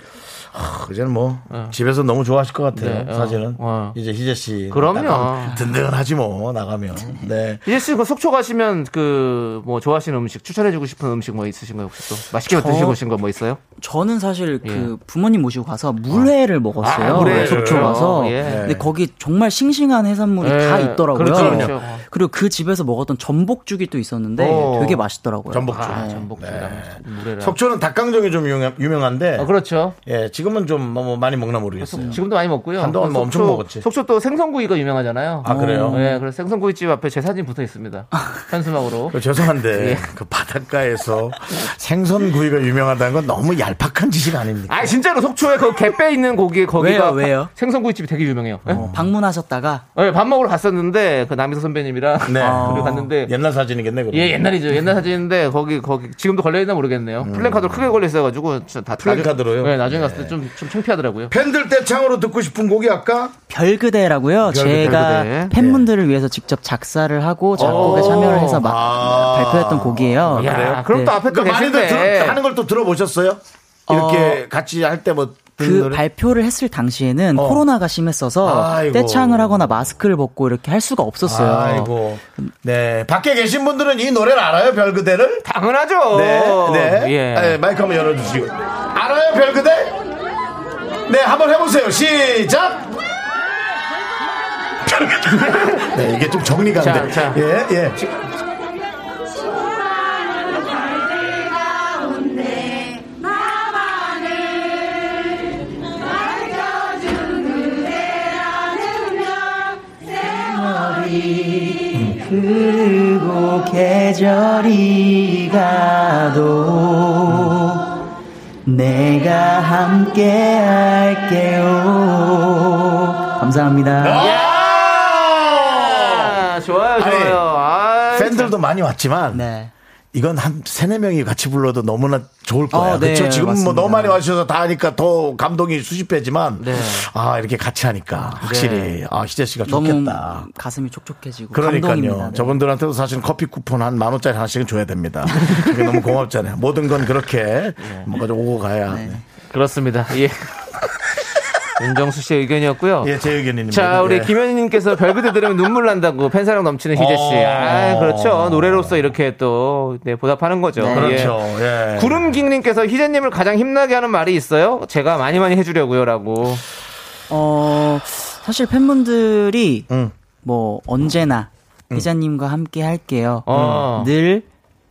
[SPEAKER 1] 이제는 뭐 집에서 너무 좋아하실 것 같아요.
[SPEAKER 2] 네, 어,
[SPEAKER 1] 사실은
[SPEAKER 2] 어.
[SPEAKER 1] 이제 희재 씨
[SPEAKER 2] 그럼요.
[SPEAKER 1] 나가면 든든하지 뭐 나가면 네.
[SPEAKER 2] 이제 씨그 속초 가시면 그 뭐 좋아하시는 음식 추천해주고 싶은 음식 뭐 있으신가요 혹시 또 맛있게 드시고 오신 거 뭐 있어요?
[SPEAKER 6] 저는 사실 그 부모님 모시고 가서 물회를 먹었어요.
[SPEAKER 2] 예. 아, 물회를.
[SPEAKER 6] 속초 가서.
[SPEAKER 2] 예.
[SPEAKER 6] 근데 거기 정말 싱싱한 해산물이
[SPEAKER 2] 예.
[SPEAKER 6] 다 있더라고요.
[SPEAKER 2] 그렇죠, 그렇죠.
[SPEAKER 6] 리고그 집에서 먹었던 전복죽이 또 있었는데
[SPEAKER 2] 어.
[SPEAKER 6] 되게 맛있더라고요.
[SPEAKER 1] 전복죽. 네.
[SPEAKER 2] 아, 전복죽이랑 물회랑.
[SPEAKER 1] 속초는 닭강정이 좀 유명, 유명한데
[SPEAKER 2] 어, 그렇죠.
[SPEAKER 1] 예 지금은 좀 뭐 많이 먹나 모르겠어요.
[SPEAKER 2] 지금도 많이 먹고요.
[SPEAKER 1] 한동안 뭐 엄청 먹었지.
[SPEAKER 2] 속초 또 생선구이가 유명하잖아요.
[SPEAKER 1] 아, 그래요? 아.
[SPEAKER 2] 네, 그래서 생선구이집 앞에 제 사진 붙어 있습니다. 현수막으로.
[SPEAKER 1] 그 죄송한데
[SPEAKER 2] 예.
[SPEAKER 1] 그 바닷가에서 생선구이가 유명하다는 건 너무 얄팍한 짓이 아닙니까?
[SPEAKER 2] 아 진짜로 속초에 그 갯배 있는 고기 거기가
[SPEAKER 6] 왜요, 왜요?
[SPEAKER 2] 생선구이집이 되게 유명해요. 예?
[SPEAKER 1] 어.
[SPEAKER 6] 방문하셨다가
[SPEAKER 2] 네, 밥 먹으러 갔었는데 그 남이서 선배님이랑
[SPEAKER 1] 네.
[SPEAKER 2] 그리고 갔는데
[SPEAKER 1] 옛날 사진이겠네 그럼.
[SPEAKER 2] 아, 예 옛날이죠 옛날 사진인데 거기 거기 지금도 걸려 있나 모르겠네요. 플랜카드로 크게 걸려 있어가지고 저다
[SPEAKER 1] 음. 플랜카드로요?
[SPEAKER 2] 나중에, 네, 나중에 갔을 때 좀 좀 창피하더라고요.
[SPEAKER 1] 팬들 떼창으로 듣고 싶은 곡이 아까
[SPEAKER 6] 별그대라고요. 제가
[SPEAKER 2] 별그대.
[SPEAKER 6] 팬분들을 위해서 직접 작사를 하고 작곡에 참여를 해서 막
[SPEAKER 1] 아.
[SPEAKER 6] 발표했던 곡이에요.
[SPEAKER 2] 야, 그럼
[SPEAKER 6] 네.
[SPEAKER 2] 또 앞에 또
[SPEAKER 1] 그러니까 많이들 들, 하는
[SPEAKER 2] 계신데
[SPEAKER 1] 걸 또 들어보셨어요? 이렇게 같이 할 때 뭐 듣는
[SPEAKER 6] 그
[SPEAKER 1] 노래?
[SPEAKER 6] 발표를 했을 당시에는
[SPEAKER 1] 어.
[SPEAKER 6] 코로나가 심했어서
[SPEAKER 1] 아이고.
[SPEAKER 6] 떼창을 하거나 마스크를 벗고 이렇게 할 수가 없었어요.
[SPEAKER 1] 아이고. 네. 밖에 계신 분들은 이 노래를 알아요, 별그대를?
[SPEAKER 2] 당연하죠.
[SPEAKER 1] 네. 네.
[SPEAKER 2] 어. 예.
[SPEAKER 1] 네, 마이크 한번 열어주시고. 알아요, 별그대? 네, 한번 해보세요. 시작! 네, 이게 좀 정리가 안 돼.
[SPEAKER 2] 자, 자.
[SPEAKER 1] 예, 예.
[SPEAKER 6] 그리고 계절이 가도 내가 함께 할게요. 감사합니다.
[SPEAKER 2] 아, 좋아요, 좋아요. 아,
[SPEAKER 1] 팬들도 많이 왔지만
[SPEAKER 6] 네.
[SPEAKER 1] 이건 한 세네 명이 같이 불러도 너무나 좋을 거예요.
[SPEAKER 6] 아, 네,
[SPEAKER 1] 그렇죠? 지금 뭐
[SPEAKER 6] 맞습니다.
[SPEAKER 1] 너무 많이 와주셔서 다 하니까 더 감동이 수십 배지만 아 이렇게 같이 하니까 확실히 아 희재 씨가
[SPEAKER 6] 너무
[SPEAKER 1] 좋겠다.
[SPEAKER 6] 가슴이 촉촉해지고
[SPEAKER 1] 그러니까요.
[SPEAKER 6] 감동입니다. 네.
[SPEAKER 1] 저분들한테도 사실 커피 쿠폰 한 만 원짜리 하나씩은 줘야 됩니다. 그게 너무 고맙잖아요. 모든 건 그렇게 뭔가 좀 오고 가야. 네.
[SPEAKER 2] 그렇습니다. 예. 윤정수 씨의 의견이었고요.
[SPEAKER 1] 예, 제 의견입니다.
[SPEAKER 2] 자, 우리
[SPEAKER 1] 예.
[SPEAKER 2] 김현희님께서 별그대 들으면 눈물 난다고 팬사랑 넘치는 희재 씨. 아,
[SPEAKER 1] 어.
[SPEAKER 2] 그렇죠. 노래로서 이렇게 또 네, 보답하는 거죠.
[SPEAKER 6] 네.
[SPEAKER 1] 그렇죠. 예.
[SPEAKER 2] 구름깅님께서 희재님을 가장 힘나게 하는 말이 있어요? 제가 많이 많이 해주려고요라고.
[SPEAKER 6] 어, 사실 팬분들이 뭐 언제나 기자님과 함께 할게요. 음,
[SPEAKER 2] 어.
[SPEAKER 6] 늘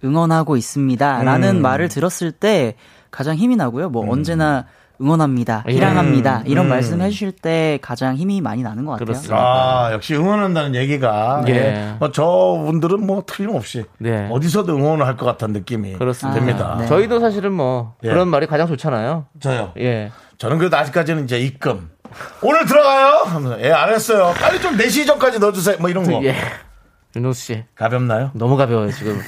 [SPEAKER 6] 응원하고 있습니다라는 말을 들었을 때 가장 힘이 나고요. 뭐 언제나 응원합니다. 희랑합니다. 이런 말씀 해주실 때 가장 힘이 많이 나는 것 같아요.
[SPEAKER 2] 그렇습니다.
[SPEAKER 1] 아, 역시 응원한다는 얘기가.
[SPEAKER 2] 예.
[SPEAKER 1] 예. 어, 저분들은 뭐 틀림없이.
[SPEAKER 2] 네.
[SPEAKER 1] 어디서도 응원을 할 것 같은 느낌이.
[SPEAKER 2] 그렇습니다.
[SPEAKER 1] 됩니다.
[SPEAKER 6] 네.
[SPEAKER 2] 저희도 사실은 뭐
[SPEAKER 1] 아, 예.
[SPEAKER 2] 그런 말이 가장 좋잖아요.
[SPEAKER 1] 저요.
[SPEAKER 2] 예.
[SPEAKER 1] 저는 그래도 아직까지는 이제 입금. 오늘 들어가요? 하면서. 예, 알았어요. 빨리 좀 4시 전까지 넣어주세요. 뭐 이런 거.
[SPEAKER 2] 예. 윤호수 씨
[SPEAKER 1] 가볍나요?
[SPEAKER 2] 너무 가벼워요 지금.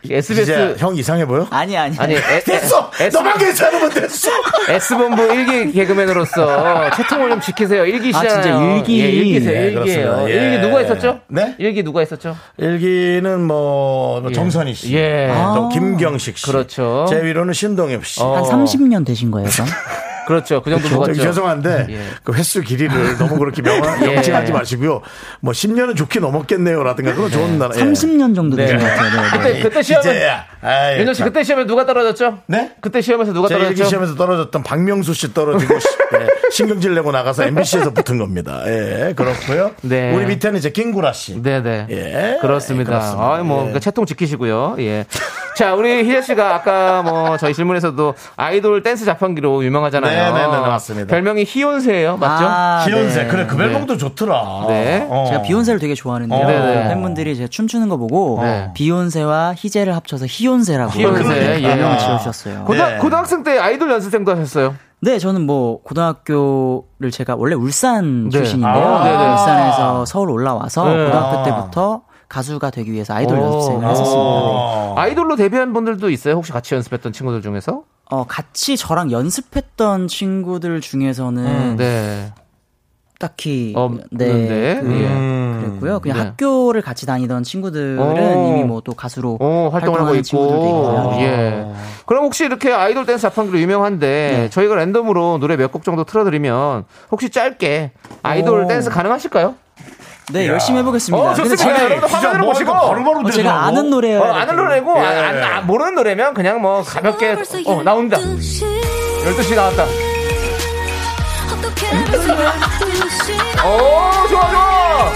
[SPEAKER 1] 진짜
[SPEAKER 2] SBS
[SPEAKER 1] 형 이상해 보여?
[SPEAKER 6] 아니 아니.
[SPEAKER 2] 아니 에, 에,
[SPEAKER 1] 됐어!
[SPEAKER 2] S-
[SPEAKER 1] 너만 괜찮으면 됐어!
[SPEAKER 2] S본부 일기 개그맨으로서 채통을 좀 지키세요. 일기시잖아요
[SPEAKER 6] 아, 진짜 일기.
[SPEAKER 2] 예, 일기세요
[SPEAKER 1] 예,
[SPEAKER 2] 일기예요
[SPEAKER 1] 그렇습니다. 예.
[SPEAKER 2] 일기 누가 했었죠?
[SPEAKER 1] 네?
[SPEAKER 2] 일기 누가 했었죠?
[SPEAKER 1] 일기는 뭐, 뭐
[SPEAKER 2] 예.
[SPEAKER 1] 정선희 씨.
[SPEAKER 2] 예.
[SPEAKER 1] 또 김경식 씨.
[SPEAKER 2] 그렇죠.
[SPEAKER 1] 아, 제 위로는 신동엽 씨.
[SPEAKER 2] 어,
[SPEAKER 6] 한 30년 되신 거예요, 그럼?
[SPEAKER 2] 그렇죠. 그 정도
[SPEAKER 1] 저기
[SPEAKER 2] 누가죠?
[SPEAKER 1] 죄송한데
[SPEAKER 2] 예.
[SPEAKER 1] 그 횟수 길이를 너무 그렇게 명확
[SPEAKER 2] 예.
[SPEAKER 1] 명칭하지 마시고요. 뭐 10년은 좋게 넘었겠네요라든가 그건 좋은 나라.
[SPEAKER 6] 30년 정도 되신
[SPEAKER 1] 네.
[SPEAKER 6] 것 같아요. 네, 네.
[SPEAKER 2] 예. 그때 그때 시험에
[SPEAKER 1] 아이,
[SPEAKER 2] 윤호 씨 그때 시험에 누가 떨어졌죠?
[SPEAKER 1] 네?
[SPEAKER 2] 그때 시험에서 누가
[SPEAKER 1] 제가 일기
[SPEAKER 2] 떨어졌죠?
[SPEAKER 1] 시험에서 떨어졌던 박명수 씨 떨어지고 시- 예, 신경질 내고 나가서 MBC에서 붙은 겁니다. 예, 그렇고요.
[SPEAKER 2] 네.
[SPEAKER 1] 우리 밑에는 이제 낑구라 씨.
[SPEAKER 2] 네네.
[SPEAKER 1] 예,
[SPEAKER 2] 그렇습니다.
[SPEAKER 1] 그렇습니다.
[SPEAKER 2] 아, 뭐,
[SPEAKER 1] 예.
[SPEAKER 2] 그 채통 지키시고요. 예. 자, 우리 희재 씨가 아까 뭐, 저희 질문에서도 아이돌 댄스 자판기로 유명하잖아요.
[SPEAKER 1] 네네네, 맞습니다.
[SPEAKER 2] 별명이 희온세예요 맞죠?
[SPEAKER 6] 아,
[SPEAKER 1] 기현세
[SPEAKER 6] 네.
[SPEAKER 1] 그래 그 별명도 좋더라.
[SPEAKER 2] 네.
[SPEAKER 1] 어.
[SPEAKER 6] 제가 비욘세를 되게 좋아하는데요.
[SPEAKER 1] 어. 네네.
[SPEAKER 6] 팬분들이 제가 춤추는 거 보고
[SPEAKER 2] 네.
[SPEAKER 6] 비욘세와 희재를 합쳐서 희욘세라고
[SPEAKER 2] 희욘세, 예.
[SPEAKER 6] 명을 지어주셨어요.
[SPEAKER 2] 고등,
[SPEAKER 1] 네.
[SPEAKER 2] 고등학생 때 아이돌 연습생도 하셨어요.
[SPEAKER 6] 네, 저는 뭐 고등학교를 제가 원래 울산
[SPEAKER 2] 네.
[SPEAKER 6] 출신인데요.
[SPEAKER 2] 아, 네네.
[SPEAKER 6] 울산에서 서울 올라와서
[SPEAKER 2] 네.
[SPEAKER 6] 고등학교
[SPEAKER 1] 아.
[SPEAKER 6] 때부터 가수가 되기 위해서 아이돌
[SPEAKER 2] 오.
[SPEAKER 6] 연습생을
[SPEAKER 2] 오.
[SPEAKER 6] 했었습니다.
[SPEAKER 1] 어.
[SPEAKER 2] 아이돌로 데뷔한 분들도 있어요? 혹시 같이 연습했던 친구들 중에서?
[SPEAKER 6] 어, 같이 저랑 연습했던 친구들 중에서는
[SPEAKER 2] 네.
[SPEAKER 6] 딱히
[SPEAKER 2] 없는데.
[SPEAKER 6] 어, 그-
[SPEAKER 2] 예.
[SPEAKER 1] 음.
[SPEAKER 6] 그랬고요. 그냥
[SPEAKER 2] 네.
[SPEAKER 6] 학교를 같이 다니던 친구들은
[SPEAKER 2] 오.
[SPEAKER 6] 이미 뭐 또 가수로
[SPEAKER 2] 어, 활동을 하고
[SPEAKER 6] 활동하는 친구들도
[SPEAKER 2] 있고.
[SPEAKER 6] 있고요.
[SPEAKER 2] 예. 그럼 혹시 이렇게 아이돌 댄스 자판기로 유명한데
[SPEAKER 6] 네.
[SPEAKER 2] 저희가 랜덤으로 노래 몇 곡 정도 틀어드리면 혹시 짧게 아이돌 댄스 가능하실까요?
[SPEAKER 6] 네, 열심히 해보겠습니다.
[SPEAKER 2] 어,
[SPEAKER 6] 근데
[SPEAKER 2] 좋습니다.
[SPEAKER 6] 제가,
[SPEAKER 2] 여러분들 화면을 보시고
[SPEAKER 1] 바로바로
[SPEAKER 6] 어, 제가 아는 노래예요.
[SPEAKER 2] 어, 아는 노래고 아, 안- 아, 모르는 노래면 그냥 뭐 가볍게 어, 나온다. 12시 나왔다.
[SPEAKER 3] 어떻게 벌써 12시
[SPEAKER 2] 오, 좋아 좋아.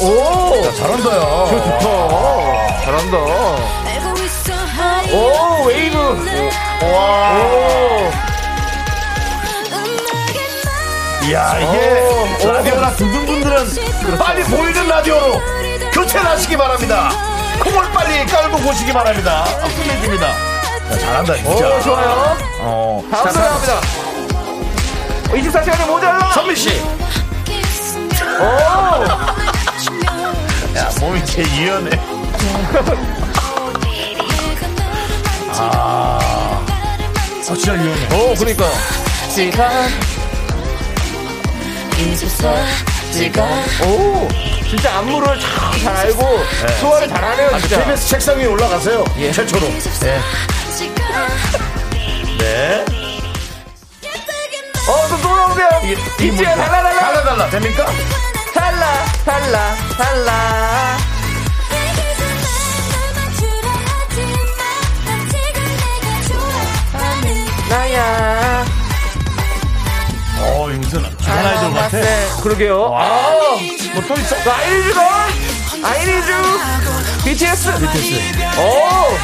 [SPEAKER 2] 오,
[SPEAKER 1] 잘한다요.
[SPEAKER 2] 좋다. 잘한다.
[SPEAKER 3] 알고 있어 하이
[SPEAKER 2] 오, 웨이브. 오.
[SPEAKER 3] 음악에
[SPEAKER 1] 이야 이게 라디오나 듣는 분들은 어. 빨리 보이는 라디오로 교체하시기 바랍니다. 콩을 빨리 깔고 보시기 바랍니다. 아, 끝내줍니다. 야, 잘한다 진짜.
[SPEAKER 2] 오, 좋아요.
[SPEAKER 1] 어. 자,
[SPEAKER 2] 다음 노래 갑니다. 24시간이 모자라.
[SPEAKER 1] 선미 씨,
[SPEAKER 3] 막
[SPEAKER 1] 어.
[SPEAKER 2] 오,
[SPEAKER 3] 맞추면
[SPEAKER 1] 야, 몸이 제 이연해.
[SPEAKER 3] 얘가 너를 만지고 나를 만지고
[SPEAKER 1] 아, 진짜 이연해.
[SPEAKER 2] 오, 그러니까. 시간. 오, 진짜 안무를 참 잘 알고 소화를 잘하네요, 진짜.
[SPEAKER 1] KBS 책상 위에 올라가세요. 최초로. 예. 네.
[SPEAKER 2] 어, 또, 또 나오세요.
[SPEAKER 1] 이 뭐야?
[SPEAKER 2] 이지야, 달라, 달라.
[SPEAKER 1] 달라 달라 됩니까?
[SPEAKER 2] 달라, 달라, 달라.
[SPEAKER 1] 어 어, 이거 무슨 장난 아이돌 같아.
[SPEAKER 2] 그러게요. 아, 뭐또 있어? 아이리즈 아이리즈 BTS. 오.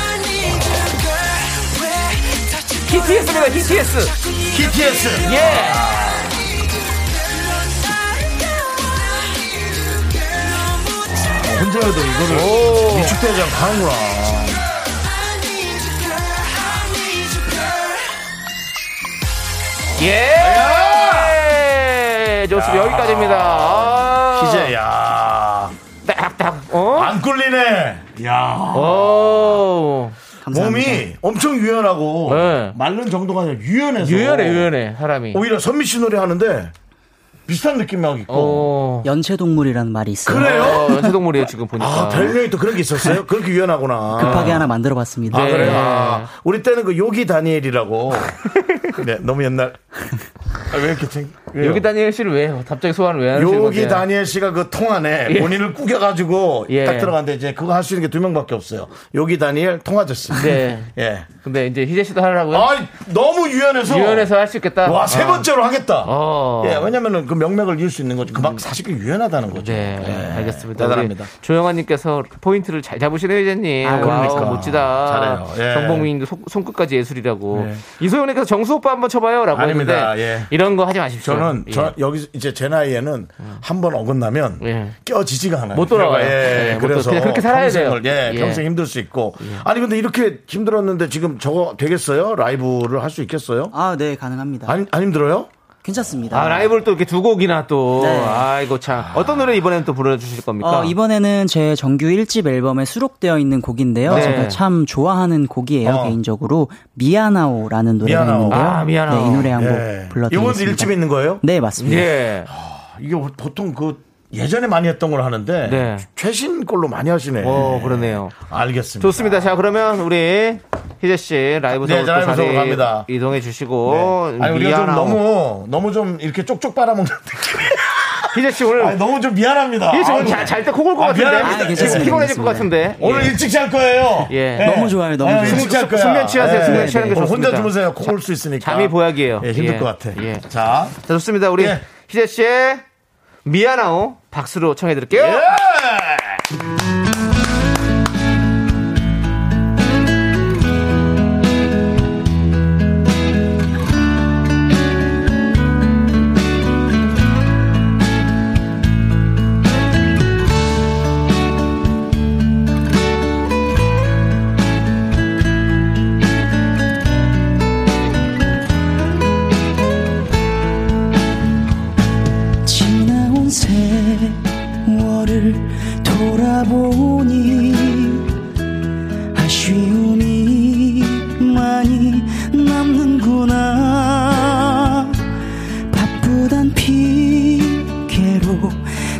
[SPEAKER 2] BTS입니다. BTS.
[SPEAKER 1] BTS.
[SPEAKER 2] 예.
[SPEAKER 1] 혼자 해도 이거를 위축되지 않고 하는구나.
[SPEAKER 2] 예. 좋습니다. 여기까지입니다. 아.
[SPEAKER 1] 이제, 야.
[SPEAKER 2] 딱딱. 어?
[SPEAKER 1] 어. 안 꿀리네. 야.
[SPEAKER 2] 오.
[SPEAKER 1] 몸이 엄청 유연하고
[SPEAKER 2] 네.
[SPEAKER 1] 마른 정도가 아니라 유연해서
[SPEAKER 2] 유연해, 유연해. 사람이.
[SPEAKER 1] 오히려 선미 씨 노래 하는데 비슷한 느낌이 막 있고.
[SPEAKER 2] 어.
[SPEAKER 6] 연체동물이라는 말이 있어요.
[SPEAKER 1] 그래요?
[SPEAKER 2] 어, 연체동물이에요, 지금 보니까.
[SPEAKER 1] 아, 별명이 또 그런 게 있었어요? 그렇게 유연하구나.
[SPEAKER 6] 급하게 하나 만들어봤습니다.
[SPEAKER 1] 아,
[SPEAKER 2] 네.
[SPEAKER 1] 그래요? 아, 우리 때는 그 요기 다니엘이라고. 네, 너무 옛날. 아, 왜 이렇게 챙 왜요?
[SPEAKER 2] 여기 다니엘 씨를 왜, 갑자기 소환을 왜 하는
[SPEAKER 1] 요기 다니엘 씨가 그 통 안에
[SPEAKER 2] 예.
[SPEAKER 1] 본인을 꾸겨가지고
[SPEAKER 2] 예.
[SPEAKER 1] 딱 들어갔는데 이제 그거 할 수 있는 게 두 명밖에 없어요. 요기 다니엘 통 아저씨.
[SPEAKER 2] 네.
[SPEAKER 1] 예.
[SPEAKER 2] 근데 이제 희재 씨도 하라고요?
[SPEAKER 1] 아 너무 유연해서.
[SPEAKER 2] 유연해서 할 수 있겠다.
[SPEAKER 1] 와, 세 번째로 하겠다.
[SPEAKER 2] 어. 음.
[SPEAKER 1] 예, 왜냐면은 그 명맥을 이을 수 있는 거죠. 그막 사실 그 유연하다는 거죠.
[SPEAKER 2] 네,
[SPEAKER 1] 예.
[SPEAKER 2] 알겠습니다.
[SPEAKER 1] 대단합니다.
[SPEAKER 2] 우리 조영아님께서 포인트를 잘 잡으시네요, 이제님. 아,
[SPEAKER 1] 그러니까.
[SPEAKER 2] 멋지다.
[SPEAKER 1] 잘해요. 예. 네.
[SPEAKER 2] 정봉민님도 손- 손끝까지 예술이라고. 이소연님께서 정수 오빠 한번 쳐봐요라고
[SPEAKER 1] 아닙니다.
[SPEAKER 2] 했는데
[SPEAKER 1] 예.
[SPEAKER 2] 이런 거 하지 마십시오.
[SPEAKER 1] 저는
[SPEAKER 2] 예. 음.
[SPEAKER 1] 저 여기 이제 제 나이에는 한 번 어긋나면
[SPEAKER 2] 예.
[SPEAKER 1] 껴지지가 않아요.
[SPEAKER 2] 못 돌아와요.
[SPEAKER 1] 예,
[SPEAKER 2] 예, 못 돌아-
[SPEAKER 1] 그래서
[SPEAKER 2] 그냥 그렇게 살아야
[SPEAKER 1] 평생을,
[SPEAKER 2] 돼요.
[SPEAKER 1] 예,
[SPEAKER 2] 예.
[SPEAKER 1] 평생 힘들 수 있고. 아니 근데 이렇게 힘들었는데 지금 저거 되겠어요? 라이브를 할 수 있겠어요?
[SPEAKER 6] 아, 네, 가능합니다.
[SPEAKER 1] 안, 안 힘들어요?
[SPEAKER 6] 괜찮습니다.
[SPEAKER 2] 아, 라이브를 또 이렇게 두 곡이나 또.
[SPEAKER 6] 네.
[SPEAKER 2] 아이고, 참. 어떤 노래 이번에는 또 불러주실 겁니까?
[SPEAKER 6] 어, 이번에는 제 정규 1집 앨범에 수록되어 있는 곡인데요.
[SPEAKER 2] 네.
[SPEAKER 6] 제가 참 좋아하는 곡이에요,
[SPEAKER 1] 어.
[SPEAKER 6] 개인적으로. 미아나오라는 노래가
[SPEAKER 1] 미아나오.
[SPEAKER 6] 있는데요.
[SPEAKER 2] 아, 미아나오.
[SPEAKER 6] 네, 이 노래 한 곡
[SPEAKER 1] 예. 이번
[SPEAKER 6] 불러드리겠습니다.
[SPEAKER 1] 일집 있는 거예요?
[SPEAKER 6] 네, 맞습니다.
[SPEAKER 2] 예.
[SPEAKER 1] 이게 보통 그 예전에 많이 했던 걸 하는데
[SPEAKER 2] 네.
[SPEAKER 1] 최신 걸로 많이 하시네.
[SPEAKER 2] 어, 그러네요.
[SPEAKER 1] 알겠습니다.
[SPEAKER 2] 좋습니다. 자, 그러면 우리 희재 씨 라이브
[SPEAKER 1] 네,
[SPEAKER 2] 서울 또
[SPEAKER 1] 라이브
[SPEAKER 2] 자리
[SPEAKER 1] 서울 갑니다.
[SPEAKER 2] 이동해
[SPEAKER 1] 네.
[SPEAKER 2] 주시고
[SPEAKER 1] 아니 우리가 좀
[SPEAKER 2] 어, 미안하고.
[SPEAKER 1] 너무 너무 좀 이렇게 쪽쪽 빨아먹는 느낌이.
[SPEAKER 2] 희재 씨 오늘
[SPEAKER 1] 아니, 너무 좀 미안합니다.
[SPEAKER 2] 희재 씨 오늘
[SPEAKER 1] 아이고.
[SPEAKER 2] 잘때 코골 것
[SPEAKER 1] 아,
[SPEAKER 2] 같은데
[SPEAKER 1] 미안합니다.
[SPEAKER 6] 아,
[SPEAKER 2] 지금
[SPEAKER 6] 괜찮습니다.
[SPEAKER 2] 피곤해질 것 같은데
[SPEAKER 1] 오늘
[SPEAKER 2] 예.
[SPEAKER 1] 일찍 잘 거예요. 네.
[SPEAKER 2] 예.
[SPEAKER 6] 너무 좋아요, 너무 좋아요.
[SPEAKER 1] 일찍 잘 거야.
[SPEAKER 2] 숙면 취하세요, 숙면 취하는 게
[SPEAKER 1] 오늘 혼자
[SPEAKER 2] 좋습니다.
[SPEAKER 1] 주무세요. 코 올 수 있으니까.
[SPEAKER 2] 잠이 보약이에요.
[SPEAKER 1] 예, 힘들
[SPEAKER 2] 예.
[SPEAKER 1] 것 같아.
[SPEAKER 2] 예.
[SPEAKER 1] 자.
[SPEAKER 2] 자, 좋습니다. 우리
[SPEAKER 1] 예.
[SPEAKER 2] 희재 씨의 미안하오 박수로 청해 드릴게요.
[SPEAKER 1] 예!
[SPEAKER 7] 지나온 세월을 돌아보니 아쉬움이 많이 남는구나 바쁘단 핑계로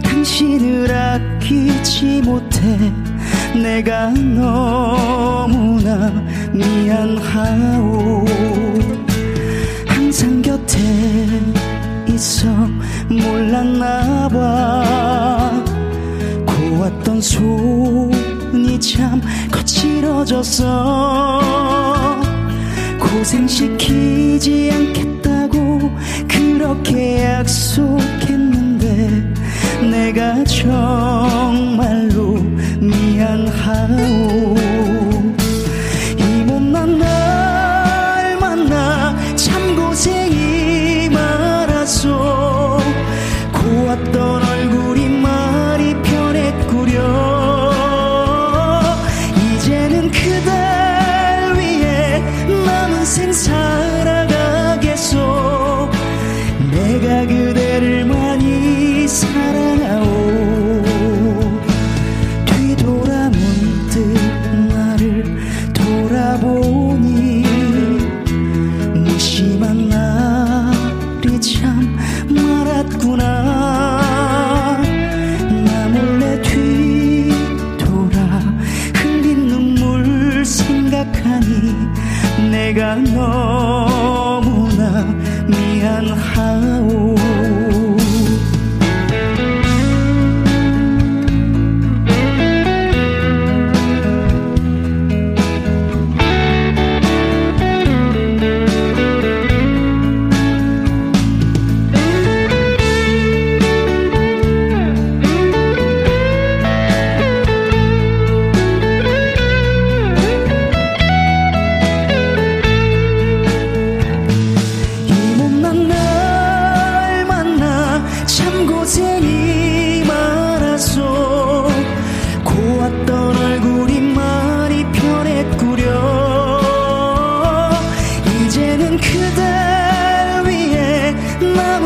[SPEAKER 7] 당신을 아끼지 못해 내가 너무나 미안하오 항상 곁에 있어 몰랐나 봐 고왔던 손이 참 거칠어져서 고생시키지 않겠다고 그렇게 약속했는데 내가 정말로 미안하오 이번만 날 만나 참 고생이 많았어 고왔던 얼굴이 말이 변했구려 이제는 그댈 위해 남은 생 살아가겠소 내가 그대를 많이 사랑하오 뒤돌아 문득 나를 돌아보니 무심한 날이 참 많았구나 나 몰래 뒤돌아 흘린 눈물 생각하니 내가 너무나 미안하오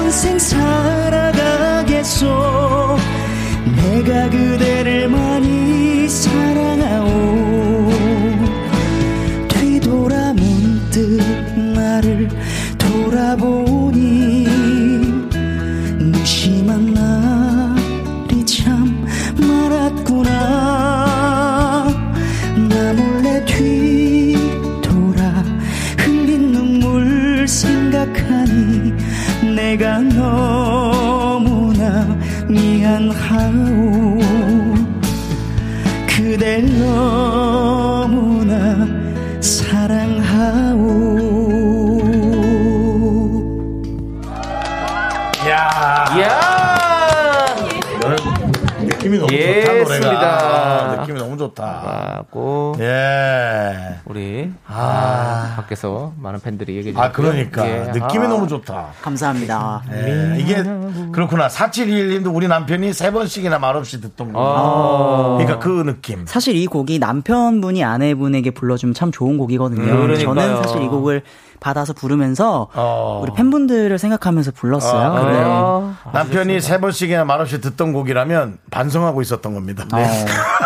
[SPEAKER 7] 평생 살아가겠소 내가 그대를 많이 사랑하오 뒤돌아 문득 나를 돌아보니 무심한 날이 참 많았구나 나 몰래 뒤돌아 흘린 눈물 생각하니 내가 너무나 미안하오 그댈 너무나 사랑하오
[SPEAKER 1] 아!
[SPEAKER 2] 이야!
[SPEAKER 1] 느낌이 너무
[SPEAKER 2] 예,
[SPEAKER 1] 좋다 노래가.
[SPEAKER 2] 좋습니다.
[SPEAKER 1] 아, 느낌이 너무 좋다.
[SPEAKER 2] 하고
[SPEAKER 1] 예.
[SPEAKER 2] 우리 아, 밖에서 많은 팬들이 얘기해
[SPEAKER 1] 아 그러니까
[SPEAKER 2] 예,
[SPEAKER 1] 느낌이
[SPEAKER 2] 아.
[SPEAKER 1] 너무 좋다.
[SPEAKER 6] 감사합니다.
[SPEAKER 1] 예, 이게 그렇구나. 4721님도 우리 남편이 세 번씩이나 말없이 듣던 거.
[SPEAKER 2] 아.
[SPEAKER 1] 그러니까 그 느낌.
[SPEAKER 6] 사실 이 곡이 남편분이 아내분에게 불러주면 참 좋은 곡이거든요.
[SPEAKER 2] 음, 그러니까요.
[SPEAKER 6] 저는 사실 이 곡을 받아서 부르면서
[SPEAKER 1] 어.
[SPEAKER 6] 우리 팬분들을 생각하면서 불렀어요.
[SPEAKER 1] 아,
[SPEAKER 6] 네.
[SPEAKER 2] 그래요?
[SPEAKER 1] 남편이 세 번씩이나 말없이 듣던 곡이라면 반성하고 있었던 겁니다.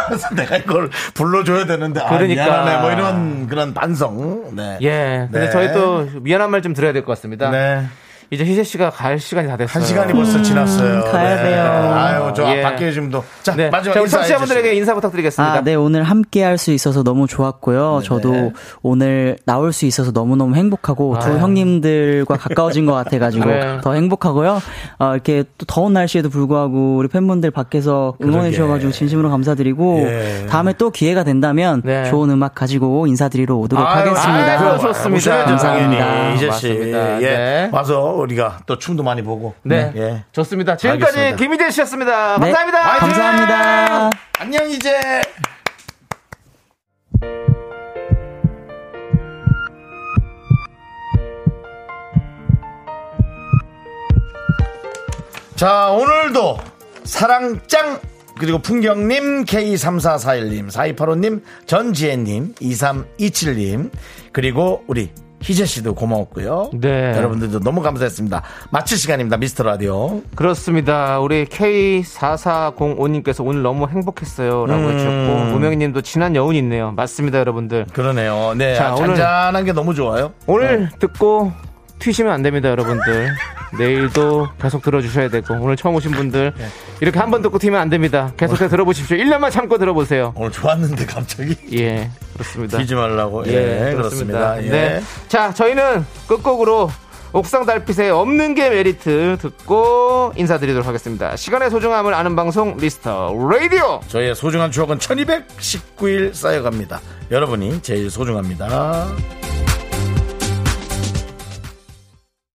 [SPEAKER 1] 그래서 내가 이걸 불러줘야 되는데 아,
[SPEAKER 2] 네. 그러니까.
[SPEAKER 1] 미안하네 뭐 이런 그런 반성. 네.
[SPEAKER 2] 예. 근데
[SPEAKER 1] 네.
[SPEAKER 2] 저희 또 미안한 말 좀 드려야 될 것 같습니다.
[SPEAKER 1] 네.
[SPEAKER 2] 이제 희재 씨가 갈 시간이 다 됐어요.
[SPEAKER 1] 한 시간이 벌써 지났어요. 네.
[SPEAKER 6] 가야 돼요.
[SPEAKER 1] 아유 저
[SPEAKER 2] 음, 예.
[SPEAKER 1] 밖에 지금도 자
[SPEAKER 2] 네.
[SPEAKER 1] 마지막
[SPEAKER 2] 자, 우리
[SPEAKER 1] 인사해
[SPEAKER 2] 청취자분들에게 인사 부탁드리겠습니다.
[SPEAKER 6] 아, 네, 오늘 함께 할 수 있어서 너무 좋았고요.
[SPEAKER 2] 네,
[SPEAKER 6] 저도 오늘 나올 수 있어서 너무너무 행복하고 두 형님들과 가까워진 것 같아가지고
[SPEAKER 2] 네.
[SPEAKER 6] 더 행복하고요. 아, 이렇게 또 더운 날씨에도 불구하고 우리 팬분들 밖에서 응원해 주셔가지고 진심으로 감사드리고
[SPEAKER 1] 예.
[SPEAKER 6] 다음에 또 기회가 된다면
[SPEAKER 2] 네.
[SPEAKER 6] 좋은 음악 가지고 인사드리러 오도록 하겠습니다.
[SPEAKER 2] 아유, 좋습니다.
[SPEAKER 1] 오셔야죠, 당연히. 이재 씨.
[SPEAKER 2] 맞습니다.
[SPEAKER 1] 예.
[SPEAKER 2] 네.
[SPEAKER 1] 와서 우리가 또 춤도 많이 보고.
[SPEAKER 2] 네.
[SPEAKER 1] 예.
[SPEAKER 2] 좋습니다. 지금까지
[SPEAKER 1] 알겠습니다.
[SPEAKER 2] 김희재 씨였습니다.
[SPEAKER 6] 네,
[SPEAKER 2] 감사합니다.
[SPEAKER 6] 감사합니다.
[SPEAKER 1] 안녕, 이제. 자, 오늘도 사랑짱 그리고 풍경님, K3441님, 4285님, 전지혜님, 2327님, 그리고 우리 희재씨도 고마웠고요.
[SPEAKER 2] 네.
[SPEAKER 1] 여러분들도 너무 감사했습니다. 마칠 시간입니다. 미스터 라디오.
[SPEAKER 2] 그렇습니다. 우리 K4405님께서 오늘 너무 행복했어요. 라고 해주셨고, 우명희님도 지난 여운이 있네요. 맞습니다, 여러분들.
[SPEAKER 1] 그러네요. 네.
[SPEAKER 2] 자,
[SPEAKER 1] 아,
[SPEAKER 2] 오늘-
[SPEAKER 1] 잔잔한 게 너무 좋아요.
[SPEAKER 2] 오늘 듣고 튀시면 안 됩니다, 여러분들. 내일도 계속 들어주셔야 되고, 오늘 처음 오신 분들, 이렇게 한 번 듣고 튀면 안 됩니다. 계속해서 네. 들어보십시오. 1년만 참고 들어보세요.
[SPEAKER 1] 오늘 좋았는데 갑자기
[SPEAKER 2] 예, 그렇습니다.
[SPEAKER 1] 뛰지 말라고.
[SPEAKER 2] 예,
[SPEAKER 1] 예, 그렇습니다. 예.
[SPEAKER 2] 네. 자, 저희는 끝곡으로 옥상 달빛의 없는 게 메리트 듣고 인사드리도록 하겠습니다. 시간의 소중함을 아는 방송 미스터 라디오.
[SPEAKER 1] 저희의 소중한 추억은 1219일 쌓여갑니다. 여러분이 제일 소중합니다.